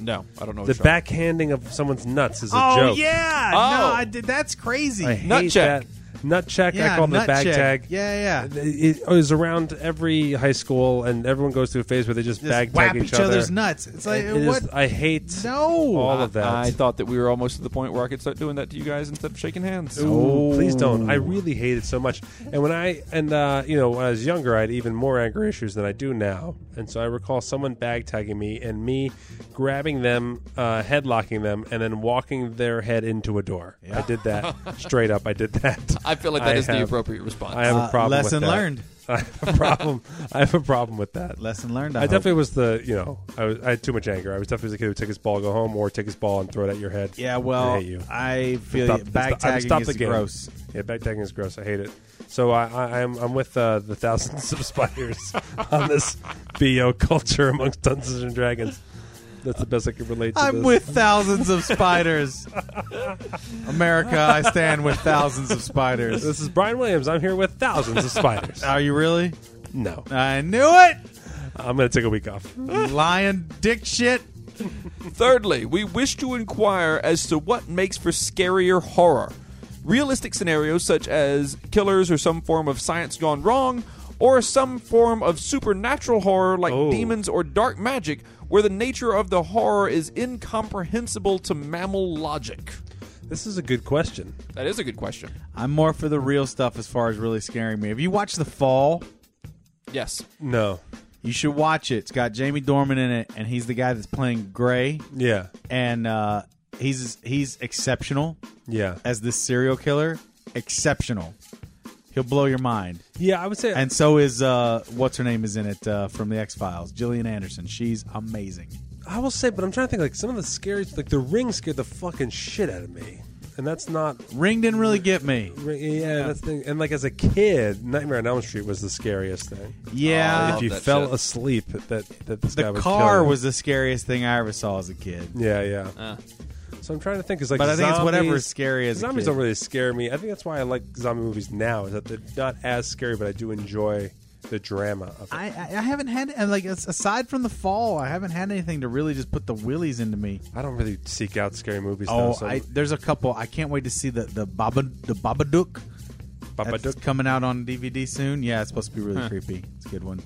Speaker 5: No, I don't know.
Speaker 3: The
Speaker 5: which one.
Speaker 3: backhanding of someone's nuts is a
Speaker 4: Oh
Speaker 3: joke.
Speaker 4: yeah,
Speaker 5: Oh.
Speaker 4: no, I did- that's crazy.
Speaker 3: I
Speaker 5: Nut
Speaker 3: hate
Speaker 5: check.
Speaker 3: that. Nut check.
Speaker 4: yeah,
Speaker 3: I call it the
Speaker 4: nut
Speaker 3: bag
Speaker 4: check.
Speaker 3: tag.
Speaker 4: Yeah, yeah.
Speaker 3: It it is around every high school, and everyone goes through a phase where they just,
Speaker 4: Just
Speaker 3: bag
Speaker 4: whap
Speaker 3: tag each,
Speaker 4: each other's nuts. It's like
Speaker 3: It is-
Speaker 4: what?
Speaker 3: I hate
Speaker 4: no.
Speaker 3: all of that.
Speaker 5: I thought that we were almost to the point where I could start doing that to you guys instead of shaking hands.
Speaker 3: Ooh, please don't.
Speaker 2: Oh.
Speaker 3: I really hate it so much. And when I and uh, you know when I was younger, I had even more anger issues than I do now. And so I recall someone bag tagging me and me grabbing them, uh, headlocking them, and then walking their head into a door. I did that straight up. I did that.
Speaker 2: I feel like that is the
Speaker 3: have-
Speaker 2: appropriate response.
Speaker 3: I have a
Speaker 4: Uh,
Speaker 3: problem. with
Speaker 4: lesson
Speaker 3: that.
Speaker 4: learned.
Speaker 3: I have a problem. I have a problem with that.
Speaker 4: Lesson learned. I,
Speaker 3: I
Speaker 4: hope.
Speaker 3: definitely was the you know I, was, I had too much anger. I was definitely the kid who would take his ball, go home, or take his ball and throw it at your head.
Speaker 4: Yeah, well,
Speaker 3: I
Speaker 4: I,
Speaker 3: hate you.
Speaker 4: feel
Speaker 3: Stop-
Speaker 4: you.
Speaker 3: stop-
Speaker 4: Bag
Speaker 3: I mean,
Speaker 4: tagging
Speaker 3: stop
Speaker 4: is
Speaker 3: the game.
Speaker 4: gross.
Speaker 3: Yeah, bag tagging is gross. I hate it. So I, I, I'm I'm with uh, the thousands of spiders on this bo culture amongst Dungeons and Dragons. That's the best I can relate to.
Speaker 4: I'm
Speaker 3: this.
Speaker 4: with thousands of spiders. America, I stand with thousands of spiders.
Speaker 3: This is Brian Williams. I'm here with thousands of spiders.
Speaker 4: Are you really?
Speaker 3: no,
Speaker 4: I knew it.
Speaker 3: I'm going to take a week off.
Speaker 4: Lion dick shit.
Speaker 5: Thirdly, we wish to inquire as to what makes for scarier horror. Realistic scenarios such as killers or some form of science gone wrong, or some form of supernatural horror like
Speaker 3: Oh.
Speaker 5: demons or dark magic, where the nature of the horror is incomprehensible to mammal logic.
Speaker 3: This is a good question.
Speaker 5: That is a good question.
Speaker 4: I'm more for the real stuff as far as really scaring me. If you watch The Fall,
Speaker 5: Yes.
Speaker 3: No,
Speaker 4: you should watch it. It's got Jamie Dorman in it, and he's the guy that's playing Gray,
Speaker 3: yeah,
Speaker 4: and uh, he's he's exceptional
Speaker 3: yeah,
Speaker 4: as this serial killer. Exceptional. He'll blow your mind.
Speaker 3: yeah. I would say
Speaker 4: And so is uh, what's her name is in it uh, from the X Files, Gillian Anderson. She's amazing.
Speaker 3: I will say, but I'm trying to think like some of the scariest, like the ring scared the fucking shit out of me, and that's not
Speaker 4: Ring didn't really get me.
Speaker 3: Right, Yeah, that's the thing. And like as a kid, Nightmare on Elm Street was the scariest thing.
Speaker 4: Yeah,
Speaker 3: Oh, if you
Speaker 2: that
Speaker 3: fell
Speaker 2: shit.
Speaker 3: asleep, that that this guy
Speaker 4: the
Speaker 3: would
Speaker 4: car
Speaker 3: kill you.
Speaker 4: was the scariest thing I ever saw as a kid.
Speaker 3: Yeah, yeah.
Speaker 2: Uh.
Speaker 3: so I'm trying to think. Is like,
Speaker 4: But I think it's whatever
Speaker 3: zombies-
Speaker 4: is scary as a
Speaker 3: Zombies
Speaker 4: kid.
Speaker 3: don't really scare me. I think that's why I like zombie movies now. Is that they're not as scary, but I do enjoy the drama of it.
Speaker 4: I, I I haven't had and like as- aside from the fall, I haven't had anything to really just put the willies into me.
Speaker 3: I don't really seek out scary movies.
Speaker 4: Oh,
Speaker 3: though, so
Speaker 4: I, there's a couple. I can't wait to see the the Baba the Babadook. That's
Speaker 3: Babadook.
Speaker 4: coming out on DVD soon. Yeah, it's supposed to be really creepy. It's a good one.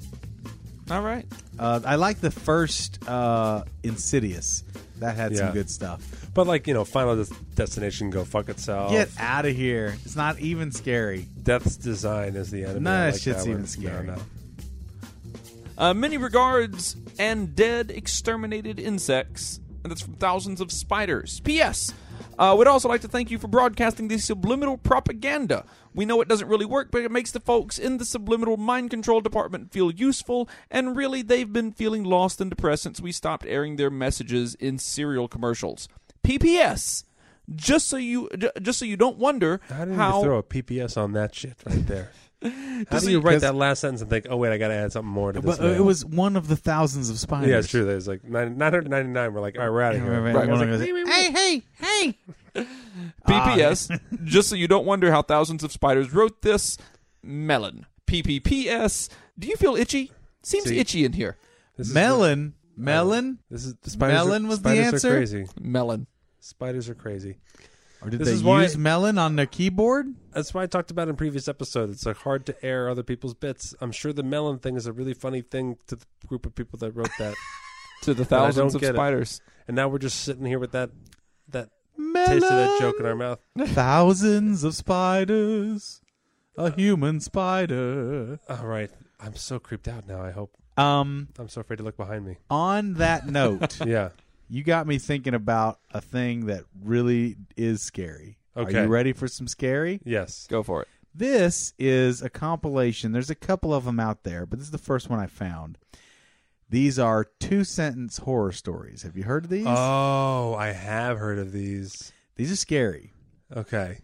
Speaker 5: All right.
Speaker 4: Uh, I like the first uh, Insidious. That had
Speaker 3: Yeah.
Speaker 4: some good stuff.
Speaker 3: But like you know, Final Des- Destination, go fuck itself.
Speaker 4: Get out of here. It's not even scary.
Speaker 3: Death's Design is the enemy.
Speaker 4: None
Speaker 3: I
Speaker 4: of that
Speaker 3: like
Speaker 4: shit's
Speaker 3: one.
Speaker 4: even scary.
Speaker 3: No, no.
Speaker 5: Uh, many regards and dead exterminated insects, and that's from thousands of spiders. P.S. Uh, we'd also like to thank you for broadcasting the subliminal propaganda. We know it doesn't really work, but it makes the folks in the subliminal mind control department feel useful, and really they've been feeling lost and depressed since we stopped airing their messages in serial commercials. P.P.S. Just so you, j- just so you don't wonder
Speaker 3: How do you
Speaker 5: how
Speaker 3: throw a PPS on that shit right there? How
Speaker 4: Does
Speaker 3: do
Speaker 4: it-
Speaker 3: you write
Speaker 4: 'cause-
Speaker 3: that last sentence and think, oh wait, I got to add something more to this?
Speaker 4: But uh,
Speaker 3: mail?
Speaker 4: it was one of the thousands of spiders.
Speaker 3: yeah, it's true. There's like nine- 999. We're like, all right, we're out of
Speaker 4: Right,
Speaker 3: here.
Speaker 4: right, one
Speaker 5: Right. It
Speaker 4: of them goes, hey, hey, hey.
Speaker 5: PPS, just so you don't wonder how thousands of spiders wrote this, melon. PPPS, do you feel itchy? Seems
Speaker 3: See.
Speaker 5: itchy in here.
Speaker 3: This is what-
Speaker 4: Melon. Melon?
Speaker 3: This is the spiders.
Speaker 4: Melon
Speaker 3: are,
Speaker 4: was the
Speaker 3: spiders
Speaker 4: answer?
Speaker 3: Are crazy.
Speaker 5: Melon.
Speaker 3: Spiders are crazy.
Speaker 4: Or did
Speaker 3: This
Speaker 4: they
Speaker 3: is why-
Speaker 4: use melon on the keyboard?
Speaker 3: That's why I talked about in previous episode. It's like hard to air other people's bits. I'm sure the melon thing is a really funny thing to the group of people that wrote that,
Speaker 5: To the
Speaker 3: I
Speaker 5: thousands
Speaker 3: don't
Speaker 5: of
Speaker 3: get it.
Speaker 5: spiders.
Speaker 3: and now we're just sitting here with that that
Speaker 4: Melon.
Speaker 3: taste of that joke in our mouth.
Speaker 4: Thousands of spiders. A human spider.
Speaker 3: All right, I'm so creeped out now. I hope
Speaker 4: Um,
Speaker 3: I'm so afraid to look behind me.
Speaker 4: on that note,
Speaker 3: Yeah.
Speaker 4: you got me thinking about a thing that really is scary.
Speaker 3: Okay.
Speaker 4: Are you ready for some scary?
Speaker 3: Yes.
Speaker 5: Go for it.
Speaker 4: This is a compilation. There's a couple of them out there, but this is the first one I found. These are two sentence horror stories. Have you heard of these?
Speaker 3: Oh, I have heard of these.
Speaker 4: these are scary.
Speaker 3: Okay.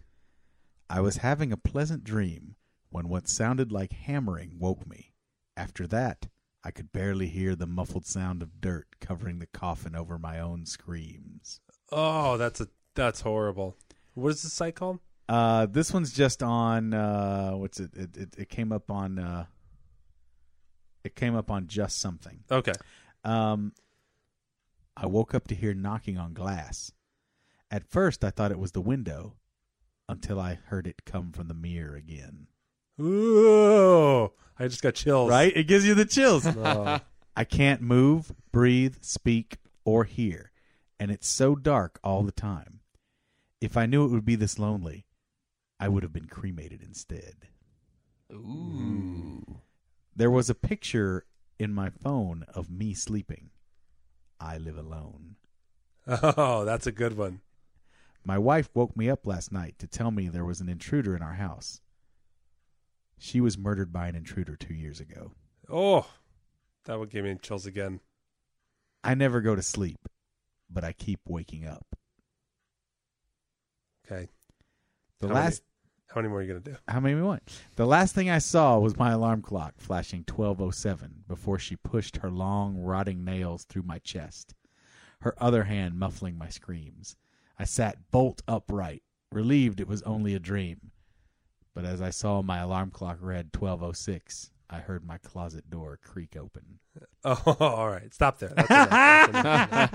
Speaker 4: I was having a pleasant dream when what sounded like hammering woke me. After that, I could barely hear the muffled sound of dirt covering the coffin over my own screams.
Speaker 3: Oh, that's a that's horrible. What is the site called?
Speaker 4: Uh, this one's just on uh, what's it? It, it? it came up on uh, it came up on just something.
Speaker 3: Okay.
Speaker 4: Um, I woke up to hear knocking on glass. At first, I thought it was the window until I heard it come from the mirror again.
Speaker 3: Ooh, I just got chills.
Speaker 4: Right? It gives you the chills.
Speaker 3: Oh.
Speaker 4: I can't move, breathe, speak, or hear, and it's so dark all the time. If I knew it would be this lonely, I would have been cremated instead.
Speaker 2: Ooh.
Speaker 4: There was a picture in my phone of me sleeping. I live alone.
Speaker 3: oh, that's a good one.
Speaker 4: My wife woke me up last night to tell me there was an intruder in our house. She was murdered by an intruder two years ago.
Speaker 3: Oh, that one gave me chills again.
Speaker 4: I never go to sleep, but I keep waking up.
Speaker 3: Okay.
Speaker 4: The
Speaker 3: How many-
Speaker 4: last
Speaker 3: How many more are you going to do?
Speaker 4: how many we want? The last thing I saw was my alarm clock flashing 1207 before she pushed her long rotting nails through my chest, her other hand muffling my screams. I sat bolt upright, relieved it was only a dream. But as I saw my alarm clock read 1206, I heard my closet door creak open.
Speaker 3: Oh, all right. Stop there. That's enough. That's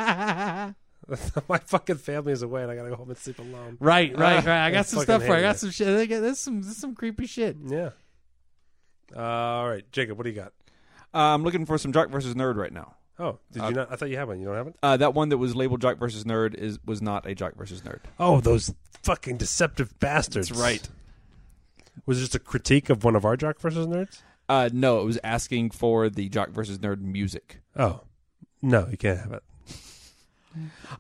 Speaker 3: enough. My fucking family is away and I got to go home and sleep alone.
Speaker 4: Right, right, right. I got
Speaker 3: I
Speaker 4: some
Speaker 3: fucking
Speaker 4: stuff for you. I
Speaker 3: hate
Speaker 4: got
Speaker 3: it.
Speaker 4: some shit. I got- This is some, this is some creepy shit.
Speaker 3: Yeah. Uh, all right. Jacob, what do you got?
Speaker 5: Uh, I'm looking for some Jock versus Nerd right now.
Speaker 3: Oh, did you not? I thought you had one. You don't have one?
Speaker 5: Uh, that one that was labeled Jock versus Nerd is was not a Jock versus Nerd.
Speaker 3: Oh, those fucking deceptive bastards. Was it just a critique of one of our Jock versus Nerds?
Speaker 5: Uh, no, it was asking for the Jock versus Nerd music.
Speaker 3: Oh, no, you can't have it.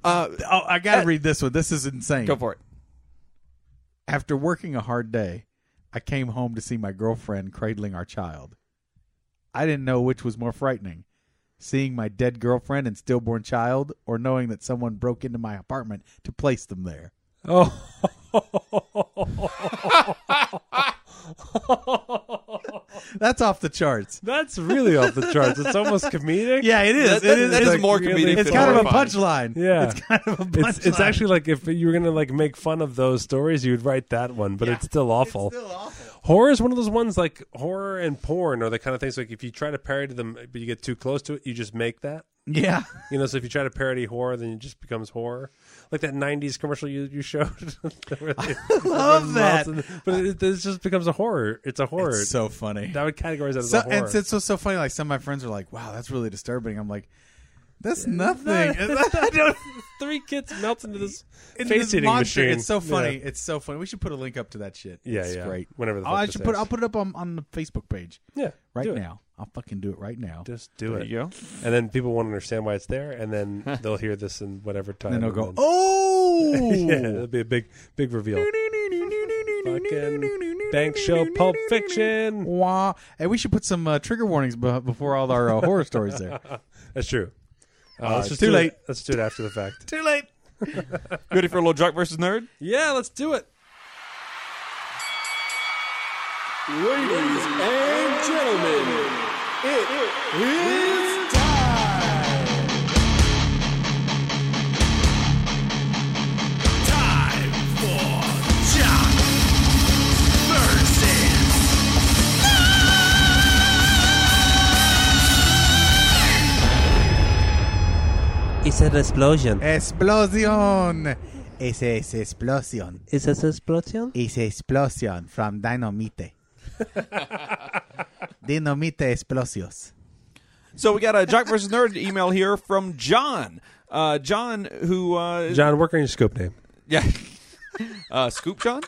Speaker 5: Uh,
Speaker 4: Oh, I gotta read this one. This is insane.
Speaker 5: go for it.
Speaker 4: After working a hard day, I came home to see my girlfriend cradling our child. I didn't know which was more frightening seeing my dead girlfriend and stillborn child, or knowing that someone broke into my apartment to place them there.
Speaker 3: Oh.
Speaker 4: That's off the charts.
Speaker 3: That's really off the charts. It's almost comedic.
Speaker 4: Yeah, it is.
Speaker 2: That- that-
Speaker 4: it is.
Speaker 2: that is
Speaker 4: it's like-
Speaker 2: more comedic
Speaker 4: It's
Speaker 2: than
Speaker 4: kind of a
Speaker 2: horrifying.
Speaker 4: punchline.
Speaker 3: Yeah.
Speaker 4: It's kind of a punchline.
Speaker 3: It's, it's actually like if you were gonna like make fun of those stories, you'd write that one, but it's still awful.
Speaker 4: still awful.
Speaker 3: horror is one of those ones like horror and porn are the kind of things like if you try to parody them, but you get too close to it, you just make that.
Speaker 4: Yeah.
Speaker 3: You know, so if you try to parody horror, then it just becomes horror. Like that '90s commercial you you showed. I
Speaker 4: love that.
Speaker 3: but it, it just becomes a horror. It's a horror.
Speaker 4: It's so funny.
Speaker 3: that would categorize that as
Speaker 4: So,
Speaker 3: a horror.
Speaker 4: and it's what's so funny. Like some of my friends are like, "Wow, that's really disturbing." I'm like, "That's nothing." I don't-
Speaker 3: Three kids melt into this
Speaker 4: it's
Speaker 3: face
Speaker 4: this
Speaker 3: eating
Speaker 4: monster.
Speaker 3: machine.
Speaker 4: It's so funny.
Speaker 3: Yeah.
Speaker 4: It's so funny. We should put a link up to that shit.
Speaker 3: Yeah,
Speaker 4: it's
Speaker 3: yeah.
Speaker 4: great.
Speaker 3: Whenever the
Speaker 4: oh,
Speaker 3: fuck
Speaker 4: I
Speaker 3: this
Speaker 4: should put.
Speaker 3: is.
Speaker 4: I'll put it up on, on the Facebook page
Speaker 3: Yeah,
Speaker 4: right
Speaker 3: do it.
Speaker 4: now. I'll fucking do it right now.
Speaker 3: Just do it.
Speaker 5: go.
Speaker 3: And then people won't understand why it's there, and then they'll hear this in whatever time.
Speaker 4: and then they'll go,
Speaker 3: then- yeah, it'll
Speaker 4: "Oh."
Speaker 3: be a big, big reveal. Fucking bank show, Pulp Fiction.
Speaker 4: "Oh, Wah. And we should put some uh, trigger warnings be- before all our uh, horror stories there.
Speaker 3: That's true. Uh,
Speaker 4: Uh,
Speaker 3: let's just
Speaker 4: too
Speaker 3: do
Speaker 4: late.
Speaker 3: It. Let's do it after the fact.
Speaker 4: Too late.
Speaker 5: Ready for a little Jock versus Nerd?
Speaker 3: yeah, let's do it.
Speaker 6: It's an explosion.
Speaker 4: Explosion. Es es explosion.
Speaker 6: Is it an explosion?
Speaker 4: is explosion from dynamite. dynamite explosios.
Speaker 5: So we got a Jock versus Nerd email here from John. Uh, John, who uh,
Speaker 3: John, work on your scoop name.
Speaker 5: yeah, uh, Scoop John.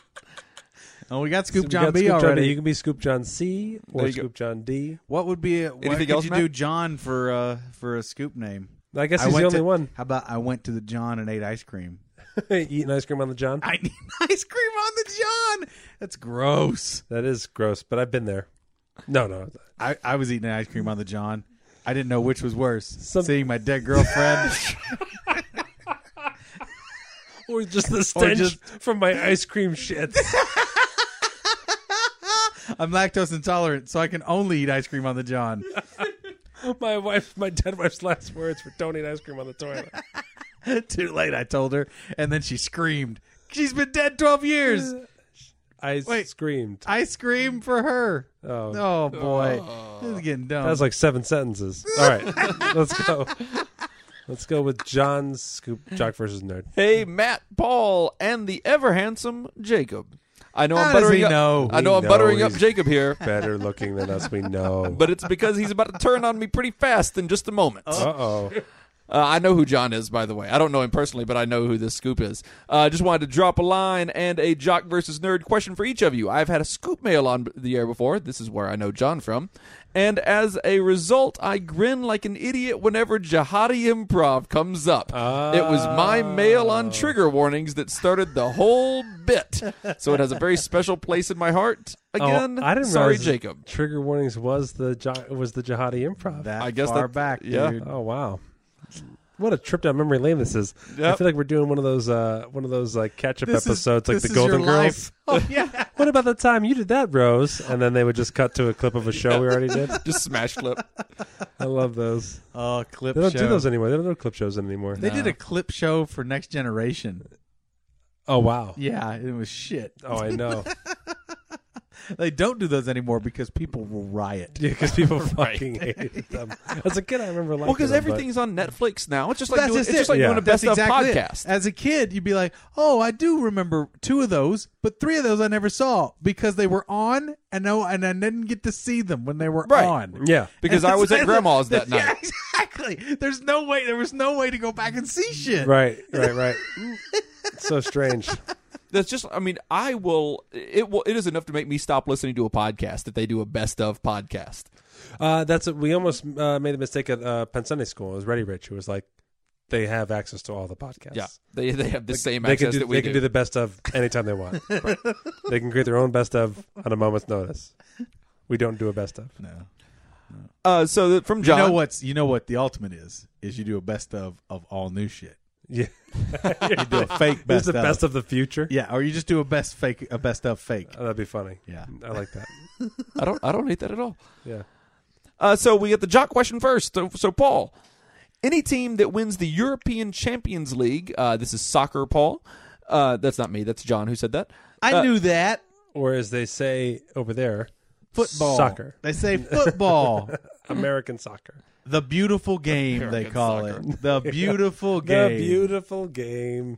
Speaker 4: Oh, we got Scoop
Speaker 3: We
Speaker 4: John
Speaker 3: got
Speaker 4: B
Speaker 3: Scoop John
Speaker 4: already.
Speaker 3: B. You can be Scoop John C
Speaker 5: There
Speaker 3: or
Speaker 5: you go.
Speaker 3: Scoop John D.
Speaker 4: What would be a, what
Speaker 5: Anything
Speaker 4: could
Speaker 5: else,
Speaker 4: you
Speaker 5: Matt?
Speaker 4: do John for uh, for a scoop name?
Speaker 3: I guess
Speaker 4: I
Speaker 3: he's the
Speaker 4: went
Speaker 3: only
Speaker 4: to-
Speaker 3: one
Speaker 4: How about I went to the John and ate ice cream?
Speaker 3: eating ice cream on the John.
Speaker 4: I need ice cream on the John. That's gross.
Speaker 3: That is gross, but I've been there. No, no.
Speaker 4: I, I was eating ice cream on the John. I didn't know which was worse.
Speaker 3: Some-
Speaker 4: Seeing my dead girlfriend.
Speaker 3: Or just the stench
Speaker 4: just-
Speaker 3: from my ice cream shit.
Speaker 4: I'm lactose intolerant, so I can only eat ice cream on the John.
Speaker 3: my wife, my dead wife's last words were "Don't eat ice cream on the toilet."
Speaker 4: Too late, I told her. And then she screamed. She's been dead 12 years.
Speaker 3: I
Speaker 4: Wait.
Speaker 3: screamed.
Speaker 4: Ice cream for her.
Speaker 3: Oh,
Speaker 4: Oh, boy. This is getting dumb.
Speaker 3: that was like seven sentences. All right, let's go. Let's go with John Scoop Jock versus Nerd.
Speaker 5: Hey, Matt, Paul, and the ever handsome Jacob. I know I'm
Speaker 4: How does
Speaker 5: buttering
Speaker 4: he
Speaker 5: up.
Speaker 4: know?
Speaker 5: I know
Speaker 3: We
Speaker 5: I'm
Speaker 3: know
Speaker 5: buttering up
Speaker 3: he's-
Speaker 5: Jacob here,
Speaker 3: Better looking than us, we know.
Speaker 5: but it's because he's about to turn on me pretty fast in just a moment.
Speaker 3: uh oh,
Speaker 5: Uh, I know who John is, by the way. I don't know him personally, but I know who this scoop is. I uh, just wanted to drop a line and a jock versus nerd question for each of you. I've had a scoop mail on the air before. This is where I know John from. And as a result, I grin like an idiot whenever jihadi improv comes up.
Speaker 3: Uh,
Speaker 5: It was my mail
Speaker 3: oh.
Speaker 5: on trigger warnings that started the whole bit. So it has a very special place in my heart. Again,
Speaker 3: Oh, I didn't
Speaker 5: sorry,
Speaker 3: realize
Speaker 5: Jacob.
Speaker 3: Trigger warnings was the jo- was the jihadi improv.
Speaker 4: That
Speaker 5: I guess
Speaker 4: far
Speaker 5: that-
Speaker 4: back,
Speaker 5: yeah.
Speaker 4: dude.
Speaker 3: Oh wow. What a trip down memory lane this is! I
Speaker 5: Yep.
Speaker 3: feel like we're doing one of those uh, one of those like catch up
Speaker 4: This is-
Speaker 3: episodes, like
Speaker 4: this
Speaker 3: the
Speaker 4: is
Speaker 3: Golden
Speaker 4: your
Speaker 3: Girls.
Speaker 4: life. Oh, yeah.
Speaker 3: What about the time you did that, Rose? And then they would just cut to a clip of a show we already did.
Speaker 5: Just smash clip.
Speaker 3: I love those.
Speaker 4: Oh, clip
Speaker 3: They don't
Speaker 4: show.
Speaker 3: do those anymore. They don't do clip shows anymore.
Speaker 4: They did a clip show for Next Generation.
Speaker 3: Oh wow.
Speaker 4: Yeah, it was shit.
Speaker 3: Oh, I know.
Speaker 4: They don't do those anymore because people will riot.
Speaker 3: Yeah, because people fucking hated them. As a kid, I remember liking
Speaker 5: Well, because
Speaker 3: them,
Speaker 5: everything's on Netflix now. It's just like,
Speaker 4: That's
Speaker 5: doing,
Speaker 4: just
Speaker 5: it's just
Speaker 4: it.
Speaker 5: like
Speaker 3: Yeah.
Speaker 5: doing a best
Speaker 4: That's
Speaker 5: of
Speaker 4: exactly it.
Speaker 5: podcast.
Speaker 4: As a kid, you'd be like, "Oh, I do remember two of those, but three of those I never saw because they were on, and I, and I didn't get to see them when they were
Speaker 5: Right.
Speaker 4: on."
Speaker 3: but- Yeah.
Speaker 5: because I was at grandma's that
Speaker 4: Yeah,
Speaker 5: night.
Speaker 4: exactly. There's no way. There was no way to go back and see shit.
Speaker 3: Right, right, right. so strange.
Speaker 5: That's just I mean, I will it will it is enough to make me stop listening to a podcast that they do a best of podcast.
Speaker 3: Uh, that's what we almost uh, made a mistake at uh, Penn Sunday School. It was Ready Rich. It was like they have access to all the podcasts.
Speaker 5: Yeah. They they have the same
Speaker 3: they
Speaker 5: access
Speaker 3: can do,
Speaker 5: that we
Speaker 3: they can do the best of anytime they want. They can create their own best of on a moment's notice. We don't do a best of.
Speaker 4: No.
Speaker 5: uh, so that- from
Speaker 4: You
Speaker 5: John
Speaker 4: know what's you know what the ultimate is is you do a best of of all new shit.
Speaker 3: Yeah,
Speaker 4: You do a fake
Speaker 3: this is
Speaker 4: best
Speaker 3: the
Speaker 4: of.
Speaker 3: best of the future.
Speaker 4: Yeah, or you just do a best fake a best of fake.
Speaker 3: Oh, that'd be funny.
Speaker 4: Yeah.
Speaker 3: I like that.
Speaker 5: I don't I don't hate that at all.
Speaker 3: Yeah,
Speaker 5: Uh, so we get the jock question first. So, so Paul, any team that wins the European Champions League, uh, this is soccer, Paul. Uh, that's not me. That's John who said that.
Speaker 4: I
Speaker 5: Uh,
Speaker 4: knew that.
Speaker 3: or as they say over there,
Speaker 4: Football.
Speaker 3: soccer,
Speaker 4: They say football.
Speaker 3: American soccer,
Speaker 4: the beautiful game they call it. The beautiful game.
Speaker 3: the beautiful game.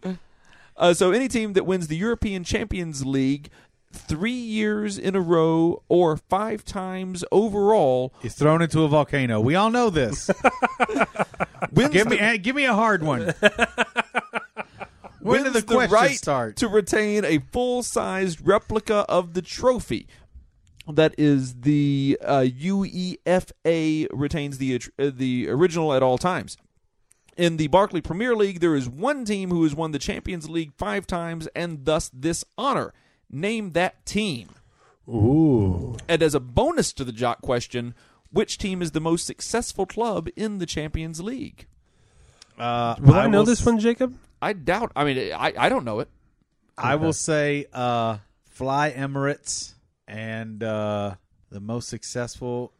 Speaker 5: Uh, so any team that wins the European Champions League three years in a row or five times overall
Speaker 4: He's thrown into a volcano. We all know this.
Speaker 5: wins
Speaker 4: give
Speaker 5: the,
Speaker 4: me eh, give me a hard one. when
Speaker 5: wins
Speaker 4: did the question
Speaker 5: right
Speaker 4: start?
Speaker 5: to retain a full-sized replica of the trophy. That is the uh, UEFA retains the uh, the original at all times. In the Barclay Premier League, there is one team who has won the Champions League five times and thus this honor. Name that team.
Speaker 3: Ooh,
Speaker 5: And as a bonus to the jock question, which team is the most successful club in the Champions League?
Speaker 4: Uh,
Speaker 3: will I, know
Speaker 4: will
Speaker 3: this
Speaker 4: s-
Speaker 3: one, Jacob?
Speaker 5: I doubt. I mean, I, I don't know it.
Speaker 4: I will say uh, Fly Emirates and uh, the most successful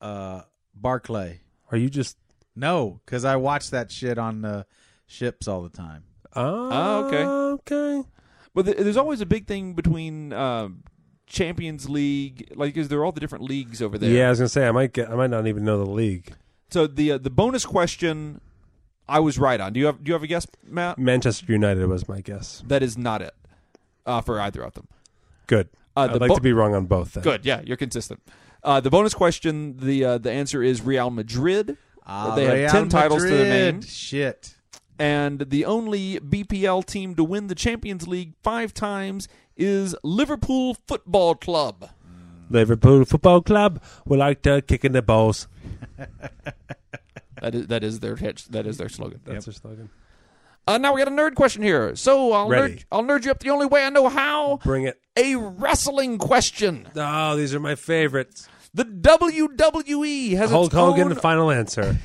Speaker 4: uh, Barclay.
Speaker 3: Are you just?
Speaker 4: No, because I watch that shit on the ships all the time.
Speaker 3: Oh,
Speaker 5: Ah, okay.
Speaker 3: Okay.
Speaker 5: But th- there's always a big thing between um, Champions League, like, because there are all the different leagues over there.
Speaker 3: Yeah, I was gonna say I might get. I might not even know the league.
Speaker 5: So the uh, the bonus question, I was right on. Do you have Do you have a guess, Matt?
Speaker 3: Manchester United was my guess.
Speaker 5: That is not it uh, for either of them.
Speaker 3: Good.
Speaker 5: Uh, the
Speaker 3: I'd like
Speaker 5: bo-
Speaker 3: to be wrong on both. Then.
Speaker 5: Good. Yeah, you're consistent. Uh, the bonus question, the uh, the answer is Real Madrid.
Speaker 4: Ah,
Speaker 5: they
Speaker 4: Real
Speaker 5: have ten titles to the
Speaker 4: Madrid.
Speaker 5: name.
Speaker 4: Shit.
Speaker 5: and the only BPL team to win the Champions League five times is Liverpool Football Club.
Speaker 3: Liverpool Football Club would like to kick in the balls.
Speaker 5: That is that is their hitch, that is their slogan.
Speaker 3: That's their slogan.
Speaker 5: Uh, now we got a nerd question here. So I'll
Speaker 3: Ready.
Speaker 5: nerd I'll nerd you up the only way I know how.
Speaker 3: Bring it.
Speaker 5: A wrestling question.
Speaker 3: Oh, these are my favorites.
Speaker 5: The WWE has
Speaker 3: Hulk
Speaker 5: its
Speaker 3: Hogan,
Speaker 5: own-
Speaker 3: the final answer.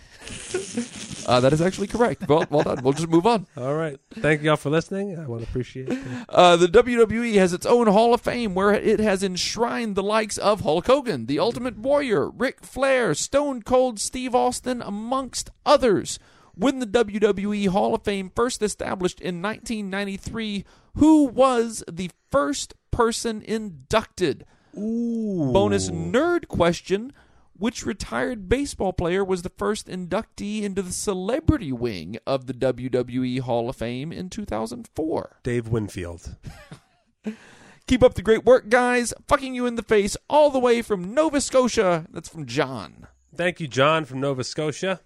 Speaker 5: uh, that is actually correct. Well, well done. We'll just move on.
Speaker 3: All right. Thank y'all for listening. I want to appreciate it.
Speaker 5: Uh, the WWE has its own Hall of Fame where it has enshrined the likes of Hulk Hogan, The Ultimate Warrior, Ric Flair, Stone Cold Steve Austin, amongst others. When the WWE Hall of Fame first established in 1993, who was the first person inducted? Bonus nerd question Which retired baseball player was the first inductee into the celebrity wing of the WWE Hall of Fame in 2004?
Speaker 3: Dave Winfield.
Speaker 5: Keep up the great work, guys. Fucking you in the face all the way from Nova Scotia. That's from John.
Speaker 3: Thank you, John from Nova Scotia.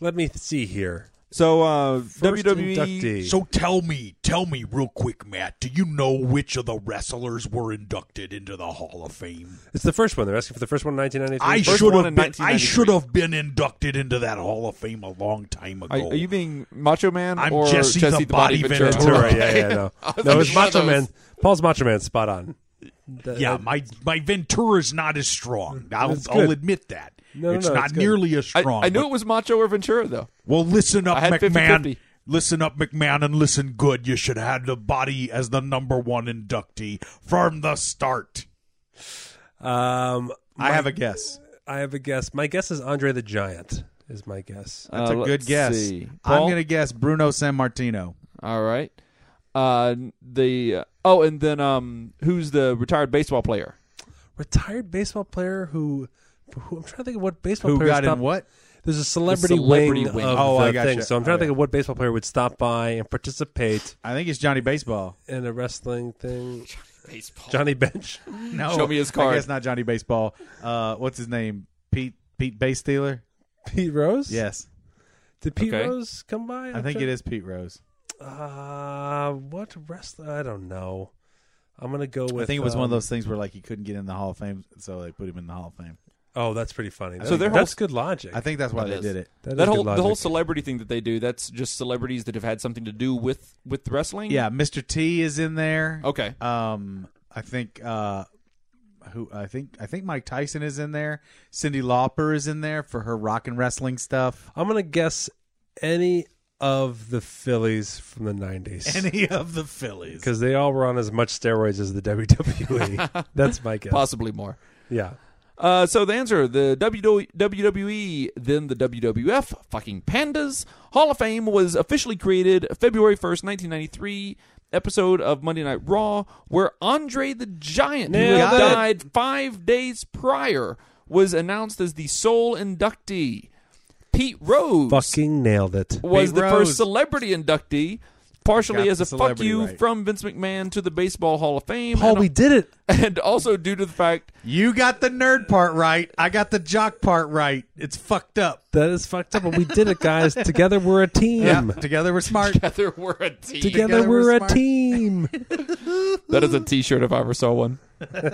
Speaker 3: Let me see here.
Speaker 5: So uh,
Speaker 3: First
Speaker 5: WWE.
Speaker 3: inductee.
Speaker 7: E So tell me, tell me real quick, Matt, do you know which of the wrestlers were inducted into the Hall of Fame?
Speaker 3: It's the first one. They're asking for the first one in 1993.
Speaker 7: I
Speaker 5: first
Speaker 7: should
Speaker 5: one
Speaker 7: have
Speaker 5: in
Speaker 7: been I
Speaker 5: 1993.
Speaker 7: should have been inducted into that Hall of Fame a long time ago.
Speaker 5: Are,
Speaker 4: Oh.
Speaker 5: are you being Macho Man
Speaker 7: I'm
Speaker 5: or
Speaker 7: Jesse the Body
Speaker 3: Ventura,
Speaker 7: Ventura.
Speaker 3: yeah, yeah, no. No, it's
Speaker 5: one of
Speaker 3: Macho
Speaker 5: those.
Speaker 3: Man. Paul's Macho Man, spot on. Th-
Speaker 7: yeah, my my Ventura's not as strong. I'll,
Speaker 3: That's good.
Speaker 7: I'll admit that.
Speaker 3: No, no,
Speaker 7: it's
Speaker 3: no,
Speaker 7: not
Speaker 3: it's good.
Speaker 7: nearly as
Speaker 5: I,
Speaker 7: strong.
Speaker 5: I knew
Speaker 7: but-
Speaker 5: it was Macho or Ventura though.
Speaker 7: Well, listen up,
Speaker 5: I had
Speaker 7: McMahon.
Speaker 5: 50-50.
Speaker 7: Listen up, McMahon, and listen good. You should have the body as the number one inductee from the start.
Speaker 3: Um,
Speaker 4: I have a guess.
Speaker 3: I have a guess. My guess is Andre the Giant is my guess.
Speaker 4: That's
Speaker 5: Uh,
Speaker 4: a
Speaker 5: let's
Speaker 4: good guess.
Speaker 5: see.
Speaker 4: I'm
Speaker 5: Paul?
Speaker 4: gonna guess Bruno San Martino.
Speaker 5: All right. Uh, the uh, oh, and then um, who's the retired baseball player?
Speaker 3: Retired baseball player who, who I'm trying to think of what baseball
Speaker 4: Who
Speaker 3: player
Speaker 4: got
Speaker 3: stopped.
Speaker 4: in what?
Speaker 3: There's a celebrity,
Speaker 5: celebrity
Speaker 3: wing,
Speaker 5: wing.
Speaker 3: of
Speaker 4: Oh,
Speaker 3: the
Speaker 4: I gotcha.
Speaker 3: thing. So I'm trying to
Speaker 4: Okay.
Speaker 3: think of what baseball player would stop by and participate
Speaker 4: I think it's Johnny Baseball.
Speaker 3: in a wrestling thing.
Speaker 5: Baseball.
Speaker 3: Johnny Bench.
Speaker 4: No,
Speaker 5: Show me his
Speaker 4: I
Speaker 5: card.
Speaker 4: guess not Johnny Baseball. Uh, what's his name? Pete Pete Base Stealer.
Speaker 3: Pete Rose?
Speaker 4: Yes,
Speaker 3: Did Pete
Speaker 5: Okay.
Speaker 3: Rose come by?
Speaker 4: I think it is Pete Rose.
Speaker 3: Uh, what wrestler? I don't know. I'm going to go with.
Speaker 4: I think it was
Speaker 3: um,
Speaker 4: one of those things where like he couldn't get in the Hall of Fame, so they put him in the Hall of Fame.
Speaker 3: Oh, that's pretty funny. That's,
Speaker 5: So their whole-
Speaker 3: that's good logic.
Speaker 4: I think that's why
Speaker 5: That
Speaker 4: they
Speaker 5: is.
Speaker 4: did it.
Speaker 3: is
Speaker 5: that
Speaker 3: good
Speaker 5: whole the whole
Speaker 3: logic.
Speaker 5: celebrity thing that they do. That's just celebrities that have had something to do with with wrestling.
Speaker 4: Yeah, Mr. T is in there.
Speaker 5: Okay.
Speaker 4: Um, I think uh, who I think I think Mike Tyson is in there. Cindy Lauper is in there for her rock and wrestling stuff.
Speaker 3: I'm gonna guess any of the Phillies from the '90s
Speaker 7: Any of the Phillies.
Speaker 3: because they all were on as much steroids as the WWE. That's my guess.
Speaker 5: Possibly more.
Speaker 3: yeah,
Speaker 5: Uh, so the answer: the E, WWE, E, then the WWF, fucking pandas. Hall of Fame was officially created February first, nineteen ninety three. Episode of Monday Night Raw where Andre the Giant, who
Speaker 3: Nailed
Speaker 5: had
Speaker 3: it.
Speaker 5: died five days prior, was announced as the sole inductee. Pete Rose
Speaker 3: fucking nailed it.
Speaker 5: was
Speaker 4: Pete
Speaker 5: the
Speaker 4: Rose.
Speaker 5: first celebrity inductee, partially
Speaker 4: Got
Speaker 5: as
Speaker 4: the
Speaker 5: a fuck
Speaker 4: celebrity
Speaker 5: you
Speaker 4: right.
Speaker 5: from Vince McMahon to the Baseball Hall of Fame,
Speaker 3: Paul,
Speaker 5: and-
Speaker 3: Oh, we did it.
Speaker 5: and also due to the fact
Speaker 4: You got the nerd part right. I got the jock part right. It's fucked up.
Speaker 3: That is fucked up, but we did it, guys. Together we're a team.
Speaker 4: Yeah, together we're smart.
Speaker 5: there were a team.
Speaker 3: Together,
Speaker 4: Together
Speaker 3: we're,
Speaker 4: we're
Speaker 3: a
Speaker 4: smart.
Speaker 3: team.
Speaker 5: That is a T-shirt if I ever saw one.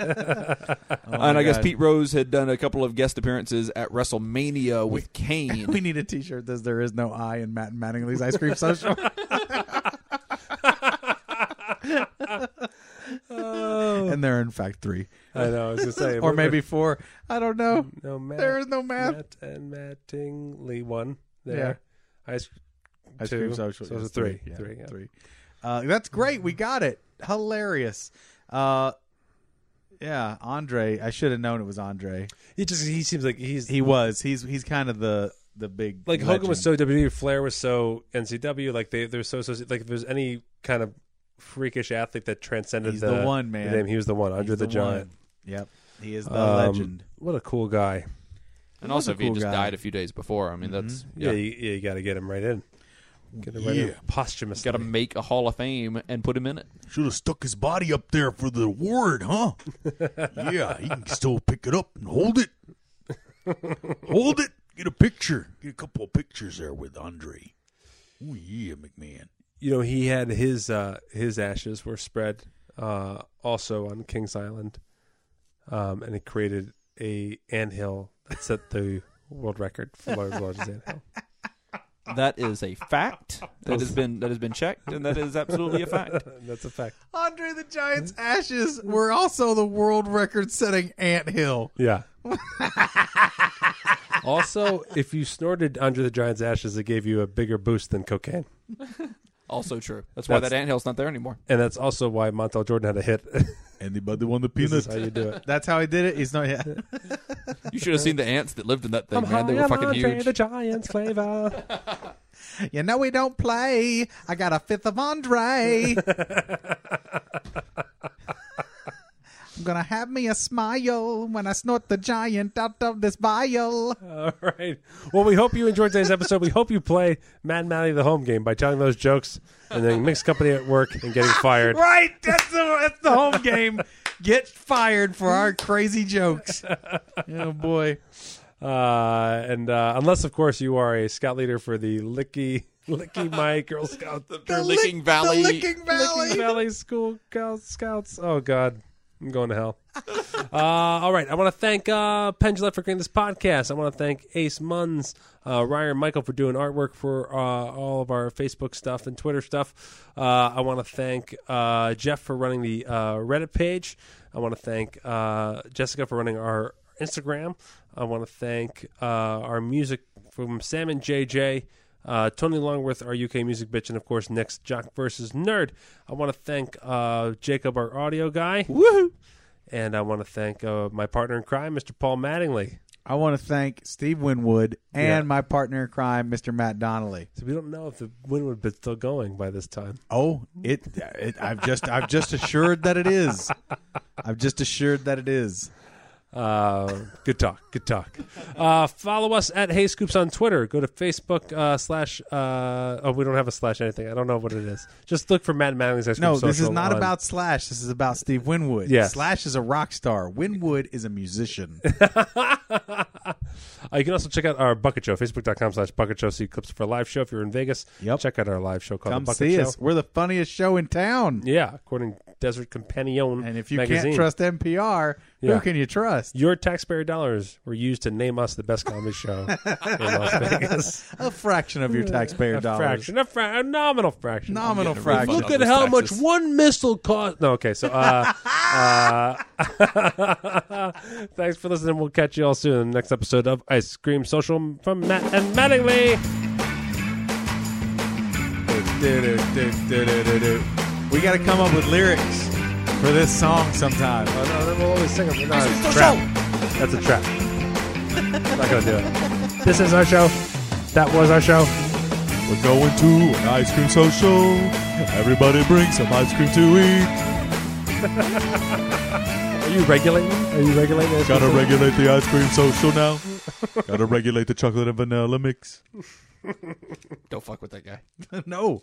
Speaker 3: Oh
Speaker 5: and I guess
Speaker 4: God.
Speaker 5: Pete Rose had done a couple of guest appearances at WrestleMania with Kane.
Speaker 4: We need a T-shirt that says "There is no I" in Matt and Mattingly's ice cream social. And there are in fact three,
Speaker 3: Oh. I know. I was gonna say,
Speaker 4: or maybe four. I don't know.
Speaker 3: no Matt,
Speaker 4: There is no math.
Speaker 3: Matt and Mattingly one there. Ice,
Speaker 4: Ice
Speaker 3: two,
Speaker 4: cream social.
Speaker 3: So
Speaker 4: yes,
Speaker 3: it's three,
Speaker 4: yeah,
Speaker 3: three, yeah.
Speaker 4: three. Uh, that's great. We got it. Hilarious. Uh, yeah, Andre. I should have known it was Andre.
Speaker 3: He just he seems like he's
Speaker 4: He was. He's he's kind of the the big
Speaker 3: like Hogan was
Speaker 4: legend.
Speaker 3: so WWE, Flair was so NCW. Like they they're so so like if there's any kind of freakish athlete that transcended
Speaker 4: He's
Speaker 3: the,
Speaker 4: the one, man.
Speaker 3: the name, he was the one
Speaker 4: He's
Speaker 3: under the, giant.
Speaker 4: one. Yep, he is the
Speaker 3: Um,
Speaker 4: legend.
Speaker 3: What a cool guy.
Speaker 5: And also,
Speaker 4: a
Speaker 5: if he
Speaker 4: cool
Speaker 5: just
Speaker 4: guy.
Speaker 5: died a few days before, I mean, that's
Speaker 3: Yeah,
Speaker 5: yeah.
Speaker 3: you, yeah, you got to get him right in. Get him right in
Speaker 7: Yeah.
Speaker 3: posthumously.
Speaker 5: Got to make a Hall of Fame and put him in it.
Speaker 7: Should have stuck his body up there for the award, huh? yeah, he can still pick it up and hold it. Hold it. Get a picture. Get a couple of pictures there with Andre. Oh yeah, McMahon.
Speaker 3: you know he had his uh his ashes were spread uh also on Kings Island, um and it created a anthill that set the world record for large largest anthill.
Speaker 5: That is a fact. That has been that has been checked, and that is absolutely a fact.
Speaker 3: That's a fact.
Speaker 4: Andre the Giant's ashes were also the world record-setting ant hill.
Speaker 3: Yeah. also, if you snorted under the giant's ashes, it gave you a bigger boost than cocaine,
Speaker 5: Also true. That's why
Speaker 3: That's-
Speaker 5: that anthill's not there anymore.
Speaker 3: and that's also why Montel Jordan had a hit.
Speaker 7: Anybody want the
Speaker 3: this is
Speaker 7: peanut?
Speaker 3: how you do it.
Speaker 4: That's how he did it. He's not. Yeah.
Speaker 5: You should have seen the ants that lived in that thing, man. They were fucking huge.
Speaker 3: the Giant's flavor.
Speaker 4: You know we don't play. I got a fifth of Andre. I'm gonna have me a smile when I snort the giant out of this vial.
Speaker 3: All right. Well, we hope you enjoyed today's episode. We hope you play Mad Matty the home game by telling those jokes and then mixed company at work and getting fired.
Speaker 4: Right, that's the that's the home game. Get fired for our crazy jokes. Oh boy.
Speaker 3: Uh, and uh, unless, of course, you are a scout leader for the Licky Licky My Girl Scout
Speaker 2: The Licking Valley.
Speaker 4: Licking Valley.
Speaker 3: Valley School Girl Scouts. Oh God, I'm going to hell. uh, all right, I want to thank uh, Pendulette for creating this podcast. I want to thank Ace Munns, uh, Ryan Michael for doing artwork for uh, all of our Facebook stuff and Twitter stuff. Uh, I want to thank uh, Jeff for running the uh, Reddit page. I want to thank uh, Jessica for running our Instagram. I want to thank uh, our music from Sam and JJ. Uh, Tony Longworth, our UK music bitch, and of course, next Jock versus Nerd. I want to thank uh, Jacob, our audio guy. Woohoo! And I want to thank uh, my partner in crime, Mr. Paul Mattingly.
Speaker 4: I want to thank Steve Winwood and
Speaker 3: Yeah.
Speaker 4: my partner in crime, Mr. Matt Donnelly.
Speaker 3: So we don't know if the wind would have been still going by this time.
Speaker 4: Oh, it, it I've just I've just assured that it is. I've just assured that it is.
Speaker 3: Uh, good talk. Good talk. Uh, follow us at Hey Scoops on Twitter. Go to Facebook uh, slash. Uh, oh, we don't have a slash anything. I don't know what it is. Just look for Matt Mattingly's Hey Scoops
Speaker 4: No, this is
Speaker 3: Social
Speaker 4: not
Speaker 3: on-
Speaker 4: about Slash. This is about Steve Winwood.
Speaker 3: Yes.
Speaker 4: Slash is a rock star. Winwood is a musician.
Speaker 3: Uh, you can also check out our Bucket Show, facebook.com slash Bucket Show. See clips for live show if you're in Vegas.
Speaker 4: Yep.
Speaker 3: Check out our live show called
Speaker 4: Come
Speaker 3: The Bucket
Speaker 4: see
Speaker 3: Show.
Speaker 4: us. We're the funniest show in town.
Speaker 3: Yeah, according to Desert Companion
Speaker 4: And if you
Speaker 3: magazine.
Speaker 4: can't trust NPR,
Speaker 3: Yeah.
Speaker 4: who can you trust?
Speaker 3: Your taxpayer dollars were used to name us the best comedy show in Las Vegas.
Speaker 4: A fraction of your taxpayer dollars.
Speaker 3: Fraction, a, fra- a nominal fraction.
Speaker 4: Nominal
Speaker 2: getting a refund
Speaker 4: fraction.
Speaker 2: on
Speaker 3: Look at
Speaker 2: those
Speaker 3: how
Speaker 2: taxes.
Speaker 3: much one missile cost. No, okay, so uh, uh, thanks for listening. We'll catch you all soon in the next episode of Ice Cream Social from Matt and Mattingly.
Speaker 4: Do-do-do-do-do-do. We got to come up with lyrics for this song sometime.
Speaker 3: Oh, no, we'll always sing them. No, it's a
Speaker 2: Social.
Speaker 3: trap. That's a trap. not gonna do it. This is our show. That was our show.
Speaker 7: We're going to an ice cream social. Everybody bring some ice cream to eat.
Speaker 3: Are you regulating? Are you regulating? this?
Speaker 7: Gotta regulate the ice cream social now. Gotta regulate the chocolate and vanilla mix.
Speaker 2: Don't fuck with that guy.
Speaker 4: no,